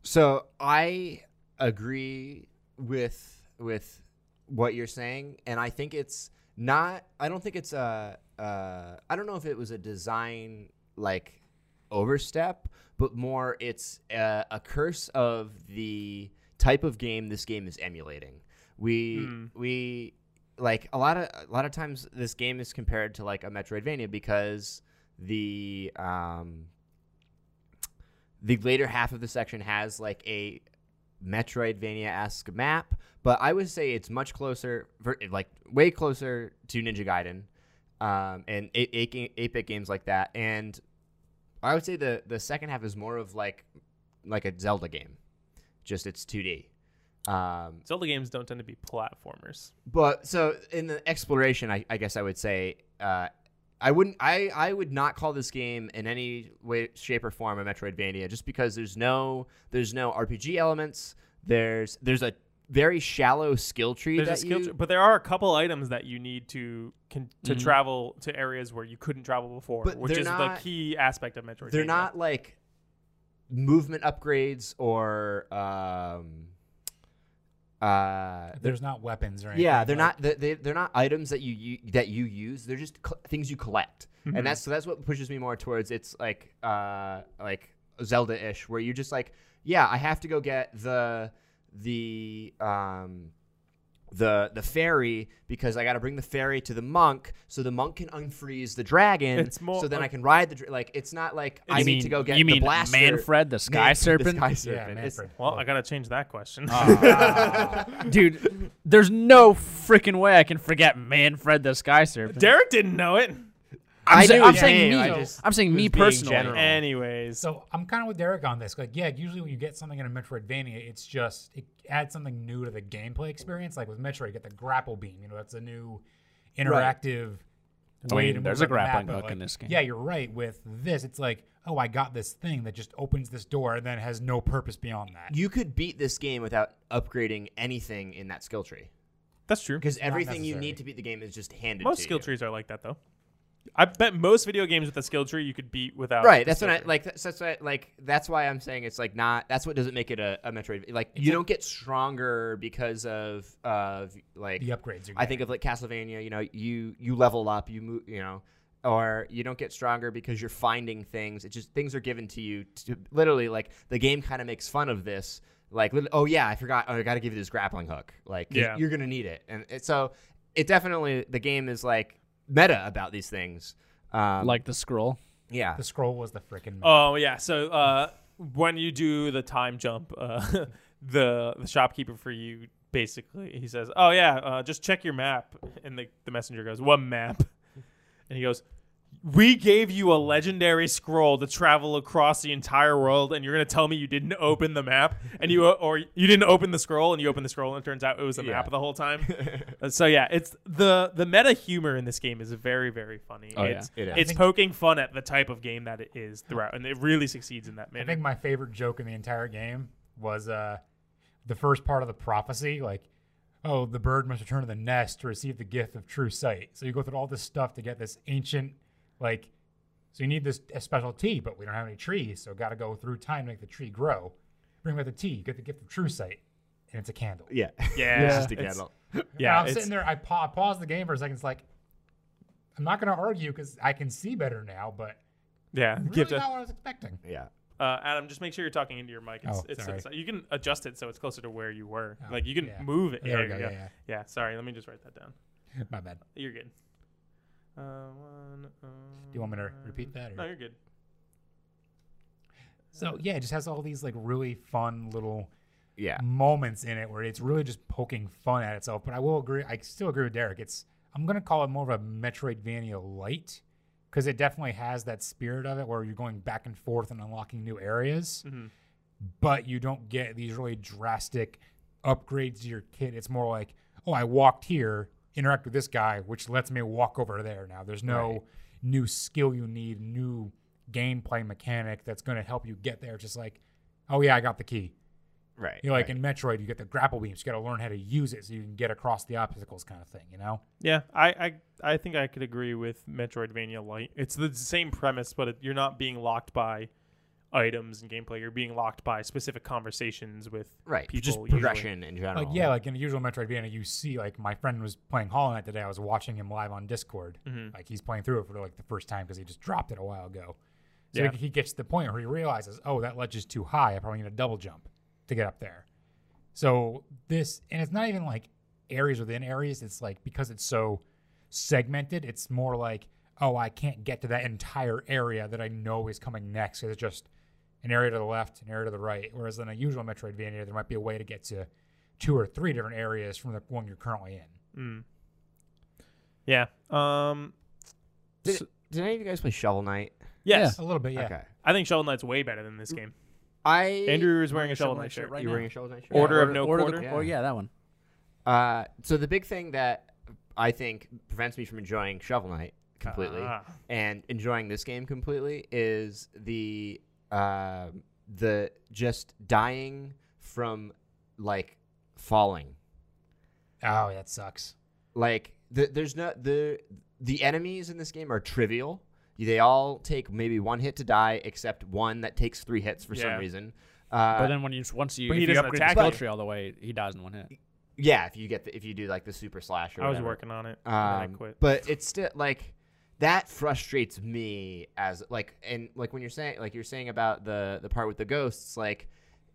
[SPEAKER 2] So I agree with with what you're saying, and I think it's not. I don't think it's a. Uh, I don't know if it was a design like overstep, but more it's a, a curse of the type of game this game is emulating. We we like a lot of a lot of times this game is compared to like a Metroidvania because the um, the later half of the section has like a Metroidvania-esque map, but I would say it's much closer, ver- like way closer to Ninja Gaiden, um, and eight, eight, ga- eight bit games like that. And I would say the the second half is more of like like a Zelda game, just it's 2D. Um,
[SPEAKER 1] Zelda games don't tend to be platformers.
[SPEAKER 2] but so in the exploration, I, I guess I would say uh, I wouldn't. I I would not call this game in any way, shape, or form a Metroidvania, just because there's no there's no RPG elements. There's there's a very shallow skill tree
[SPEAKER 1] There's
[SPEAKER 2] that
[SPEAKER 1] a skill,
[SPEAKER 2] you-
[SPEAKER 1] tr- but there are a couple items that you need to con- to travel to areas where you couldn't travel before,
[SPEAKER 2] But
[SPEAKER 1] which
[SPEAKER 2] they're
[SPEAKER 1] is
[SPEAKER 2] not-
[SPEAKER 1] the key aspect of Metroid.
[SPEAKER 2] they're not like movement upgrades or um uh
[SPEAKER 4] There's not weapons or anything.
[SPEAKER 2] yeah they're not
[SPEAKER 4] like-
[SPEAKER 2] they- they, they're not items that you, u- that you use they're just cl- things you collect
[SPEAKER 3] Mm-hmm.
[SPEAKER 2] and that's so that's what pushes me more towards it's like uh like zelda-ish where you're just like yeah i have to go get the the um the the fairy because I got to bring the fairy to the monk so the monk can unfreeze the dragon
[SPEAKER 1] It's more
[SPEAKER 2] so then I
[SPEAKER 1] like-
[SPEAKER 2] can ride the dra- like it's not like I
[SPEAKER 3] You
[SPEAKER 2] need
[SPEAKER 3] mean-
[SPEAKER 2] to go get
[SPEAKER 3] you
[SPEAKER 2] the
[SPEAKER 3] mean
[SPEAKER 2] blaster
[SPEAKER 3] Manfred the Sky
[SPEAKER 2] Man-
[SPEAKER 3] Serpent?
[SPEAKER 2] the sky
[SPEAKER 4] Yeah,
[SPEAKER 2] serpent It's-
[SPEAKER 4] Manfred.
[SPEAKER 1] Well, I gotta change that question.
[SPEAKER 2] Ah.
[SPEAKER 3] Dude, there's no freaking way I can forget Manfred the Sky Serpent.
[SPEAKER 1] Derek didn't know it.
[SPEAKER 2] I
[SPEAKER 3] I'm, sa-
[SPEAKER 2] knew
[SPEAKER 3] I'm
[SPEAKER 2] his name,
[SPEAKER 3] saying me.
[SPEAKER 2] I just
[SPEAKER 3] I'm saying me
[SPEAKER 2] was being
[SPEAKER 3] personally.
[SPEAKER 2] general.
[SPEAKER 1] Anyways,
[SPEAKER 4] So I'm kind of with Derek on this. Like, yeah, usually when you get something in a Metroidvania, it's just it adds something new to the gameplay experience. Like with Metroid, you get the grapple beam. You know, that's a new interactive
[SPEAKER 3] I
[SPEAKER 4] way
[SPEAKER 3] mean,
[SPEAKER 4] to move
[SPEAKER 3] there's a
[SPEAKER 4] on the map,
[SPEAKER 3] grappling
[SPEAKER 4] but,
[SPEAKER 3] hook
[SPEAKER 4] like,
[SPEAKER 3] in this game.
[SPEAKER 4] Yeah, you're right. With this, it's like, oh, I got this thing that just opens this door and then has no purpose beyond that.
[SPEAKER 2] you could beat this game without upgrading anything in that skill tree
[SPEAKER 1] that's true.
[SPEAKER 2] because everything you
[SPEAKER 4] necessary.
[SPEAKER 2] need to beat the game is just handed
[SPEAKER 1] Most
[SPEAKER 2] to
[SPEAKER 1] skill
[SPEAKER 2] you.
[SPEAKER 1] trees are like that, though. I bet most video games with a skill tree you could beat without.
[SPEAKER 2] Right,
[SPEAKER 1] the
[SPEAKER 2] that's what
[SPEAKER 1] skill
[SPEAKER 2] I
[SPEAKER 1] tree.
[SPEAKER 2] like. That's, that's what I- like. That's why I'm saying it's like not. That's what doesn't make it a, a Metroid. Like you don't get stronger because of of like
[SPEAKER 4] The upgrades. Are
[SPEAKER 2] I think of like Castlevania. You know, you you level up. You move. You know, or you don't get stronger because you're finding things. It's just things are given to you. To, literally, like the game kind of makes fun of this. Like, lit- oh yeah, I forgot. Oh, I got to give you this grappling hook. Like, 'cause
[SPEAKER 1] Yeah.
[SPEAKER 2] you're gonna need it. And it, so it definitely the game is like meta about these things. Um,
[SPEAKER 3] Like the scroll.
[SPEAKER 2] yeah,
[SPEAKER 4] the scroll was the freaking.
[SPEAKER 1] Oh yeah. So uh, when you do the time jump, uh, the the shopkeeper for you basically he says, "Oh yeah, uh, just check your map," and the the messenger goes, "What map?" And he goes. We gave you a legendary scroll to travel across the entire world, and you're gonna tell me you didn't open the map, and you or you didn't open the scroll, and you open the scroll, and it turns out it was a map the whole time. Uh, so yeah, it's the the meta humor in this game is very very funny.
[SPEAKER 3] Oh, yeah.
[SPEAKER 1] it's
[SPEAKER 2] It is.
[SPEAKER 1] it's poking fun at the type of game that it is throughout, and it really succeeds in that
[SPEAKER 4] I think
[SPEAKER 1] manner.
[SPEAKER 4] my favorite joke in the entire game was uh, the first part of the prophecy, like, "Oh, the bird must return to the nest to receive the gift of true sight." So you go through all this stuff to get this ancient, like, so you need this a special tea, but we don't have any trees, so got to go through time to make the tree grow. Bring back the tea, you get the gift of true sight, and it's a candle.
[SPEAKER 2] yeah,
[SPEAKER 1] Yeah,
[SPEAKER 2] It's just a
[SPEAKER 1] it's-
[SPEAKER 2] candle.
[SPEAKER 1] Yeah,
[SPEAKER 4] I'm
[SPEAKER 1] it's-
[SPEAKER 4] sitting there. I pa- pause the game for a second. It's like, I'm not going to argue because I can see better now, but
[SPEAKER 1] yeah.
[SPEAKER 4] really
[SPEAKER 1] Give to-
[SPEAKER 4] not what I was expecting.
[SPEAKER 2] Yeah.
[SPEAKER 1] uh, Adam, just make sure you're talking into your mic. It's,
[SPEAKER 4] Oh,
[SPEAKER 1] it's
[SPEAKER 4] sorry.
[SPEAKER 1] it's- you can adjust it so it's closer to where you were.
[SPEAKER 4] Oh,
[SPEAKER 1] like you can
[SPEAKER 4] yeah.
[SPEAKER 1] move it.
[SPEAKER 4] There we
[SPEAKER 1] yeah,
[SPEAKER 4] go,
[SPEAKER 1] yeah,
[SPEAKER 4] yeah, yeah.
[SPEAKER 1] yeah. Sorry, let me just write that down.
[SPEAKER 4] My bad.
[SPEAKER 1] You're good. Uh, one, uh,
[SPEAKER 4] Do you want me to repeat that? Or?
[SPEAKER 1] No, you're good.
[SPEAKER 4] So yeah, it just has all these like really fun little
[SPEAKER 2] Yeah.
[SPEAKER 4] moments in it where it's really just poking fun at itself. But I will agree. I still agree with Derek. It's I'm gonna call it more of a Metroidvania light because it definitely has that spirit of it where you're going back and forth and unlocking new areas,
[SPEAKER 2] Mm-hmm.
[SPEAKER 4] but you don't get these really drastic upgrades to your kit. It's more like, oh, I walked here, interact with this guy, which lets me walk over there now. There's no
[SPEAKER 2] Right.
[SPEAKER 4] new skill you need, new gameplay mechanic that's going to help you get there. It's just like, oh yeah, I got the key.
[SPEAKER 2] Right.
[SPEAKER 4] You know, like
[SPEAKER 2] right.
[SPEAKER 4] in Metroid, you get the grapple beams. You got to learn how to use it so you can get across the obstacles, kind of thing. You know?
[SPEAKER 1] Yeah, I, I I think I could agree with Metroidvania Light. It's the same premise, but it, you're not being locked by items and gameplay. You're being locked by specific conversations with
[SPEAKER 2] right.
[SPEAKER 1] people.
[SPEAKER 2] just
[SPEAKER 1] usually.
[SPEAKER 2] progression in general.
[SPEAKER 4] Like yeah, like in a usual Metroidvania, you see like my friend was playing Hollow Knight today. I was watching him live on Discord. Like he's playing through it for like the first time because he just dropped it a while ago. So
[SPEAKER 1] Yeah.
[SPEAKER 4] he- he gets to the point where he realizes, oh, that ledge is too high. I probably need a double jump to get up there. So this, and it's not even like areas within areas. It's like because it's so segmented, it's more like, oh, I can't get to that entire area that I know is coming next. 'cause It's just an area to the left, an area to the right. Whereas in a usual Metroidvania, there might be a way to get to two or three different areas from the one you're currently in.
[SPEAKER 1] Mm. Yeah. Um.
[SPEAKER 2] Did, did any of you guys play Shovel Knight?
[SPEAKER 1] Yes,
[SPEAKER 4] A little bit, yeah.
[SPEAKER 2] Okay.
[SPEAKER 1] I think Shovel Knight's way better than this game.
[SPEAKER 2] I
[SPEAKER 1] Andrew is wearing a Shovel Knight shirt.
[SPEAKER 3] right
[SPEAKER 2] you
[SPEAKER 3] now.
[SPEAKER 2] wearing a Shovel Knight shirt?
[SPEAKER 1] Yeah. Order of no
[SPEAKER 3] order
[SPEAKER 1] quarter?
[SPEAKER 3] The, Oh yeah, that one.
[SPEAKER 2] Uh, so the big thing that I think prevents me from enjoying Shovel Knight completely
[SPEAKER 1] Ah.
[SPEAKER 2] and enjoying this game completely is the uh, um the just dying from like falling.
[SPEAKER 4] Oh, that sucks.
[SPEAKER 2] Like the, there's no the the enemies in this game are trivial. They all take maybe one hit to die, except one that takes three hits for
[SPEAKER 1] Yeah.
[SPEAKER 2] some reason. Uh,
[SPEAKER 3] but then when you once you,
[SPEAKER 1] But he
[SPEAKER 3] if you
[SPEAKER 1] doesn't
[SPEAKER 3] upgrade the
[SPEAKER 1] attack
[SPEAKER 3] skill
[SPEAKER 1] you.
[SPEAKER 3] tree all the way, he dies in one hit.
[SPEAKER 2] yeah, if you get the, if you do like the super slash or
[SPEAKER 1] I was
[SPEAKER 2] whatever.
[SPEAKER 1] working on it. and then I
[SPEAKER 2] Um,
[SPEAKER 1] quit.
[SPEAKER 2] But it's still like that frustrates me as like and like when you're saying like you're saying about the the part with the ghosts like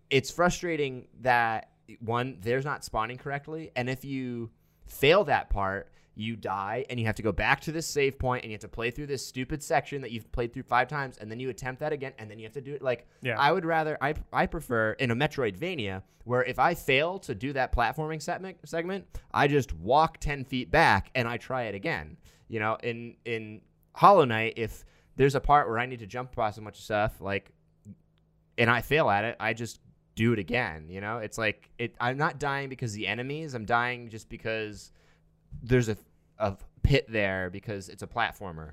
[SPEAKER 2] it's frustrating that one they're not spawning correctly and if you fail that part you die and you have to go back to this save point and you have to play through this stupid section that you've played through five times and then you attempt that again and then you have to do it like
[SPEAKER 1] Yeah.
[SPEAKER 2] i would rather i, I prefer in a metroidvania where if i fail to do that platforming segment, segment i just walk 10 feet back and i try it again you know in in hollow knight if there's a part where i need to jump across a bunch of stuff like and I fail at it, I just do it again. You know, it's like it. I'm not dying because the enemies. I'm dying just because there's a a pit there because it's a platformer.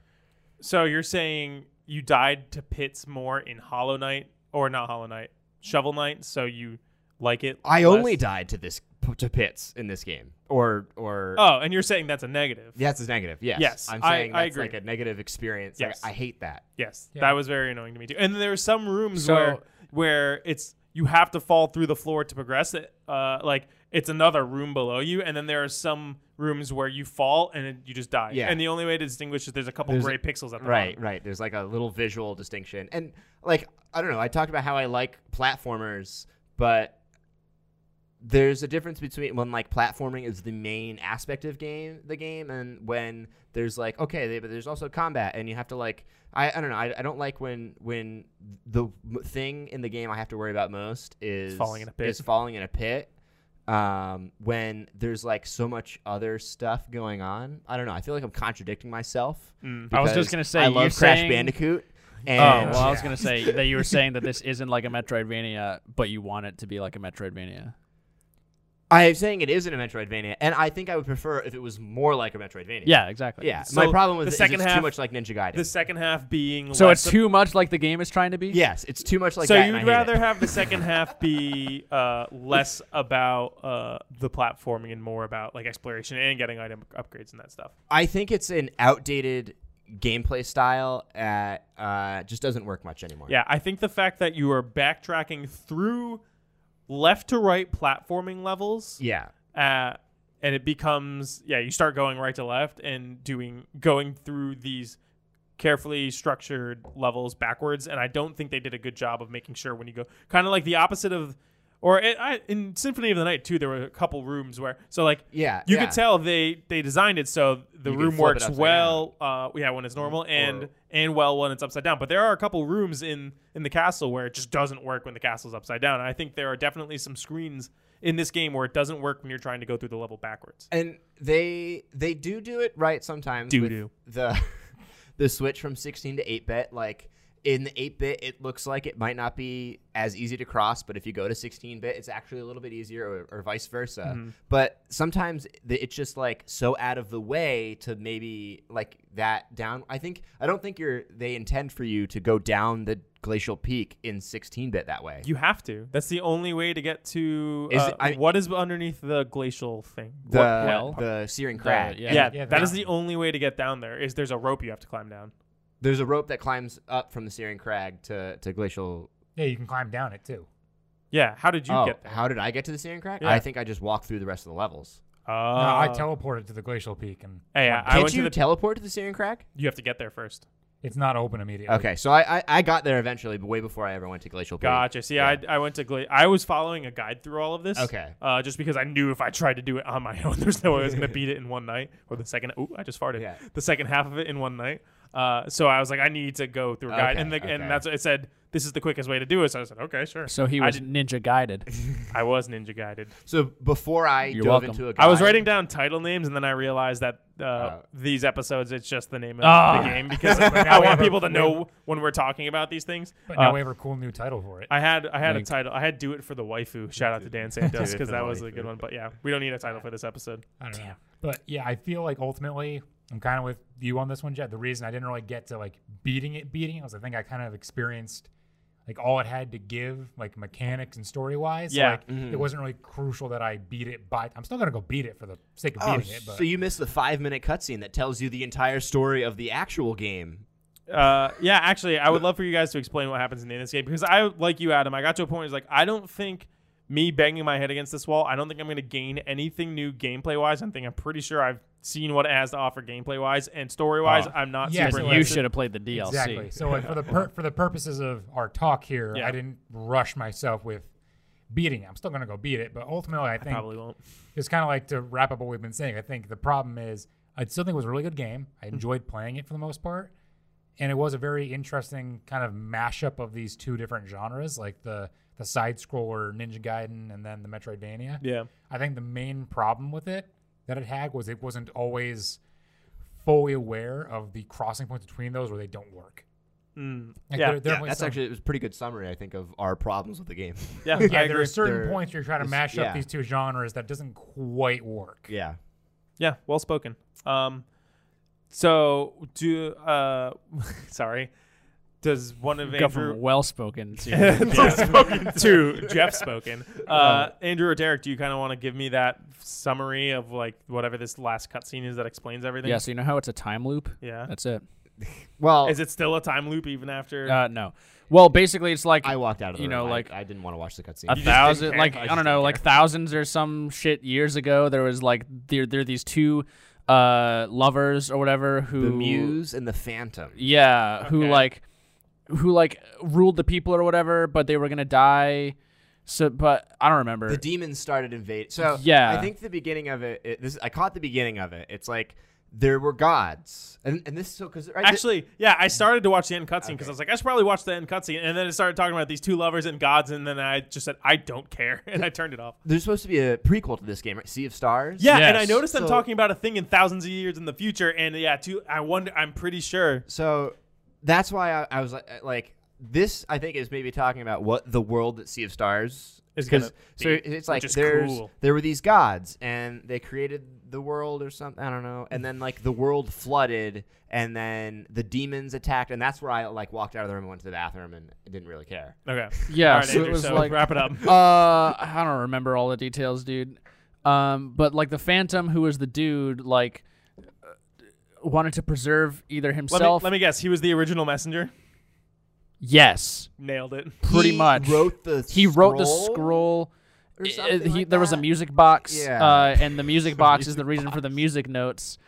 [SPEAKER 1] So you're saying you died to pits more in Hollow Knight or not Hollow Knight, Shovel Knight, so you like it?
[SPEAKER 2] I
[SPEAKER 1] less?
[SPEAKER 2] only died to this to pits in this game, or or
[SPEAKER 1] Oh, and you're saying that's a negative.
[SPEAKER 2] that's a negative. Yes,
[SPEAKER 1] Yes,
[SPEAKER 2] I'm
[SPEAKER 1] I-
[SPEAKER 2] saying
[SPEAKER 1] I
[SPEAKER 2] that's
[SPEAKER 1] agree.
[SPEAKER 2] like a negative experience. Like,
[SPEAKER 1] Yes.
[SPEAKER 2] I hate that.
[SPEAKER 1] Yes,
[SPEAKER 4] Yeah.
[SPEAKER 1] that was very annoying to me too. And there are some rooms
[SPEAKER 3] So-
[SPEAKER 1] where where it's you have to fall through the floor to progress it. Uh, like it's another room below you, and then there are some rooms where you fall and it, you just die.
[SPEAKER 2] Yeah.
[SPEAKER 1] And the only way to distinguish is there's a couple
[SPEAKER 2] There's-
[SPEAKER 1] gray pixels at the
[SPEAKER 2] Right,
[SPEAKER 1] bottom.
[SPEAKER 2] right. There's like a little visual distinction. And like I don't know, I talked about how I like platformers, but there's a difference between when like platforming is the main aspect of game the game and when there's like okay they, but there's also combat and you have to like i, I don't know I, I don't like when when the m- thing in the game i have to worry about most is
[SPEAKER 1] falling in a pit.
[SPEAKER 2] is falling in a pit um, when there's like so much other stuff going on i don't know i feel like i'm contradicting myself
[SPEAKER 1] Mm.
[SPEAKER 3] I was
[SPEAKER 2] because
[SPEAKER 3] just gonna say,
[SPEAKER 2] I
[SPEAKER 3] you
[SPEAKER 2] love Crash
[SPEAKER 3] saying-
[SPEAKER 2] Bandicoot. And
[SPEAKER 3] Oh, well, I was
[SPEAKER 4] Yeah.
[SPEAKER 3] gonna say that you were saying that this isn't like a Metroidvania, but you want it to be like a Metroidvania.
[SPEAKER 2] I'm saying it isn't a Metroidvania, and I think I would prefer if it was more like a Metroidvania.
[SPEAKER 3] Yeah, exactly.
[SPEAKER 2] yeah.
[SPEAKER 1] So,
[SPEAKER 2] My problem with
[SPEAKER 1] the
[SPEAKER 2] it is
[SPEAKER 1] second
[SPEAKER 2] it's too
[SPEAKER 1] half-
[SPEAKER 2] much like Ninja Gaiden.
[SPEAKER 1] The second half being
[SPEAKER 3] So
[SPEAKER 1] less
[SPEAKER 3] it's too much like the game is trying to be.
[SPEAKER 2] yes, it's too much like.
[SPEAKER 1] so
[SPEAKER 2] that, and I
[SPEAKER 1] you'd
[SPEAKER 2] hate it.
[SPEAKER 1] rather have the second half be uh, less about uh, the platforming and more about like exploration and getting item upgrades and that stuff.
[SPEAKER 2] I think it's an outdated gameplay style that uh, just doesn't work much anymore.
[SPEAKER 1] Yeah, I think the fact that you are backtracking through left to right platforming levels,
[SPEAKER 2] Yeah.
[SPEAKER 1] uh, and it becomes yeah, you start going right to left and doing going through these carefully structured levels backwards, and I don't think they did a good job of making sure when you go kind of like the opposite of. Or it, I, in Symphony of the Night too, there were a couple rooms where so like
[SPEAKER 2] Yeah,
[SPEAKER 1] you
[SPEAKER 2] yeah.
[SPEAKER 1] could tell they they designed it so the
[SPEAKER 2] You could
[SPEAKER 1] room
[SPEAKER 2] flip it
[SPEAKER 1] works
[SPEAKER 2] upside
[SPEAKER 1] well uh yeah when it's normal and and well when it's upside down but there are a couple rooms in in the castle where it just doesn't work when the castle's upside down and I think there are definitely some screens in this game where it doesn't work when you're trying to go through the level backwards
[SPEAKER 2] And they they do do it right sometimes.
[SPEAKER 1] Do
[SPEAKER 2] with
[SPEAKER 1] do.
[SPEAKER 2] the the switch from 16 to 8 bit like in the 8 bit it looks like it might not be as easy to cross, but if you go to 16 bit it's actually a little bit easier or, or vice versa.
[SPEAKER 1] Mm-hmm.
[SPEAKER 2] But sometimes th- it's just like so out of the way to maybe like that down I think I don't think you're they intend for you to go down the glacial peak in 16 bit that way.
[SPEAKER 1] you have to that's the only way to get to
[SPEAKER 2] Is
[SPEAKER 1] uh,
[SPEAKER 2] it- I-
[SPEAKER 1] what is underneath the glacial thing
[SPEAKER 2] the
[SPEAKER 3] What- well-
[SPEAKER 2] the searing crag.
[SPEAKER 3] yeah.
[SPEAKER 1] yeah,
[SPEAKER 4] Yeah,
[SPEAKER 1] that is
[SPEAKER 4] that-
[SPEAKER 1] the only way to get down there is there's a rope you have to climb down
[SPEAKER 2] There's a rope that climbs up from the Searing Crag to, to Glacial.
[SPEAKER 4] Yeah, you can climb down it too.
[SPEAKER 1] yeah how did you
[SPEAKER 2] oh,
[SPEAKER 1] get there
[SPEAKER 2] how did I get to the Searing Crag?
[SPEAKER 1] Yeah.
[SPEAKER 2] I think I just walked through the rest of the levels.
[SPEAKER 1] oh
[SPEAKER 4] no, I teleported to the glacial peak, and
[SPEAKER 1] hey, I, I
[SPEAKER 2] Can't
[SPEAKER 1] went
[SPEAKER 2] you
[SPEAKER 1] to the
[SPEAKER 2] teleport to the Searing Crag?
[SPEAKER 1] you have to get there first
[SPEAKER 4] it's not open immediately.
[SPEAKER 2] Okay, so I, I, I got there eventually, but way before I ever went to Glacial Peak.
[SPEAKER 1] Gotcha. See, I, I went to Gla- I was following a guide through all of this.
[SPEAKER 2] Okay.
[SPEAKER 1] Uh, just because I knew if I tried to do it on my own, there's no way I was gonna beat it in one night or the second. Ooh, I just farted.
[SPEAKER 2] Yeah.
[SPEAKER 1] The second half of it in one night. Uh, so I was like, I need to go through a guide,
[SPEAKER 2] Okay,
[SPEAKER 1] and the,
[SPEAKER 2] okay.
[SPEAKER 1] and that's what it said. This is the quickest way to do it. So I said, okay, sure.
[SPEAKER 3] So he
[SPEAKER 1] I
[SPEAKER 3] was
[SPEAKER 1] did-
[SPEAKER 3] ninja guided.
[SPEAKER 1] I was ninja guided.
[SPEAKER 2] So before I
[SPEAKER 3] You're
[SPEAKER 2] dove
[SPEAKER 3] welcome.
[SPEAKER 2] into a guide,
[SPEAKER 1] I was writing down title names, and then I realized that uh,
[SPEAKER 2] Oh.
[SPEAKER 1] these episodes, it's just the name of
[SPEAKER 3] Ah.
[SPEAKER 1] the game because
[SPEAKER 4] But now
[SPEAKER 1] I
[SPEAKER 4] we
[SPEAKER 1] want
[SPEAKER 4] have a-
[SPEAKER 1] people to
[SPEAKER 4] we
[SPEAKER 1] know when we're talking about these things.
[SPEAKER 4] But now
[SPEAKER 1] Uh,
[SPEAKER 4] we have a cool new title for it.
[SPEAKER 1] I had I had
[SPEAKER 3] Wink.
[SPEAKER 1] a title. I had "Do It for the Waifu." Shout out to Dan Santos
[SPEAKER 2] for
[SPEAKER 1] because
[SPEAKER 2] the
[SPEAKER 1] that was a
[SPEAKER 2] waifu.
[SPEAKER 1] good one. But yeah, we don't need a title for this episode.
[SPEAKER 4] I don't know. But yeah, I feel like ultimately I'm kind of with you on this one, Jed. The reason I didn't really get to like beating it, beating it was I think I kind of experienced like all it had to give, like mechanics and story wise.
[SPEAKER 1] Yeah.
[SPEAKER 4] like,
[SPEAKER 2] Mm-hmm.
[SPEAKER 4] it wasn't really crucial that I beat it. By I'm still gonna go beat it for the sake of
[SPEAKER 2] Oh,
[SPEAKER 4] beating it. But
[SPEAKER 2] so you missed the five minute cutscene that tells you the entire story of the actual game.
[SPEAKER 1] Uh, yeah, actually, I would love for you guys to explain what happens in the end of this game because I, like you, Adam, I got to a point where it's like I don't think me banging my head against this wall, I don't think I'm going to gain anything new gameplay wise. I think I'm pretty sure I've seen what it has to offer gameplay wise and story wise.
[SPEAKER 3] Oh.
[SPEAKER 1] I'm not
[SPEAKER 4] Yeah,
[SPEAKER 1] super.
[SPEAKER 4] so
[SPEAKER 3] you
[SPEAKER 1] invested.
[SPEAKER 3] should have played the DLC.
[SPEAKER 4] Exactly. So like, for the per- for the purposes of our talk here,
[SPEAKER 1] Yeah.
[SPEAKER 4] I didn't rush myself with beating. it. I'm still gonna go beat it, but ultimately, I think
[SPEAKER 1] Probably won't.
[SPEAKER 4] it's kind of like to wrap up what we've been saying. I think the problem is I still think it was a really good game. I
[SPEAKER 1] Mm-hmm.
[SPEAKER 4] enjoyed playing it for the most part, and it was a very interesting kind of mashup of these two different genres, like the the side scroller Ninja Gaiden and then the Metroidvania.
[SPEAKER 1] Yeah.
[SPEAKER 4] I think the main problem with it that it had was it wasn't always fully aware of the crossing points between those where they don't work.
[SPEAKER 1] Mm.
[SPEAKER 4] Like,
[SPEAKER 1] yeah.
[SPEAKER 4] there- there are definitely
[SPEAKER 2] that's
[SPEAKER 4] some-
[SPEAKER 2] actually it was a pretty good summary, I think, of our problems with the game.
[SPEAKER 1] yeah. I
[SPEAKER 4] yeah, there
[SPEAKER 1] agree.
[SPEAKER 4] are certain
[SPEAKER 2] There-
[SPEAKER 4] points where you're trying to
[SPEAKER 2] it's-
[SPEAKER 4] mash
[SPEAKER 2] yeah.
[SPEAKER 4] up these two genres that doesn't quite work.
[SPEAKER 2] yeah.
[SPEAKER 1] Yeah, well spoken. Um, so do uh, sorry. Does one of
[SPEAKER 3] Go
[SPEAKER 1] Andrew
[SPEAKER 3] from well spoken to
[SPEAKER 1] Jeff spoken to Jeff spoken? Uh, Andrew or Derek, do you kind of want to give me that summary of like whatever this last cutscene is that explains everything?
[SPEAKER 3] yeah. So you know how it's a time loop.
[SPEAKER 1] Yeah.
[SPEAKER 3] That's it.
[SPEAKER 2] Well,
[SPEAKER 1] Is it still a time loop even after?
[SPEAKER 3] Uh, no. Well, basically, it's like
[SPEAKER 2] I walked out of the
[SPEAKER 3] you know,
[SPEAKER 2] room. I-
[SPEAKER 3] like-
[SPEAKER 2] I, didn't want to watch the cutscene.
[SPEAKER 3] a
[SPEAKER 1] just didn't
[SPEAKER 3] thousand
[SPEAKER 1] care.
[SPEAKER 3] like
[SPEAKER 1] I
[SPEAKER 3] i,
[SPEAKER 1] just
[SPEAKER 3] don't
[SPEAKER 1] didn't
[SPEAKER 3] know like thousands or some shit years ago there was like there there are these two uh lovers or whatever who
[SPEAKER 2] the Muse and the Phantom.
[SPEAKER 3] yeah who
[SPEAKER 1] Okay.
[SPEAKER 3] like who like ruled the people or whatever but they were gonna die so but i don't remember
[SPEAKER 2] The demons started invading. So
[SPEAKER 3] Yeah.
[SPEAKER 2] I think the beginning of it. it this I caught the beginning of it. It's like there were gods, and and this so because right, thi-
[SPEAKER 1] Actually, yeah, I started to watch the end cutscene because I was like, I should probably watch the end cutscene, and then it started talking about these two lovers and gods, and then I just said, I don't care, and I turned it off.
[SPEAKER 2] there's supposed to be a prequel to this game, right? Sea of Stars.
[SPEAKER 1] Yeah, and I
[SPEAKER 3] Yes.
[SPEAKER 1] noticed them
[SPEAKER 2] So-
[SPEAKER 1] talking about a thing in thousands of years in the future, and yeah, two. I wonder. I'm pretty sure
[SPEAKER 2] So that's why I, I was like, uh, like, this. I think is maybe talking about what the world that Sea of Stars
[SPEAKER 1] Is gonna
[SPEAKER 2] 'cause- So
[SPEAKER 1] be,
[SPEAKER 2] it's like
[SPEAKER 1] which is
[SPEAKER 2] there's
[SPEAKER 1] cool.
[SPEAKER 2] there were these gods, and they created the world or something. I don't know. And then like the world flooded, and then the demons attacked, and that's where I like walked out of the room and went to the bathroom, and I didn't really care.
[SPEAKER 1] Okay.
[SPEAKER 3] Yeah,
[SPEAKER 1] All right,
[SPEAKER 3] so it
[SPEAKER 1] Andrew,
[SPEAKER 3] was
[SPEAKER 1] so
[SPEAKER 3] like-
[SPEAKER 1] wrap it up.
[SPEAKER 3] uh i don't remember all the details dude um but like the phantom who was the dude like uh, wanted to preserve either
[SPEAKER 1] Let me,
[SPEAKER 3] himself
[SPEAKER 1] let me guess. He was the original messenger.
[SPEAKER 3] yes
[SPEAKER 1] Nailed it.
[SPEAKER 3] pretty
[SPEAKER 2] He
[SPEAKER 3] much
[SPEAKER 2] wrote the
[SPEAKER 3] he wrote the
[SPEAKER 2] scroll?
[SPEAKER 3] scroll
[SPEAKER 2] or
[SPEAKER 3] I- I-
[SPEAKER 2] something
[SPEAKER 3] he-
[SPEAKER 2] like
[SPEAKER 3] there was a
[SPEAKER 2] that?
[SPEAKER 3] music box
[SPEAKER 2] Yeah.
[SPEAKER 3] uh, and the music box is the reason for the music notes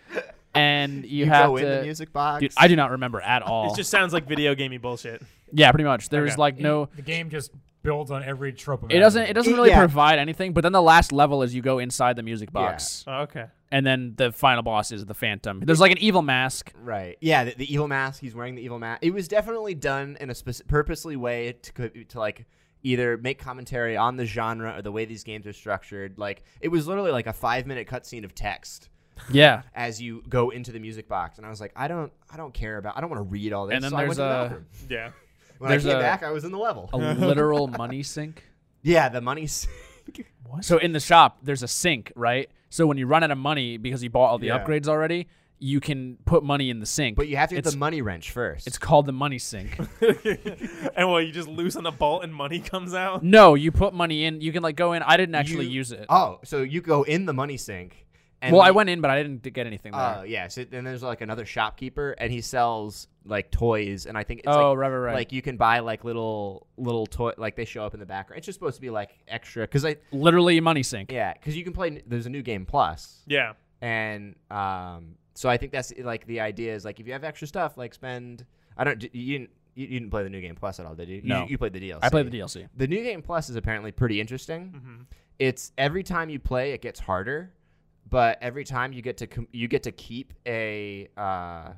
[SPEAKER 3] and you,
[SPEAKER 2] You,
[SPEAKER 3] have
[SPEAKER 2] go
[SPEAKER 3] to
[SPEAKER 2] in the music box.
[SPEAKER 3] dude i do not remember at all
[SPEAKER 1] It just sounds like video gamey bullshit.
[SPEAKER 3] yeah pretty much there was
[SPEAKER 1] Okay.
[SPEAKER 3] like no
[SPEAKER 4] The game just builds on every trope of
[SPEAKER 3] it doesn't it doesn't
[SPEAKER 2] It-
[SPEAKER 3] really
[SPEAKER 2] yeah.
[SPEAKER 3] provide anything but then the last level is you go inside the music
[SPEAKER 2] Yeah.
[SPEAKER 3] box
[SPEAKER 1] Oh, okay.
[SPEAKER 3] and then the final boss is the phantom there's like an evil mask
[SPEAKER 2] Right. Yeah, the, the evil mask. He's wearing the evil mask. It was definitely done in a speci purposely way to co- to like either make commentary on the genre or the way these games are structured. Like it was literally like a five minute cutscene of text
[SPEAKER 3] yeah
[SPEAKER 2] as you go into the music box, and I was like, I don't, I don't care about, I don't want to read all this.
[SPEAKER 3] And then
[SPEAKER 2] so I went
[SPEAKER 3] there's
[SPEAKER 2] to the
[SPEAKER 3] a-
[SPEAKER 2] bathroom.
[SPEAKER 1] Yeah.
[SPEAKER 2] when I
[SPEAKER 3] there's
[SPEAKER 2] came
[SPEAKER 3] a-
[SPEAKER 2] back, I was in the level.
[SPEAKER 3] a literal money sink
[SPEAKER 2] yeah, the money's.
[SPEAKER 3] So in the shop, there's a sink, right? So when you run out of money because you bought all the
[SPEAKER 2] Yeah.
[SPEAKER 3] upgrades already, you can put money in the sink.
[SPEAKER 2] but you have to get
[SPEAKER 3] it's,
[SPEAKER 2] the money wrench first.
[SPEAKER 3] it's called the money sink.
[SPEAKER 1] and well, you just loosen the bolt and money comes out.
[SPEAKER 3] no, you put money in. You can like go in. I didn't actually
[SPEAKER 2] You-
[SPEAKER 3] use it.
[SPEAKER 2] oh, so you go in the money sink. And
[SPEAKER 3] well, I
[SPEAKER 2] like-
[SPEAKER 3] went in, but I didn't get anything there.
[SPEAKER 2] Oh yeah. So then there's like another shopkeeper, and he sells like toys, and I think it's
[SPEAKER 3] oh,
[SPEAKER 2] like,
[SPEAKER 3] right, right, right.
[SPEAKER 2] like you can buy like little little toy, like they show up in the background. It's just supposed to be like extra, because I
[SPEAKER 3] Literally money sink.
[SPEAKER 2] yeah, because you can play. There's a new game plus,
[SPEAKER 1] Yeah.
[SPEAKER 2] and um, so I think that's like the idea is like if you have extra stuff, like spend. I don't. d- You didn't. You you didn't play the new game plus at all, did you? You-
[SPEAKER 3] No.
[SPEAKER 2] You, played the DLC.
[SPEAKER 3] I played the DLC.
[SPEAKER 2] The new game plus is apparently pretty interesting.
[SPEAKER 1] Mhm.
[SPEAKER 2] It's every time you play, it gets harder, but every time you get to com- you get to keep a uh,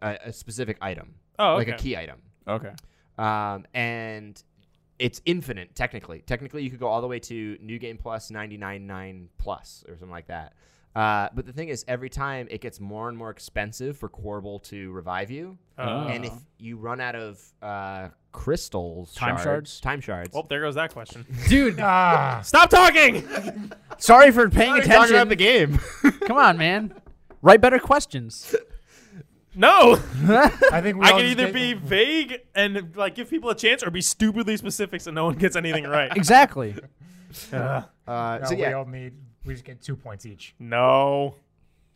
[SPEAKER 2] a, a specific item,
[SPEAKER 1] Oh,
[SPEAKER 2] like
[SPEAKER 1] okay.
[SPEAKER 2] a key item,
[SPEAKER 3] Okay.
[SPEAKER 2] um, and it's infinite technically. Technically, you could go all the way to new game plus ninety nine nine plus or something like that. Uh, but the thing is, every time it gets more and more expensive for Corbel to revive you,
[SPEAKER 3] Oh.
[SPEAKER 1] Uh,
[SPEAKER 2] and if you run out of uh, crystals,
[SPEAKER 3] Time shards?
[SPEAKER 2] time shards,
[SPEAKER 1] well, there goes that question.
[SPEAKER 3] Dude,
[SPEAKER 4] Ah,
[SPEAKER 1] Stop talking.
[SPEAKER 3] sorry for paying
[SPEAKER 2] We're talking about
[SPEAKER 3] attention.
[SPEAKER 2] the game.
[SPEAKER 3] Come on, man. Write better questions.
[SPEAKER 1] No,
[SPEAKER 4] I think we
[SPEAKER 1] I
[SPEAKER 4] all
[SPEAKER 1] can
[SPEAKER 4] just
[SPEAKER 1] either
[SPEAKER 4] get-
[SPEAKER 1] be vague and like give people a chance, or be stupidly specific so no one gets anything right.
[SPEAKER 3] exactly.
[SPEAKER 2] Uh,
[SPEAKER 4] No,
[SPEAKER 2] so
[SPEAKER 4] we
[SPEAKER 2] yeah,
[SPEAKER 4] all need. We just get two points each.
[SPEAKER 1] no,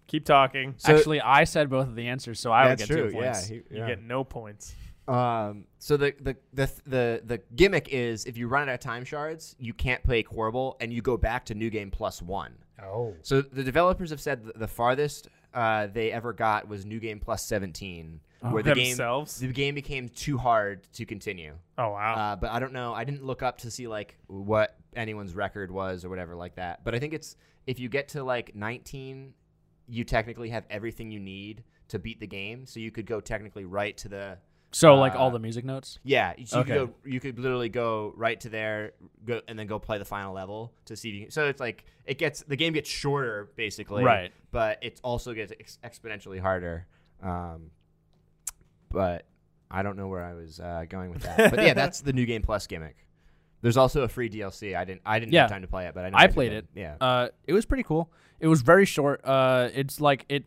[SPEAKER 1] keep talking.
[SPEAKER 2] So-
[SPEAKER 3] Actually, I said both of the answers, so I would
[SPEAKER 2] that's
[SPEAKER 3] get
[SPEAKER 2] true.
[SPEAKER 3] two
[SPEAKER 2] Yeah,
[SPEAKER 3] points.
[SPEAKER 2] he-
[SPEAKER 1] You
[SPEAKER 2] yeah.
[SPEAKER 1] get no points.
[SPEAKER 2] Um, so the, the the the the gimmick is if you run out of time shards, you can't play Quirble, and you go back to new game plus one.
[SPEAKER 4] Oh,
[SPEAKER 2] So the developers have said th- the farthest uh, they ever got was new game plus seventeen, where the
[SPEAKER 1] Themselves?
[SPEAKER 2] game the game became too hard to continue.
[SPEAKER 1] Oh wow.
[SPEAKER 2] Uh, but I don't know. I didn't look up to see like what anyone's record was or whatever like that. But I think it's if you get to like 19, you technically have everything you need to beat the game. So you could go technically right to the
[SPEAKER 3] So like
[SPEAKER 2] Uh,
[SPEAKER 3] all the music notes.
[SPEAKER 2] yeah. So you
[SPEAKER 3] Okay.
[SPEAKER 2] could go, you could literally go right to there, go and then go play the final level to see. If you can, so it's like it gets the game gets shorter basically,
[SPEAKER 3] Right.
[SPEAKER 2] But it also gets ex- exponentially harder. Um, but I don't know where I was uh, going with that. but yeah, that's the new game plus gimmick. There's also a free DLC. I didn't I didn't
[SPEAKER 3] Yeah.
[SPEAKER 2] have time to play it, but I know
[SPEAKER 3] I
[SPEAKER 2] could
[SPEAKER 3] played
[SPEAKER 2] play
[SPEAKER 3] it.
[SPEAKER 2] Yeah.
[SPEAKER 3] Uh, it was pretty cool. It was very short. Uh, it's like it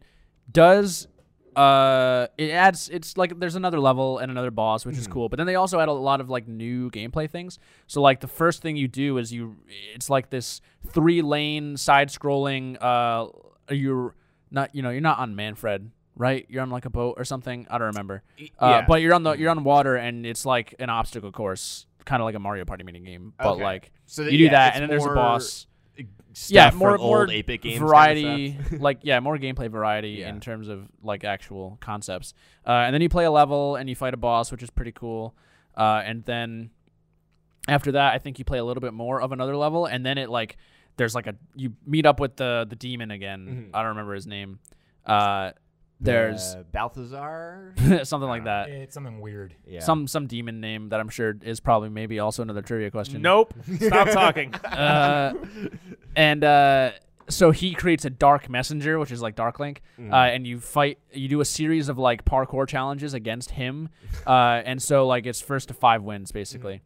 [SPEAKER 3] does. Uh, it adds. It's like there's another level and another boss, which
[SPEAKER 2] Mm-hmm.
[SPEAKER 3] is cool. But then they also add a lot of like new gameplay things. So like the first thing you do is you. It's like this three lane side scrolling. Uh, you're not. You know, you're not on Manfred. Right, you're on like a boat or something. I don't remember. Uh,
[SPEAKER 2] yeah. Mm-hmm.
[SPEAKER 3] But you're on the you're on water, and it's like an obstacle course, kind of like a Mario Party mini game. But
[SPEAKER 2] Okay.
[SPEAKER 3] like
[SPEAKER 2] So
[SPEAKER 3] you
[SPEAKER 2] that-
[SPEAKER 3] do
[SPEAKER 2] yeah,
[SPEAKER 3] that,
[SPEAKER 2] it's
[SPEAKER 3] and then there's a
[SPEAKER 2] more e,
[SPEAKER 3] boss
[SPEAKER 2] Stuff
[SPEAKER 3] yeah, more
[SPEAKER 2] from
[SPEAKER 3] more
[SPEAKER 2] old Epic Games kinda
[SPEAKER 3] variety,
[SPEAKER 2] stuff.
[SPEAKER 3] like yeah, more gameplay variety
[SPEAKER 2] Yeah.
[SPEAKER 3] in terms of like actual concepts. Uh, and then you play a level and you fight a boss, which is pretty cool. Uh, and then after that, I think you play a little bit more of another level, and then it like there's like a you meet up with the the demon again.
[SPEAKER 2] Mm-hmm.
[SPEAKER 3] I don't remember his name. Uh, there's
[SPEAKER 2] uh, Balthazar.
[SPEAKER 3] something
[SPEAKER 2] Uh,
[SPEAKER 3] like that.
[SPEAKER 4] it's something weird.
[SPEAKER 2] Yeah.
[SPEAKER 3] Some some demon name that I'm sure is probably maybe also another trivia question.
[SPEAKER 1] Nope. Stop talking.
[SPEAKER 3] Uh, and uh, so he creates a dark messenger, which is like Dark Link, uh, and you fight. You do a series of like parkour challenges against him, uh, and so like it's first to five wins basically.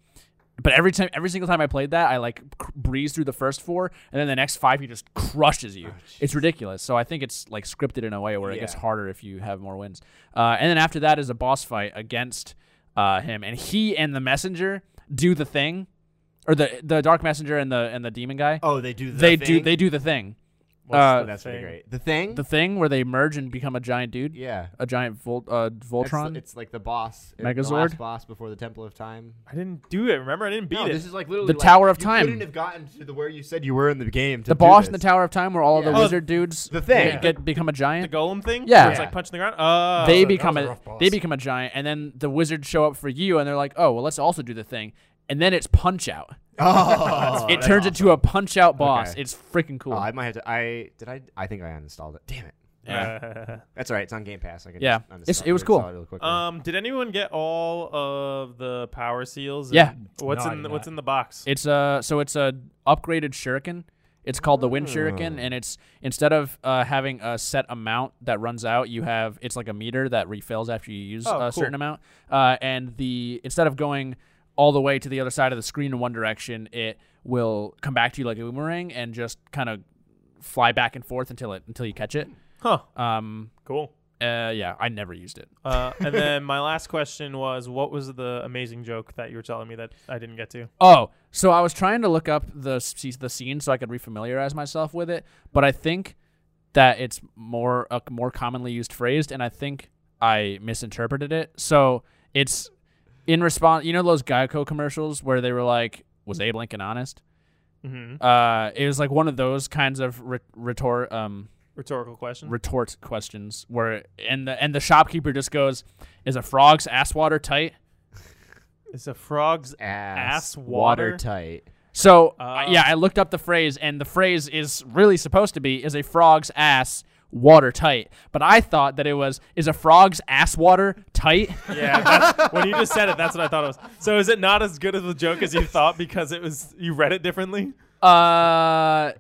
[SPEAKER 3] But every time, every single time I played that, I like cr- breeze through the first four, and then the next five he just crushes you. it's ridiculous. So I think it's like scripted in a way where it gets
[SPEAKER 2] Yeah.
[SPEAKER 3] harder if you have more wins. Uh, and then after that is a boss fight against uh, him, and he and the messenger do the thing, or the the dark messenger and the and the demon guy.
[SPEAKER 2] Oh, they do. The
[SPEAKER 3] they do
[SPEAKER 2] thing? Oh,
[SPEAKER 3] they do the thing,
[SPEAKER 1] What's
[SPEAKER 3] uh,
[SPEAKER 1] the
[SPEAKER 2] That's pretty
[SPEAKER 1] thing?
[SPEAKER 2] great. The thing.
[SPEAKER 3] the thing where they merge and become a giant dude,
[SPEAKER 2] yeah.
[SPEAKER 3] a giant Vol- uh,
[SPEAKER 2] It's,
[SPEAKER 3] Voltron.
[SPEAKER 2] it's like the boss, the
[SPEAKER 3] Megazord?
[SPEAKER 2] last boss before the Temple of Time.
[SPEAKER 1] I didn't do it. Remember, I didn't beat
[SPEAKER 2] no,
[SPEAKER 1] it.
[SPEAKER 2] this is like literally
[SPEAKER 3] The
[SPEAKER 2] like,
[SPEAKER 3] Tower of
[SPEAKER 2] you
[SPEAKER 3] Time.
[SPEAKER 2] Couldn't have gotten to the where you said you were in the game. To
[SPEAKER 3] the
[SPEAKER 2] do
[SPEAKER 3] boss in the
[SPEAKER 2] this.
[SPEAKER 3] Tower of Time where all
[SPEAKER 2] Yeah.
[SPEAKER 3] the
[SPEAKER 2] Oh,
[SPEAKER 3] wizard dudes
[SPEAKER 2] The thing.
[SPEAKER 3] get, get- become a
[SPEAKER 1] the
[SPEAKER 3] giant.
[SPEAKER 1] golem thing.
[SPEAKER 3] Yeah.
[SPEAKER 1] Where It's like punching the ground. Oh.
[SPEAKER 3] they
[SPEAKER 4] that was
[SPEAKER 3] become
[SPEAKER 4] a
[SPEAKER 3] a,
[SPEAKER 4] rough boss.
[SPEAKER 3] they become a giant, and then the wizards show up for you, and they're like, "Oh, well, let's also do the thing." And then it's punch out.
[SPEAKER 2] Oh,
[SPEAKER 3] it turns into a punch out boss.
[SPEAKER 2] Okay.
[SPEAKER 3] It's freaking cool.
[SPEAKER 2] Oh, I might have to. I did. I. I think I uninstalled it. Damn it. That's all right. It's on Game Pass. I can.
[SPEAKER 3] Yeah.
[SPEAKER 2] Just
[SPEAKER 3] It's-
[SPEAKER 2] uninstall-
[SPEAKER 3] it was cool.
[SPEAKER 2] reinstall really quickly.
[SPEAKER 1] um. Did anyone get all of the power seals?
[SPEAKER 3] Yeah.
[SPEAKER 1] What's
[SPEAKER 4] No, I
[SPEAKER 1] in
[SPEAKER 4] did
[SPEAKER 1] the, What's
[SPEAKER 4] not.
[SPEAKER 1] in the box?
[SPEAKER 3] It's a so it's a upgraded shuriken. It's called the wind shuriken,
[SPEAKER 1] Mm.
[SPEAKER 3] and it's instead of uh, having a set amount that runs out, you have it's like a meter that refills after you use
[SPEAKER 1] Oh,
[SPEAKER 3] a certain
[SPEAKER 1] cool.
[SPEAKER 3] amount. Uh, and the instead of going all the way to the other side of the screen in one direction, it will come back to you like a boomerang and just kind of fly back and forth until it until you catch it.
[SPEAKER 1] huh.
[SPEAKER 3] Um,
[SPEAKER 1] Cool.
[SPEAKER 3] uh, yeah, I never used it.
[SPEAKER 1] Uh, and then my last question was, what was the amazing joke that you were telling me that I didn't get to?
[SPEAKER 3] Oh, so I was trying to look up the s- the scene so I could refamiliarize myself with it, but I think that it's more a more commonly used phrase, and I think I misinterpreted it. So it's in response, you know those Geico commercials where they were like, "Was Abe Lincoln honest?"
[SPEAKER 1] Mm-hmm.
[SPEAKER 3] Uh, it was like one of those kinds of re- retort um
[SPEAKER 1] Rhetorical question.
[SPEAKER 3] retort questions where and the and the shopkeeper just goes, "Is a frog's ass water tight?"
[SPEAKER 1] It's a frog's
[SPEAKER 2] ass
[SPEAKER 1] ass water?
[SPEAKER 2] watertight.
[SPEAKER 3] So
[SPEAKER 1] Oh.
[SPEAKER 2] Uh,
[SPEAKER 3] yeah, I looked up the phrase, and the phrase is really supposed to be "is a frog's ass watertight," but I thought that it was "is a frog's ass water tight."
[SPEAKER 1] Yeah, that's, when you just said it, that's what I thought it was. So is it not as good of a joke as you thought because it was you read it differently?
[SPEAKER 3] uh,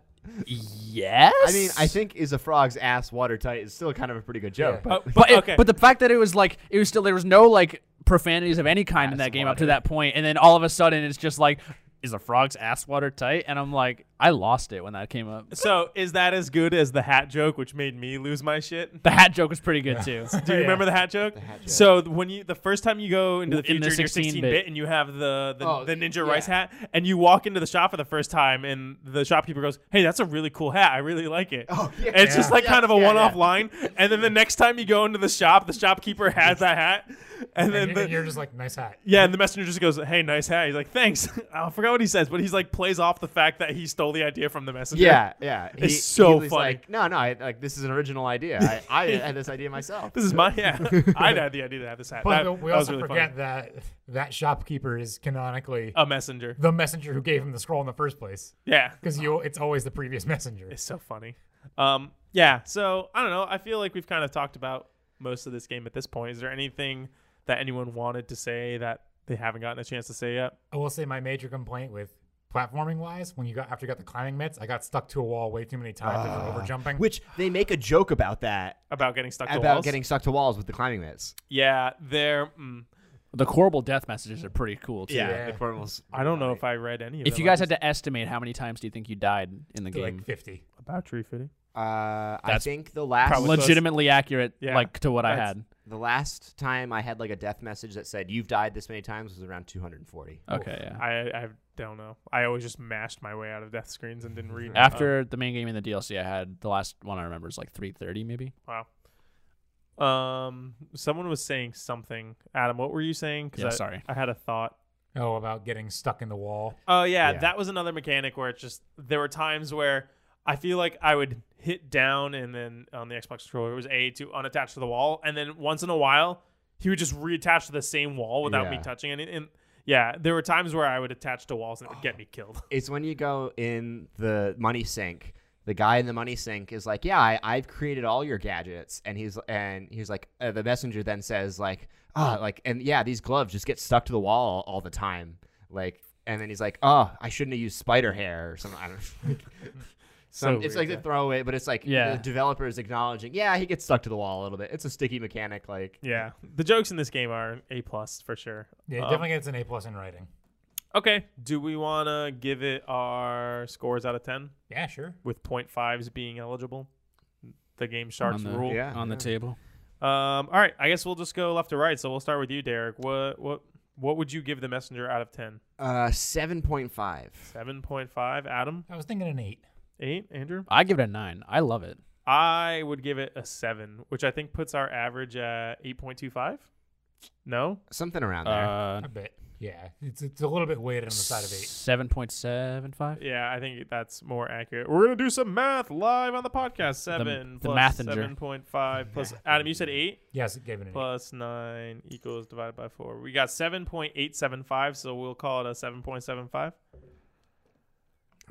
[SPEAKER 3] yes.
[SPEAKER 2] I mean, I think is a frog's ass watertight is still kind of a pretty good joke.
[SPEAKER 4] Yeah.
[SPEAKER 2] But
[SPEAKER 3] but it-
[SPEAKER 1] okay.
[SPEAKER 3] but the fact that it was like it was still there was no like profanities of any kind in
[SPEAKER 2] Ass
[SPEAKER 3] that game up to
[SPEAKER 2] water.
[SPEAKER 3] that point, and then all of a sudden it's just like "is a frog's ass water tight," and I'm like, I lost it when that came up.
[SPEAKER 1] So is that as good as the hat joke, which made me lose my shit?
[SPEAKER 3] The hat joke was pretty good too.
[SPEAKER 1] Do you
[SPEAKER 4] Yeah.
[SPEAKER 1] remember the hat joke?
[SPEAKER 2] hat joke.
[SPEAKER 1] So th- when you the first time you go into the
[SPEAKER 3] W- in
[SPEAKER 1] future, and
[SPEAKER 3] the
[SPEAKER 1] you're 16 bit,
[SPEAKER 3] 16-bit.
[SPEAKER 1] and you have the the,
[SPEAKER 2] Oh,
[SPEAKER 1] the ninja
[SPEAKER 2] yeah.
[SPEAKER 1] rice hat, and you walk into the shop for the first time, and the shopkeeper goes, "Hey, that's a really cool hat. I really like it."
[SPEAKER 2] Oh, yeah.
[SPEAKER 1] And it's just
[SPEAKER 2] Yeah.
[SPEAKER 1] like kind of a
[SPEAKER 2] Yeah, yeah.
[SPEAKER 1] one-off line, and then the next time you go into the shop, the shopkeeper has that hat, and then
[SPEAKER 4] And,
[SPEAKER 1] the,
[SPEAKER 4] and you're just like, nice hat.
[SPEAKER 1] yeah, and the messenger just goes, "Hey, nice hat." He's like, "Thanks." I forgot what he says, but he's like plays off the fact that he stole the idea from the messenger.
[SPEAKER 2] Yeah, yeah.
[SPEAKER 1] It's so
[SPEAKER 2] was
[SPEAKER 1] funny.
[SPEAKER 2] Like, no, no, I, like this is an original idea. I, I had this idea myself.
[SPEAKER 1] this is my yeah. I'd had the idea to have this hat.
[SPEAKER 4] But
[SPEAKER 1] That,
[SPEAKER 4] we
[SPEAKER 1] that was
[SPEAKER 4] also
[SPEAKER 1] really Oh.
[SPEAKER 4] forget
[SPEAKER 1] funny.
[SPEAKER 4] that that shopkeeper is canonically
[SPEAKER 1] A messenger.
[SPEAKER 4] the messenger who gave him the scroll in the first place.
[SPEAKER 1] Yeah.
[SPEAKER 4] Because you, it's always the previous messenger.
[SPEAKER 1] It's so funny. Um, yeah. So I don't know. I feel like we've kind of talked about most of this game at this point. Is there anything that anyone wanted to say that they haven't gotten a chance to say yet?
[SPEAKER 4] I will say my major complaint with platforming wise, when you got after you got the climbing mitts, I got stuck to a wall way too many times and
[SPEAKER 1] Ah,
[SPEAKER 4] over jumping.
[SPEAKER 2] Which they make a joke about that
[SPEAKER 1] About getting stuck to
[SPEAKER 2] about
[SPEAKER 1] walls.
[SPEAKER 2] getting stuck to walls with the climbing mitts.
[SPEAKER 1] yeah, there. Mm,
[SPEAKER 3] The Corbel death messages are pretty cool too.
[SPEAKER 4] Yeah.
[SPEAKER 2] the corporals.
[SPEAKER 1] I don't know if I read any of.
[SPEAKER 3] If
[SPEAKER 1] them.
[SPEAKER 3] you
[SPEAKER 1] I
[SPEAKER 3] guys had
[SPEAKER 1] just-
[SPEAKER 3] to estimate how many times do you think you died in the
[SPEAKER 4] to
[SPEAKER 3] game?
[SPEAKER 4] like 50.
[SPEAKER 1] about tree fitting,
[SPEAKER 2] Uh, I
[SPEAKER 3] That's
[SPEAKER 2] think the last
[SPEAKER 1] probably- close.
[SPEAKER 3] Legitimately accurate,
[SPEAKER 1] Yeah.
[SPEAKER 3] like to what I
[SPEAKER 1] That's-
[SPEAKER 3] had.
[SPEAKER 2] the last time I had like a death message that said you've died this many times was around 240.
[SPEAKER 3] Okay, yeah.
[SPEAKER 1] I I don't know. I always just mashed my way out of death screens and didn't read.
[SPEAKER 3] After the main game and the DLC, I had the last one I remember is like 3:30 maybe.
[SPEAKER 1] Uh, wow. Um, someone was saying something. Adam, what were you saying? 'Cause
[SPEAKER 3] Yeah,
[SPEAKER 1] I-
[SPEAKER 3] sorry.
[SPEAKER 1] I had a thought.
[SPEAKER 4] Oh, about getting stuck in the wall.
[SPEAKER 1] Oh yeah,
[SPEAKER 2] Yeah.
[SPEAKER 1] that was another mechanic where it's just there were times where I feel like I would hit down and then on the Xbox controller it was A to unattach to the wall, and then once in a while he would just reattach to the same wall without me
[SPEAKER 2] Yeah.
[SPEAKER 1] touching anything. And yeah, there were times where I would attach to walls and it would get me killed.
[SPEAKER 2] It's when you go in the money sink. The guy in the money sink is like, "Yeah, I, I've created all your gadgets," and he's and he's like, uh, the messenger then says like, "Ah, like and yeah, these gloves just get stuck to the wall all the time." Like, and then he's like, "Oh, I shouldn't have used spider hair or something." I don't
[SPEAKER 1] So
[SPEAKER 2] Some, it's
[SPEAKER 1] weird,
[SPEAKER 2] like
[SPEAKER 1] yeah.
[SPEAKER 2] a throwaway, but it's like
[SPEAKER 3] Yeah.
[SPEAKER 2] the developer is acknowledging, yeah, he gets stuck to the wall a little bit. It's a sticky mechanic, like
[SPEAKER 1] Yeah, the jokes in this game are A plus for sure.
[SPEAKER 4] Yeah, it
[SPEAKER 1] Um,
[SPEAKER 4] definitely gets an A plus in writing.
[SPEAKER 1] Okay, do we want to give it our scores out of ten
[SPEAKER 4] Yeah, sure.
[SPEAKER 1] with point fives being eligible? The game sharks
[SPEAKER 3] on the,
[SPEAKER 1] rule.
[SPEAKER 2] Yeah,
[SPEAKER 3] on the
[SPEAKER 2] yeah.
[SPEAKER 3] table.
[SPEAKER 1] Um, all right, I guess we'll just go left to right. So we'll start with you, Derek. What what what would you give the messenger out of ten?
[SPEAKER 2] uh, seven point five.
[SPEAKER 1] Seven point five. Adam,
[SPEAKER 4] I was thinking an eight.
[SPEAKER 1] eight. Andrew,
[SPEAKER 3] I give it a 9. I love it.
[SPEAKER 1] I would give it a seven, which I think puts our average at eight point two five. No,
[SPEAKER 2] something around there.
[SPEAKER 3] Uh
[SPEAKER 1] Uh-huh.
[SPEAKER 4] A bit. Yeah, it's, it's a little bit weighted on the side of eight.
[SPEAKER 3] 7.75.
[SPEAKER 1] yeah, I think that's more accurate. We're gonna do some math live on the podcast. Seven
[SPEAKER 3] the mathinger.
[SPEAKER 1] seven point five plus Adam. You said eight
[SPEAKER 4] Yes, it gave it an eight.
[SPEAKER 1] plus nine equals divided by four. We got seven point eight seven five, so we'll call it a seven point seven five.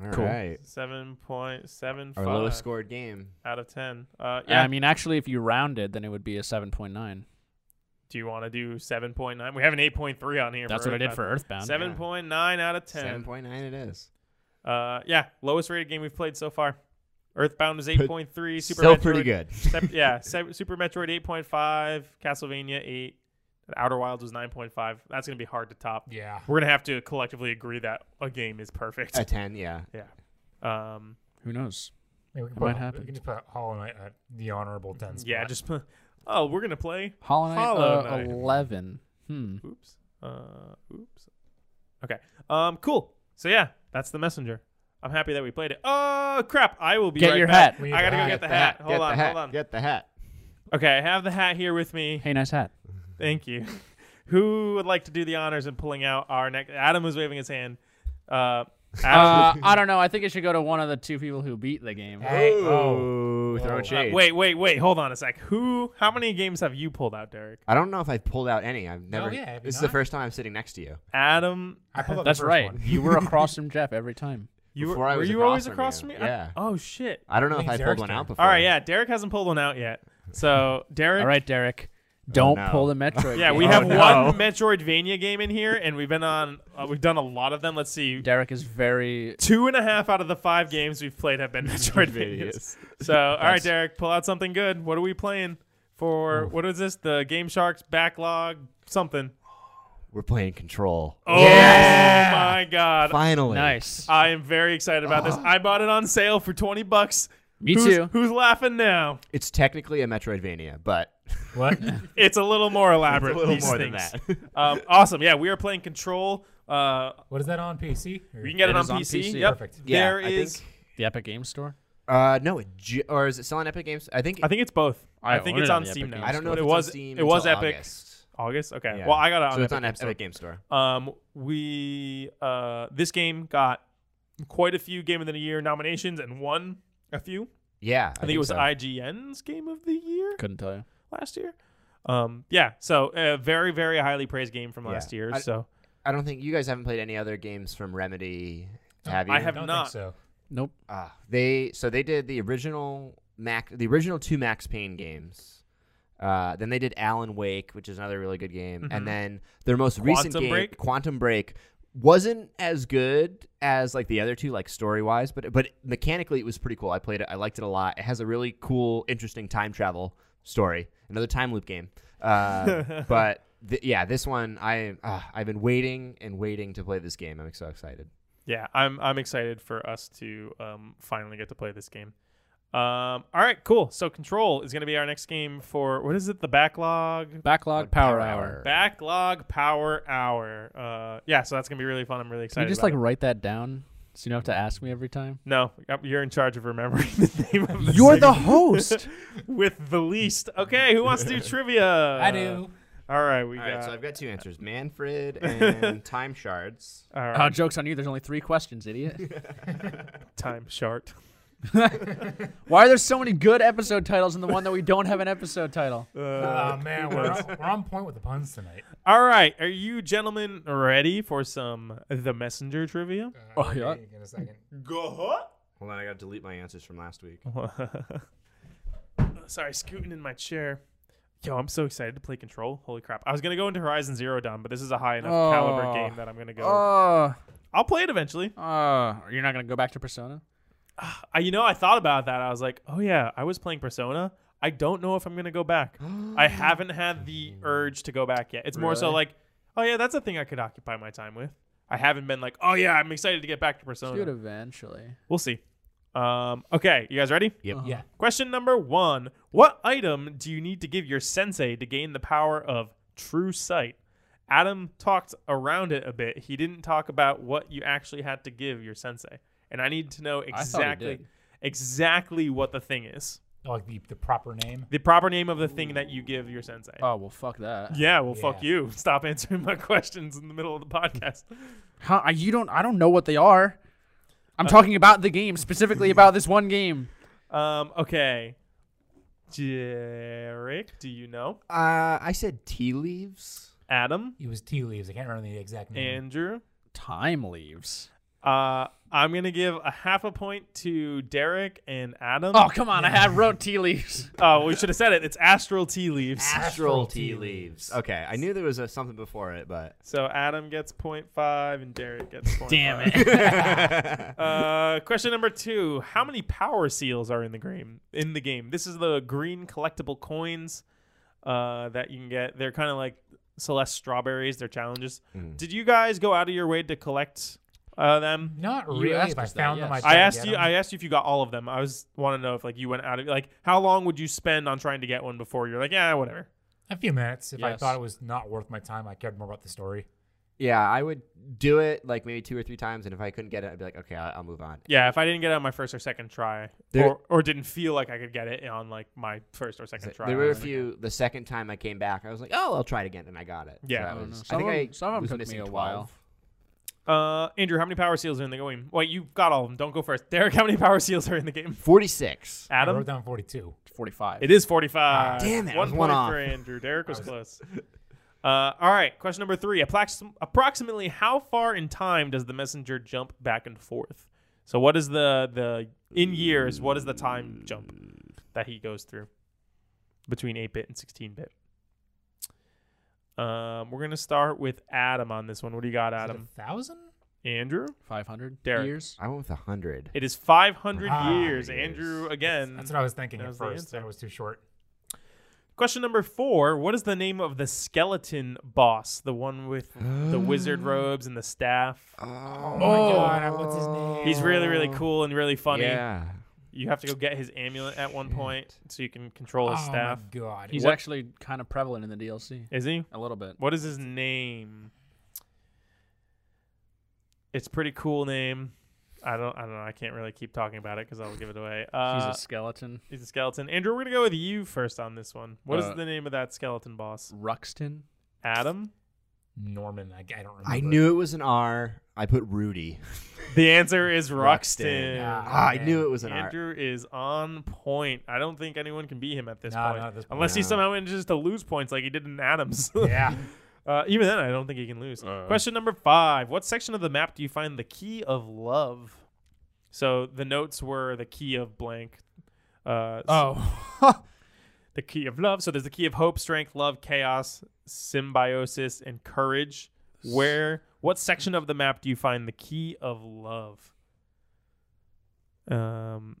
[SPEAKER 2] All
[SPEAKER 3] cool.
[SPEAKER 2] right.
[SPEAKER 1] Seven point seven
[SPEAKER 2] Our
[SPEAKER 1] five.
[SPEAKER 2] lowest scored game.
[SPEAKER 1] out of 10 uh yeah
[SPEAKER 3] Yeah. I mean actually if you rounded then it would be a 7.9.
[SPEAKER 1] do you want to do 7.9 we have an 8.3 on here
[SPEAKER 3] That's what I did for
[SPEAKER 1] Earthbound.
[SPEAKER 3] Earthbound.
[SPEAKER 1] 7.9 out of 10
[SPEAKER 2] Seven point nine it is.
[SPEAKER 1] uh yeah lowest rated game we've played so far earthbound is 8.3 super
[SPEAKER 2] Still
[SPEAKER 1] metroid,
[SPEAKER 2] pretty good.
[SPEAKER 1] Sep- yeah Se- super metroid 8.5 castlevania 8 outer wilds was 9.5 that's gonna be hard to top
[SPEAKER 4] Yeah.
[SPEAKER 1] we're gonna have to collectively agree that a game is perfect
[SPEAKER 2] A ten, yeah.
[SPEAKER 1] yeah um
[SPEAKER 3] Who knows?
[SPEAKER 4] Maybe we can
[SPEAKER 3] It
[SPEAKER 4] put,
[SPEAKER 3] might
[SPEAKER 4] We
[SPEAKER 3] happen.
[SPEAKER 4] can just put Hollow Knight at the honorable 10 spot.
[SPEAKER 1] Mm-hmm. yeah just oh we're gonna play
[SPEAKER 3] Hollow Knight,
[SPEAKER 1] Hollow
[SPEAKER 3] uh,
[SPEAKER 1] Knight.
[SPEAKER 3] 11. Hmm.
[SPEAKER 1] Oops. Uh, oops. Okay. Um. Cool. So yeah, that's the messenger. I'm happy that we played it. Oh crap! I will be
[SPEAKER 3] Get
[SPEAKER 1] right
[SPEAKER 3] your
[SPEAKER 1] back.
[SPEAKER 3] hat.
[SPEAKER 4] We need
[SPEAKER 1] I gotta go
[SPEAKER 4] the
[SPEAKER 1] get
[SPEAKER 4] hat.
[SPEAKER 1] the hat. Hold
[SPEAKER 2] Get the
[SPEAKER 1] on.
[SPEAKER 2] hat.
[SPEAKER 1] Hold on.
[SPEAKER 2] Get the hat.
[SPEAKER 1] Okay, I have the hat here with me.
[SPEAKER 3] Hey, nice hat.
[SPEAKER 1] Thank you. Who would like to do the honors in pulling out our next? Adam was waving his hand. Uh,
[SPEAKER 3] Uh,
[SPEAKER 1] Adam,
[SPEAKER 3] I don't know. I think it should go to one of the two people who beat the game.
[SPEAKER 4] Hey, oh.
[SPEAKER 2] Ooh, throwing
[SPEAKER 4] Uh,
[SPEAKER 2] shade.
[SPEAKER 1] wait, wait, wait. Hold on a sec. Who? How many games have you pulled out, Derek?
[SPEAKER 2] I don't know if I've pulled out any. I've
[SPEAKER 1] Oh,
[SPEAKER 2] never.
[SPEAKER 4] yeah, have you
[SPEAKER 2] this is the
[SPEAKER 4] not?
[SPEAKER 2] first time I'm sitting next to you.
[SPEAKER 1] Adam,
[SPEAKER 4] I pulled up the
[SPEAKER 3] That's
[SPEAKER 4] first
[SPEAKER 3] right.
[SPEAKER 4] one.
[SPEAKER 3] you were across from Jeff every time.
[SPEAKER 1] you were,
[SPEAKER 2] Before I
[SPEAKER 1] were
[SPEAKER 2] was
[SPEAKER 1] you
[SPEAKER 2] across
[SPEAKER 1] always
[SPEAKER 2] from
[SPEAKER 1] across
[SPEAKER 2] you.
[SPEAKER 1] from me? I-
[SPEAKER 2] Yeah.
[SPEAKER 1] oh shit.
[SPEAKER 2] I don't know
[SPEAKER 4] I
[SPEAKER 2] if
[SPEAKER 4] think
[SPEAKER 2] I
[SPEAKER 4] it's
[SPEAKER 2] pulled
[SPEAKER 4] Eric's
[SPEAKER 2] one
[SPEAKER 4] turn.
[SPEAKER 2] out before.
[SPEAKER 1] All right. Yeah. Derek hasn't pulled one out yet. So Derek.
[SPEAKER 3] All right, Derek. Don't
[SPEAKER 2] no.
[SPEAKER 3] pull the Metroid.
[SPEAKER 1] Yeah,
[SPEAKER 3] game.
[SPEAKER 1] we
[SPEAKER 4] Oh,
[SPEAKER 1] have
[SPEAKER 4] no.
[SPEAKER 1] one Metroidvania game in here, and we've been on. Uh, we've done a lot of them. Let's see.
[SPEAKER 3] Derek is very.
[SPEAKER 1] Two and a half out of the five games we've played have been Metroidvanias. So, all right, Derek, pull out something good. What are we playing for? What is this? The Game Sharks backlog something.
[SPEAKER 2] We're playing Control.
[SPEAKER 1] Oh
[SPEAKER 4] Yeah.
[SPEAKER 1] my god.
[SPEAKER 2] Finally.
[SPEAKER 3] Nice.
[SPEAKER 1] I am very excited about this. I bought it on sale for 20 bucks.
[SPEAKER 3] Me
[SPEAKER 1] who's,
[SPEAKER 3] too.
[SPEAKER 1] Who's laughing now?
[SPEAKER 2] It's technically a Metroidvania, but
[SPEAKER 4] What?
[SPEAKER 1] It's a little more elaborate.
[SPEAKER 2] a little
[SPEAKER 1] these
[SPEAKER 2] more than
[SPEAKER 1] things.
[SPEAKER 2] that.
[SPEAKER 1] um, awesome. Yeah, we are playing Control. Uh,
[SPEAKER 4] what is that on PC? Or-
[SPEAKER 1] you can get it,
[SPEAKER 3] It
[SPEAKER 1] on
[SPEAKER 3] is on
[SPEAKER 1] PC.
[SPEAKER 3] PC.
[SPEAKER 1] Yep.
[SPEAKER 4] Perfect.
[SPEAKER 2] Yeah,
[SPEAKER 1] There
[SPEAKER 2] I
[SPEAKER 1] is-
[SPEAKER 2] think-
[SPEAKER 3] The Epic Game Store.
[SPEAKER 2] uh, no, it ju- or is it still on Epic Games? I think.
[SPEAKER 1] I think it's both. I,
[SPEAKER 3] I
[SPEAKER 1] think
[SPEAKER 3] own
[SPEAKER 1] it's
[SPEAKER 3] it
[SPEAKER 1] on
[SPEAKER 3] on the
[SPEAKER 1] Steam
[SPEAKER 3] Epic
[SPEAKER 1] now.
[SPEAKER 3] Games
[SPEAKER 2] I don't know.
[SPEAKER 1] But
[SPEAKER 2] if
[SPEAKER 1] it
[SPEAKER 2] it's
[SPEAKER 1] was
[SPEAKER 2] On Steam
[SPEAKER 1] it was
[SPEAKER 2] until
[SPEAKER 1] Epic
[SPEAKER 2] August.
[SPEAKER 1] August. Okay.
[SPEAKER 2] Yeah.
[SPEAKER 1] Well, I got it on
[SPEAKER 2] so
[SPEAKER 1] Epic
[SPEAKER 2] it's on
[SPEAKER 1] Game
[SPEAKER 2] Ep-
[SPEAKER 1] Store.
[SPEAKER 2] Epic Games Store.
[SPEAKER 1] Um, we uh, this game got quite a few Game of the Year nominations and won a few.
[SPEAKER 2] Yeah,
[SPEAKER 1] I, think, it was
[SPEAKER 2] so.
[SPEAKER 1] IGN's Game of the Year
[SPEAKER 3] Couldn't tell you.
[SPEAKER 1] last year. Um, yeah, so uh, very very highly praised game from
[SPEAKER 2] Yeah.
[SPEAKER 1] last year.
[SPEAKER 2] I-
[SPEAKER 1] so
[SPEAKER 2] I don't think you guys haven't played any other games from Remedy, have you?
[SPEAKER 1] I have
[SPEAKER 4] don't
[SPEAKER 1] not.
[SPEAKER 4] think so.
[SPEAKER 3] Nope.
[SPEAKER 2] Ah, they so they did the original Mac, the original two Max Payne games. Uh, then they did Alan Wake, which is another really good game,
[SPEAKER 1] Mhm.
[SPEAKER 2] and then their most recent
[SPEAKER 1] Quantum
[SPEAKER 2] game,
[SPEAKER 1] Break?
[SPEAKER 2] Quantum Break, wasn't as good as like the other two, like story wise, but but mechanically it was pretty cool. I played it, I liked it a lot. It has a really cool, interesting time travel story, another time loop game. Uh, but th- yeah, this one I uh, I've been waiting and waiting to play this game. I'm so excited.
[SPEAKER 1] yeah, I'm I'm excited for us to um, finally get to play this game. Um, all right, cool. So Control is going to be our next game for what is it? The backlog
[SPEAKER 3] Backlog Power Hour.
[SPEAKER 1] backlog power hour. Uh, yeah, so that's gonna be really fun. I'm really
[SPEAKER 3] Can
[SPEAKER 1] excited.
[SPEAKER 3] you just
[SPEAKER 1] about
[SPEAKER 3] like
[SPEAKER 1] it.
[SPEAKER 3] write that down so you don't have to ask me every time?
[SPEAKER 1] No, you're in charge of remembering the name of the
[SPEAKER 3] You're the
[SPEAKER 1] segment.
[SPEAKER 3] host.
[SPEAKER 1] with the least. Okay, who wants to do trivia?
[SPEAKER 4] I do.
[SPEAKER 1] All right, we
[SPEAKER 2] All
[SPEAKER 1] got.
[SPEAKER 2] right, so I've got two answers: Manfred and Time Shards.
[SPEAKER 1] all right,
[SPEAKER 3] Uh, joke's on you. There's only three questions, idiot.
[SPEAKER 1] time short.
[SPEAKER 3] Why are there so many good episode titles and the one that we don't have an episode title?
[SPEAKER 1] Uh,
[SPEAKER 4] Oh man, we're on, we're on point with the puns tonight.
[SPEAKER 1] all right, are you gentlemen ready for some the messenger trivia?
[SPEAKER 4] Uh,
[SPEAKER 3] Oh, yeah.
[SPEAKER 4] okay, In a second.
[SPEAKER 1] uh-huh. Go.
[SPEAKER 2] Hold on, I gotta delete my answers from last week.
[SPEAKER 1] Sorry, scooting in my chair. Yo, I'm so excited to play Control. Holy crap! I was gonna go into Horizon Zero Dawn, but this is a high enough caliber
[SPEAKER 3] Oh.
[SPEAKER 1] game that I'm gonna go.
[SPEAKER 3] Oh,
[SPEAKER 1] I'll play it eventually.
[SPEAKER 3] oh, you're not gonna go back to Persona?
[SPEAKER 1] I, you know, I thought about that. I was like, oh yeah, I was playing Persona. I don't know if I'm gonna go back. I haven't had the urge to go back yet. It's more so
[SPEAKER 3] Really?
[SPEAKER 1] like, oh yeah, that's a thing I could occupy my time with. I haven't been like, oh yeah, I'm excited to get back to
[SPEAKER 3] Dude,
[SPEAKER 1] Persona.
[SPEAKER 3] eventually.
[SPEAKER 1] We'll see. Um, okay, you guys ready?
[SPEAKER 2] Yep.
[SPEAKER 4] Yeah.
[SPEAKER 1] Question number one: What item do you need to give your sensei to gain the power of true sight? Adam talked around it a bit. He didn't talk about what you actually had to give your sensei, and I need to know
[SPEAKER 3] I thought he
[SPEAKER 1] exactly
[SPEAKER 3] did.
[SPEAKER 1] exactly what the thing is.
[SPEAKER 4] Oh, like the, the proper name.
[SPEAKER 1] The proper name of the thing that you give your sensei.
[SPEAKER 3] Oh well, fuck that.
[SPEAKER 1] yeah, well, fuck
[SPEAKER 4] yeah.
[SPEAKER 1] you. Stop answering my questions in the middle of the podcast.
[SPEAKER 3] How I, you don't? I don't know what they are. I'm talking about the game specifically about this one game.
[SPEAKER 1] Um, okay, Derek, do you know
[SPEAKER 2] Uh, I said tea leaves.
[SPEAKER 1] Adam,
[SPEAKER 4] It was tea leaves. I can't remember the
[SPEAKER 3] Mm-hmm.
[SPEAKER 4] exact name.
[SPEAKER 1] Andrew?
[SPEAKER 3] Time leaves.
[SPEAKER 1] Uh, I'm gonna give a half a point to Derek and Adam.
[SPEAKER 3] Oh come on! I had wrote tea leaves.
[SPEAKER 1] Oh, we should have said it. It's astral tea leaves.
[SPEAKER 3] Ah.
[SPEAKER 4] Astral tea leaves.
[SPEAKER 2] Okay, I knew there was a, something before it, but
[SPEAKER 1] So Adam gets 0.5 and Derek gets 0.5.
[SPEAKER 3] Damn it!
[SPEAKER 1] Uh, question number two: How many power seals are in the game? In the game, this is the green collectible coins uh, that you can get. They're kind of like Celeste strawberries. They're challenges.
[SPEAKER 3] Hmm.
[SPEAKER 1] Did you guys go out of your way to collect uh, them?
[SPEAKER 4] Not
[SPEAKER 3] You
[SPEAKER 4] really.
[SPEAKER 3] asked
[SPEAKER 4] If I
[SPEAKER 3] us that,
[SPEAKER 4] found them,
[SPEAKER 3] yes.
[SPEAKER 4] I, tried
[SPEAKER 1] I
[SPEAKER 4] to
[SPEAKER 1] asked
[SPEAKER 4] get
[SPEAKER 1] you.
[SPEAKER 4] them.
[SPEAKER 1] I asked you if you got all of them. I was want to know if like you went out of like how long would you spend on trying to get one before you're like yeah whatever.
[SPEAKER 4] a few minutes. If I
[SPEAKER 3] Yes.
[SPEAKER 4] thought it was not worth my time, I cared more about the story.
[SPEAKER 2] yeah, I would do it like maybe two or three times, and if I couldn't get it, I'd be like, okay, I'll, I'll move on.
[SPEAKER 1] Yeah, if I didn't get it on my first or second try,
[SPEAKER 2] There-
[SPEAKER 1] or, or didn't feel like I could get it on like my first or second try,
[SPEAKER 2] There
[SPEAKER 1] I
[SPEAKER 2] were a
[SPEAKER 1] was like,
[SPEAKER 2] few. The second time I came back, I was like, oh, I'll try it again, and I got it.
[SPEAKER 1] Yeah.
[SPEAKER 2] So I
[SPEAKER 1] Oh,
[SPEAKER 3] no.
[SPEAKER 2] was-
[SPEAKER 3] Some
[SPEAKER 2] I think
[SPEAKER 3] of 'em-
[SPEAKER 2] I
[SPEAKER 3] some of 'em
[SPEAKER 2] was
[SPEAKER 3] took me
[SPEAKER 2] missing
[SPEAKER 3] a
[SPEAKER 2] 12.
[SPEAKER 3] while.
[SPEAKER 1] Uh, Andrew, how many power seals are in the game? Wait, you got all of them. Don't go first. Derek, how many power seals are in the game?
[SPEAKER 2] Forty-six.
[SPEAKER 4] I wrote
[SPEAKER 1] Adam,
[SPEAKER 4] down 42.
[SPEAKER 3] Forty-five.
[SPEAKER 1] it is 45.
[SPEAKER 2] Ah, damn it, I
[SPEAKER 1] One
[SPEAKER 2] was one
[SPEAKER 1] point
[SPEAKER 2] off.
[SPEAKER 1] for Andrew. Derek was close. Uh, all right, question number three. Approx- approximately how far in time does the messenger jump back and forth? So, what is the the in years? What is the time jump that he goes through between eight bit and sixteen bit? Um, we're gonna start with Adam on this one. What do you got,
[SPEAKER 4] Is it
[SPEAKER 1] Adam?
[SPEAKER 4] a thousand?
[SPEAKER 1] Andrew.
[SPEAKER 3] Five hundred
[SPEAKER 1] Derek.
[SPEAKER 3] years.
[SPEAKER 2] I went with a hundred.
[SPEAKER 1] It is five hundred
[SPEAKER 4] Ah,
[SPEAKER 1] years.
[SPEAKER 2] years.
[SPEAKER 1] Andrew again.
[SPEAKER 4] That's what I was thinking
[SPEAKER 1] Mm, That
[SPEAKER 4] at
[SPEAKER 1] was the
[SPEAKER 4] first. That
[SPEAKER 1] answer.
[SPEAKER 4] was too short.
[SPEAKER 1] Question number four What is the name of the skeleton boss? The one with the wizard robes and the staff?
[SPEAKER 4] Oh, my god, what's his name?
[SPEAKER 1] He's really, really
[SPEAKER 4] Oh.
[SPEAKER 1] cool and really funny.
[SPEAKER 2] Yeah.
[SPEAKER 1] You have to go get his amulet at one point so you can control
[SPEAKER 4] Oh
[SPEAKER 1] his staff.
[SPEAKER 4] my god.
[SPEAKER 3] He's
[SPEAKER 1] What-
[SPEAKER 3] actually kind of prevalent in the DLC.
[SPEAKER 1] Is he?
[SPEAKER 3] A little bit.
[SPEAKER 1] What is his name? It's a pretty cool name. I don't. I don't know. I can't really keep talking about it because I'll give it away. Uh,
[SPEAKER 3] He's a skeleton.
[SPEAKER 1] he's a skeleton. Andrew, we're gonna go with you first on this one. What is
[SPEAKER 3] Uh,
[SPEAKER 1] the name of that skeleton boss?
[SPEAKER 3] Ruxton.
[SPEAKER 1] Adam.
[SPEAKER 4] Norman. I, I don't remember.
[SPEAKER 2] I knew it was an R. I put Rudy.
[SPEAKER 1] The answer is
[SPEAKER 2] Ruxton.
[SPEAKER 1] Ruxton.
[SPEAKER 4] Yeah.
[SPEAKER 2] Ah, I
[SPEAKER 4] man.
[SPEAKER 2] knew it was an R.
[SPEAKER 1] Oh, Andrew is on point. I don't think anyone can beat him at this
[SPEAKER 4] No,
[SPEAKER 1] point,
[SPEAKER 4] not at this point.
[SPEAKER 1] unless he
[SPEAKER 2] No.
[SPEAKER 1] somehow manages to lose points like he did in Adams.
[SPEAKER 4] Yeah.
[SPEAKER 1] Uh, even then, I don't think he can lose.
[SPEAKER 3] Uh.
[SPEAKER 1] Question number five: What section of the map do you find the key of love? So the notes were the key of blank. Uh, s-
[SPEAKER 3] Oh.
[SPEAKER 1] the key of love. So there's the key of hope, strength, love, chaos, symbiosis, and courage. Where? What section of the map do you find the key of love? Um.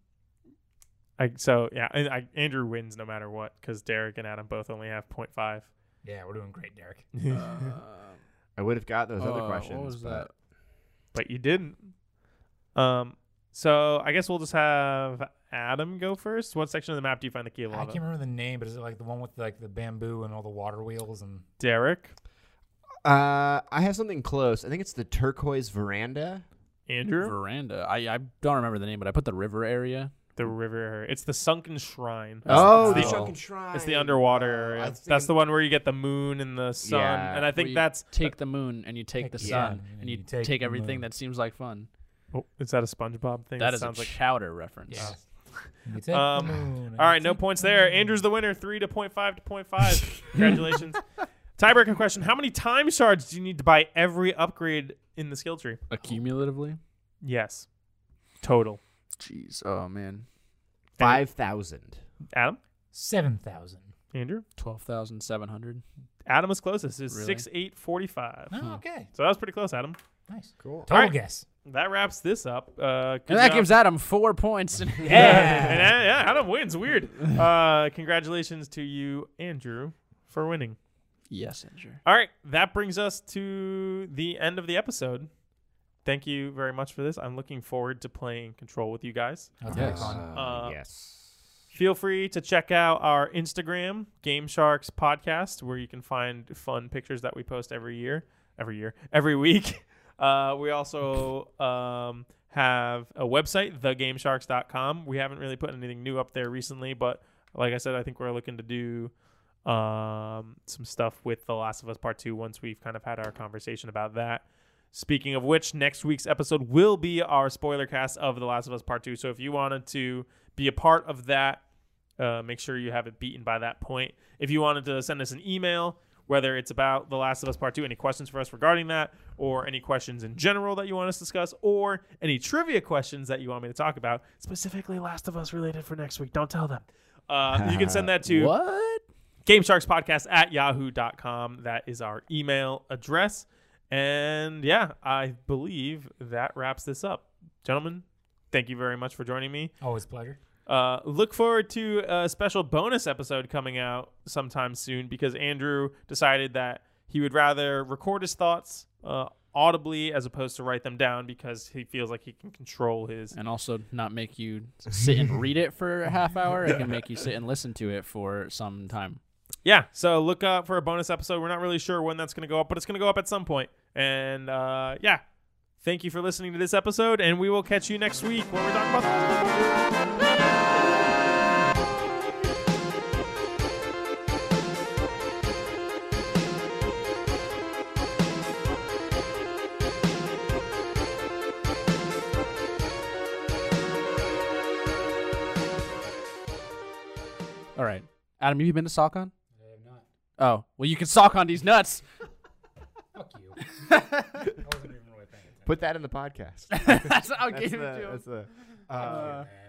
[SPEAKER 1] I, so yeah, and I, Andrew wins no matter what because Derek and Adam both only have 0.5.
[SPEAKER 4] Yeah, we're doing great, Derek.
[SPEAKER 2] Uh. I would have got those
[SPEAKER 1] Oh,
[SPEAKER 3] Uh,
[SPEAKER 2] other
[SPEAKER 3] What
[SPEAKER 2] questions.
[SPEAKER 3] was
[SPEAKER 2] but-
[SPEAKER 3] that?
[SPEAKER 1] but you didn't. Um, so I guess we'll just have Adam go first. What section of the map do you find the key of
[SPEAKER 4] I
[SPEAKER 1] lava?
[SPEAKER 4] can't remember the name, but is it like the one with like the bamboo and all the water wheels and
[SPEAKER 1] Derek,
[SPEAKER 2] Uh, I have something close. I think it's the turquoise veranda.
[SPEAKER 1] Andrew,
[SPEAKER 3] Veranda. I, I don't remember the name, but I put the river area.
[SPEAKER 1] the river. area. It's the sunken shrine.
[SPEAKER 2] Oh,
[SPEAKER 1] the
[SPEAKER 2] the
[SPEAKER 1] oh.
[SPEAKER 2] sunken shrine.
[SPEAKER 1] It's the underwater
[SPEAKER 4] Uh,
[SPEAKER 2] Oh, I
[SPEAKER 1] area.
[SPEAKER 2] was
[SPEAKER 1] That's the
[SPEAKER 2] thinking-
[SPEAKER 1] one where you get the moon and the sun,
[SPEAKER 2] Yeah,
[SPEAKER 1] and I think
[SPEAKER 3] Where you
[SPEAKER 1] that's.
[SPEAKER 3] take the moon and you take
[SPEAKER 4] Take
[SPEAKER 3] the
[SPEAKER 4] the
[SPEAKER 3] sun
[SPEAKER 4] sun
[SPEAKER 3] and you take,
[SPEAKER 4] the
[SPEAKER 3] everything
[SPEAKER 4] moon.
[SPEAKER 3] that seems like fun.
[SPEAKER 1] Oh, is that a SpongeBob thing?
[SPEAKER 3] That
[SPEAKER 1] It
[SPEAKER 3] is
[SPEAKER 1] sounds
[SPEAKER 3] a
[SPEAKER 1] like.
[SPEAKER 3] chowder reference.
[SPEAKER 4] yeah. You take the
[SPEAKER 1] Um,
[SPEAKER 4] moon and
[SPEAKER 1] All
[SPEAKER 4] you
[SPEAKER 1] right, no
[SPEAKER 4] take
[SPEAKER 1] points
[SPEAKER 4] the
[SPEAKER 1] there.
[SPEAKER 4] moon.
[SPEAKER 1] Andrew's the winner, three to point five to point five. Congratulations. Tiebreaker question: How many time shards do you need to buy every upgrade in the skill tree?
[SPEAKER 3] Accumulatively.
[SPEAKER 1] Yes, total.
[SPEAKER 3] Jeez. Oh man.
[SPEAKER 2] five thousand.
[SPEAKER 1] Adam,
[SPEAKER 4] Seven thousand.
[SPEAKER 1] Andrew.
[SPEAKER 3] Twelve thousand seven hundred.
[SPEAKER 1] Adam was closest. Is
[SPEAKER 3] Really?
[SPEAKER 1] six eight forty five.
[SPEAKER 2] Hmm.
[SPEAKER 4] Oh, okay.
[SPEAKER 1] So that was pretty close, Adam.
[SPEAKER 4] Nice.
[SPEAKER 2] Cool.
[SPEAKER 4] Total
[SPEAKER 1] right.
[SPEAKER 4] guess.
[SPEAKER 1] That wraps this up. Uh, good
[SPEAKER 3] And that
[SPEAKER 1] job.
[SPEAKER 3] gives Adam four points.
[SPEAKER 1] yeah.
[SPEAKER 4] Yeah.
[SPEAKER 1] And, uh, yeah, Adam wins. Weird. Uh, congratulations to you, Andrew, for winning.
[SPEAKER 3] yes, Andrew.
[SPEAKER 1] All right, that brings us to the end of the episode. Thank you very much for this. I'm looking forward to playing Control with you guys.
[SPEAKER 4] That's
[SPEAKER 3] Yes.
[SPEAKER 4] very fun.
[SPEAKER 1] Uh,
[SPEAKER 2] yes.
[SPEAKER 1] Feel free to check out our Instagram, Game Sharks Podcast, where you can find fun pictures that we post every year, every year, every week. Uh, we also um, have a website, thegamesharks.com. We haven't really put anything new up there recently, but like I said, I think we're looking to do um, some stuff with The Last of Us Part 2 once we've kind of had our conversation about that. Speaking of which, next week's episode will be our spoiler cast of The Last of Us Part 2. So if you wanted to be a part of that, uh, make sure you have it beaten by that point. If you wanted to send us an email, whether it's about The Last of Us Part 2, any questions for us regarding that, or any questions in general that you want us to discuss, or any trivia questions that you want me to talk about, specifically Last of Us related for next week, don't tell them. Uh, you can send that to
[SPEAKER 3] What?
[SPEAKER 1] gamesharkspodcast at yahoo.com. That is our email address. And yeah, I believe that wraps this up. Gentlemen, thank you very much for joining me.
[SPEAKER 4] Always a pleasure.
[SPEAKER 1] Uh, look forward to a special bonus episode coming out sometime soon because Andrew decided that he would rather record his thoughts uh, audibly as opposed to write them down because he feels like he can control his.
[SPEAKER 3] And also not make you sit and read it for a half hour. It can make you sit and listen to it for some time.
[SPEAKER 1] Yeah, so look out for a bonus episode. We're not really sure when that's going to go up, but it's going to go up at some point. And uh, yeah, thank you for listening to this episode, and we will catch you next week when we talk about.
[SPEAKER 3] All right. Adam, have you been to SockCon? I have not. Oh, well, you can sock on these nuts.
[SPEAKER 4] Fuck you. I wasn't even really paying attention.
[SPEAKER 2] Put that in the podcast.
[SPEAKER 3] That's how I
[SPEAKER 2] that's
[SPEAKER 3] gave it
[SPEAKER 2] the,
[SPEAKER 3] to him.
[SPEAKER 2] that's the, uh,
[SPEAKER 4] Man.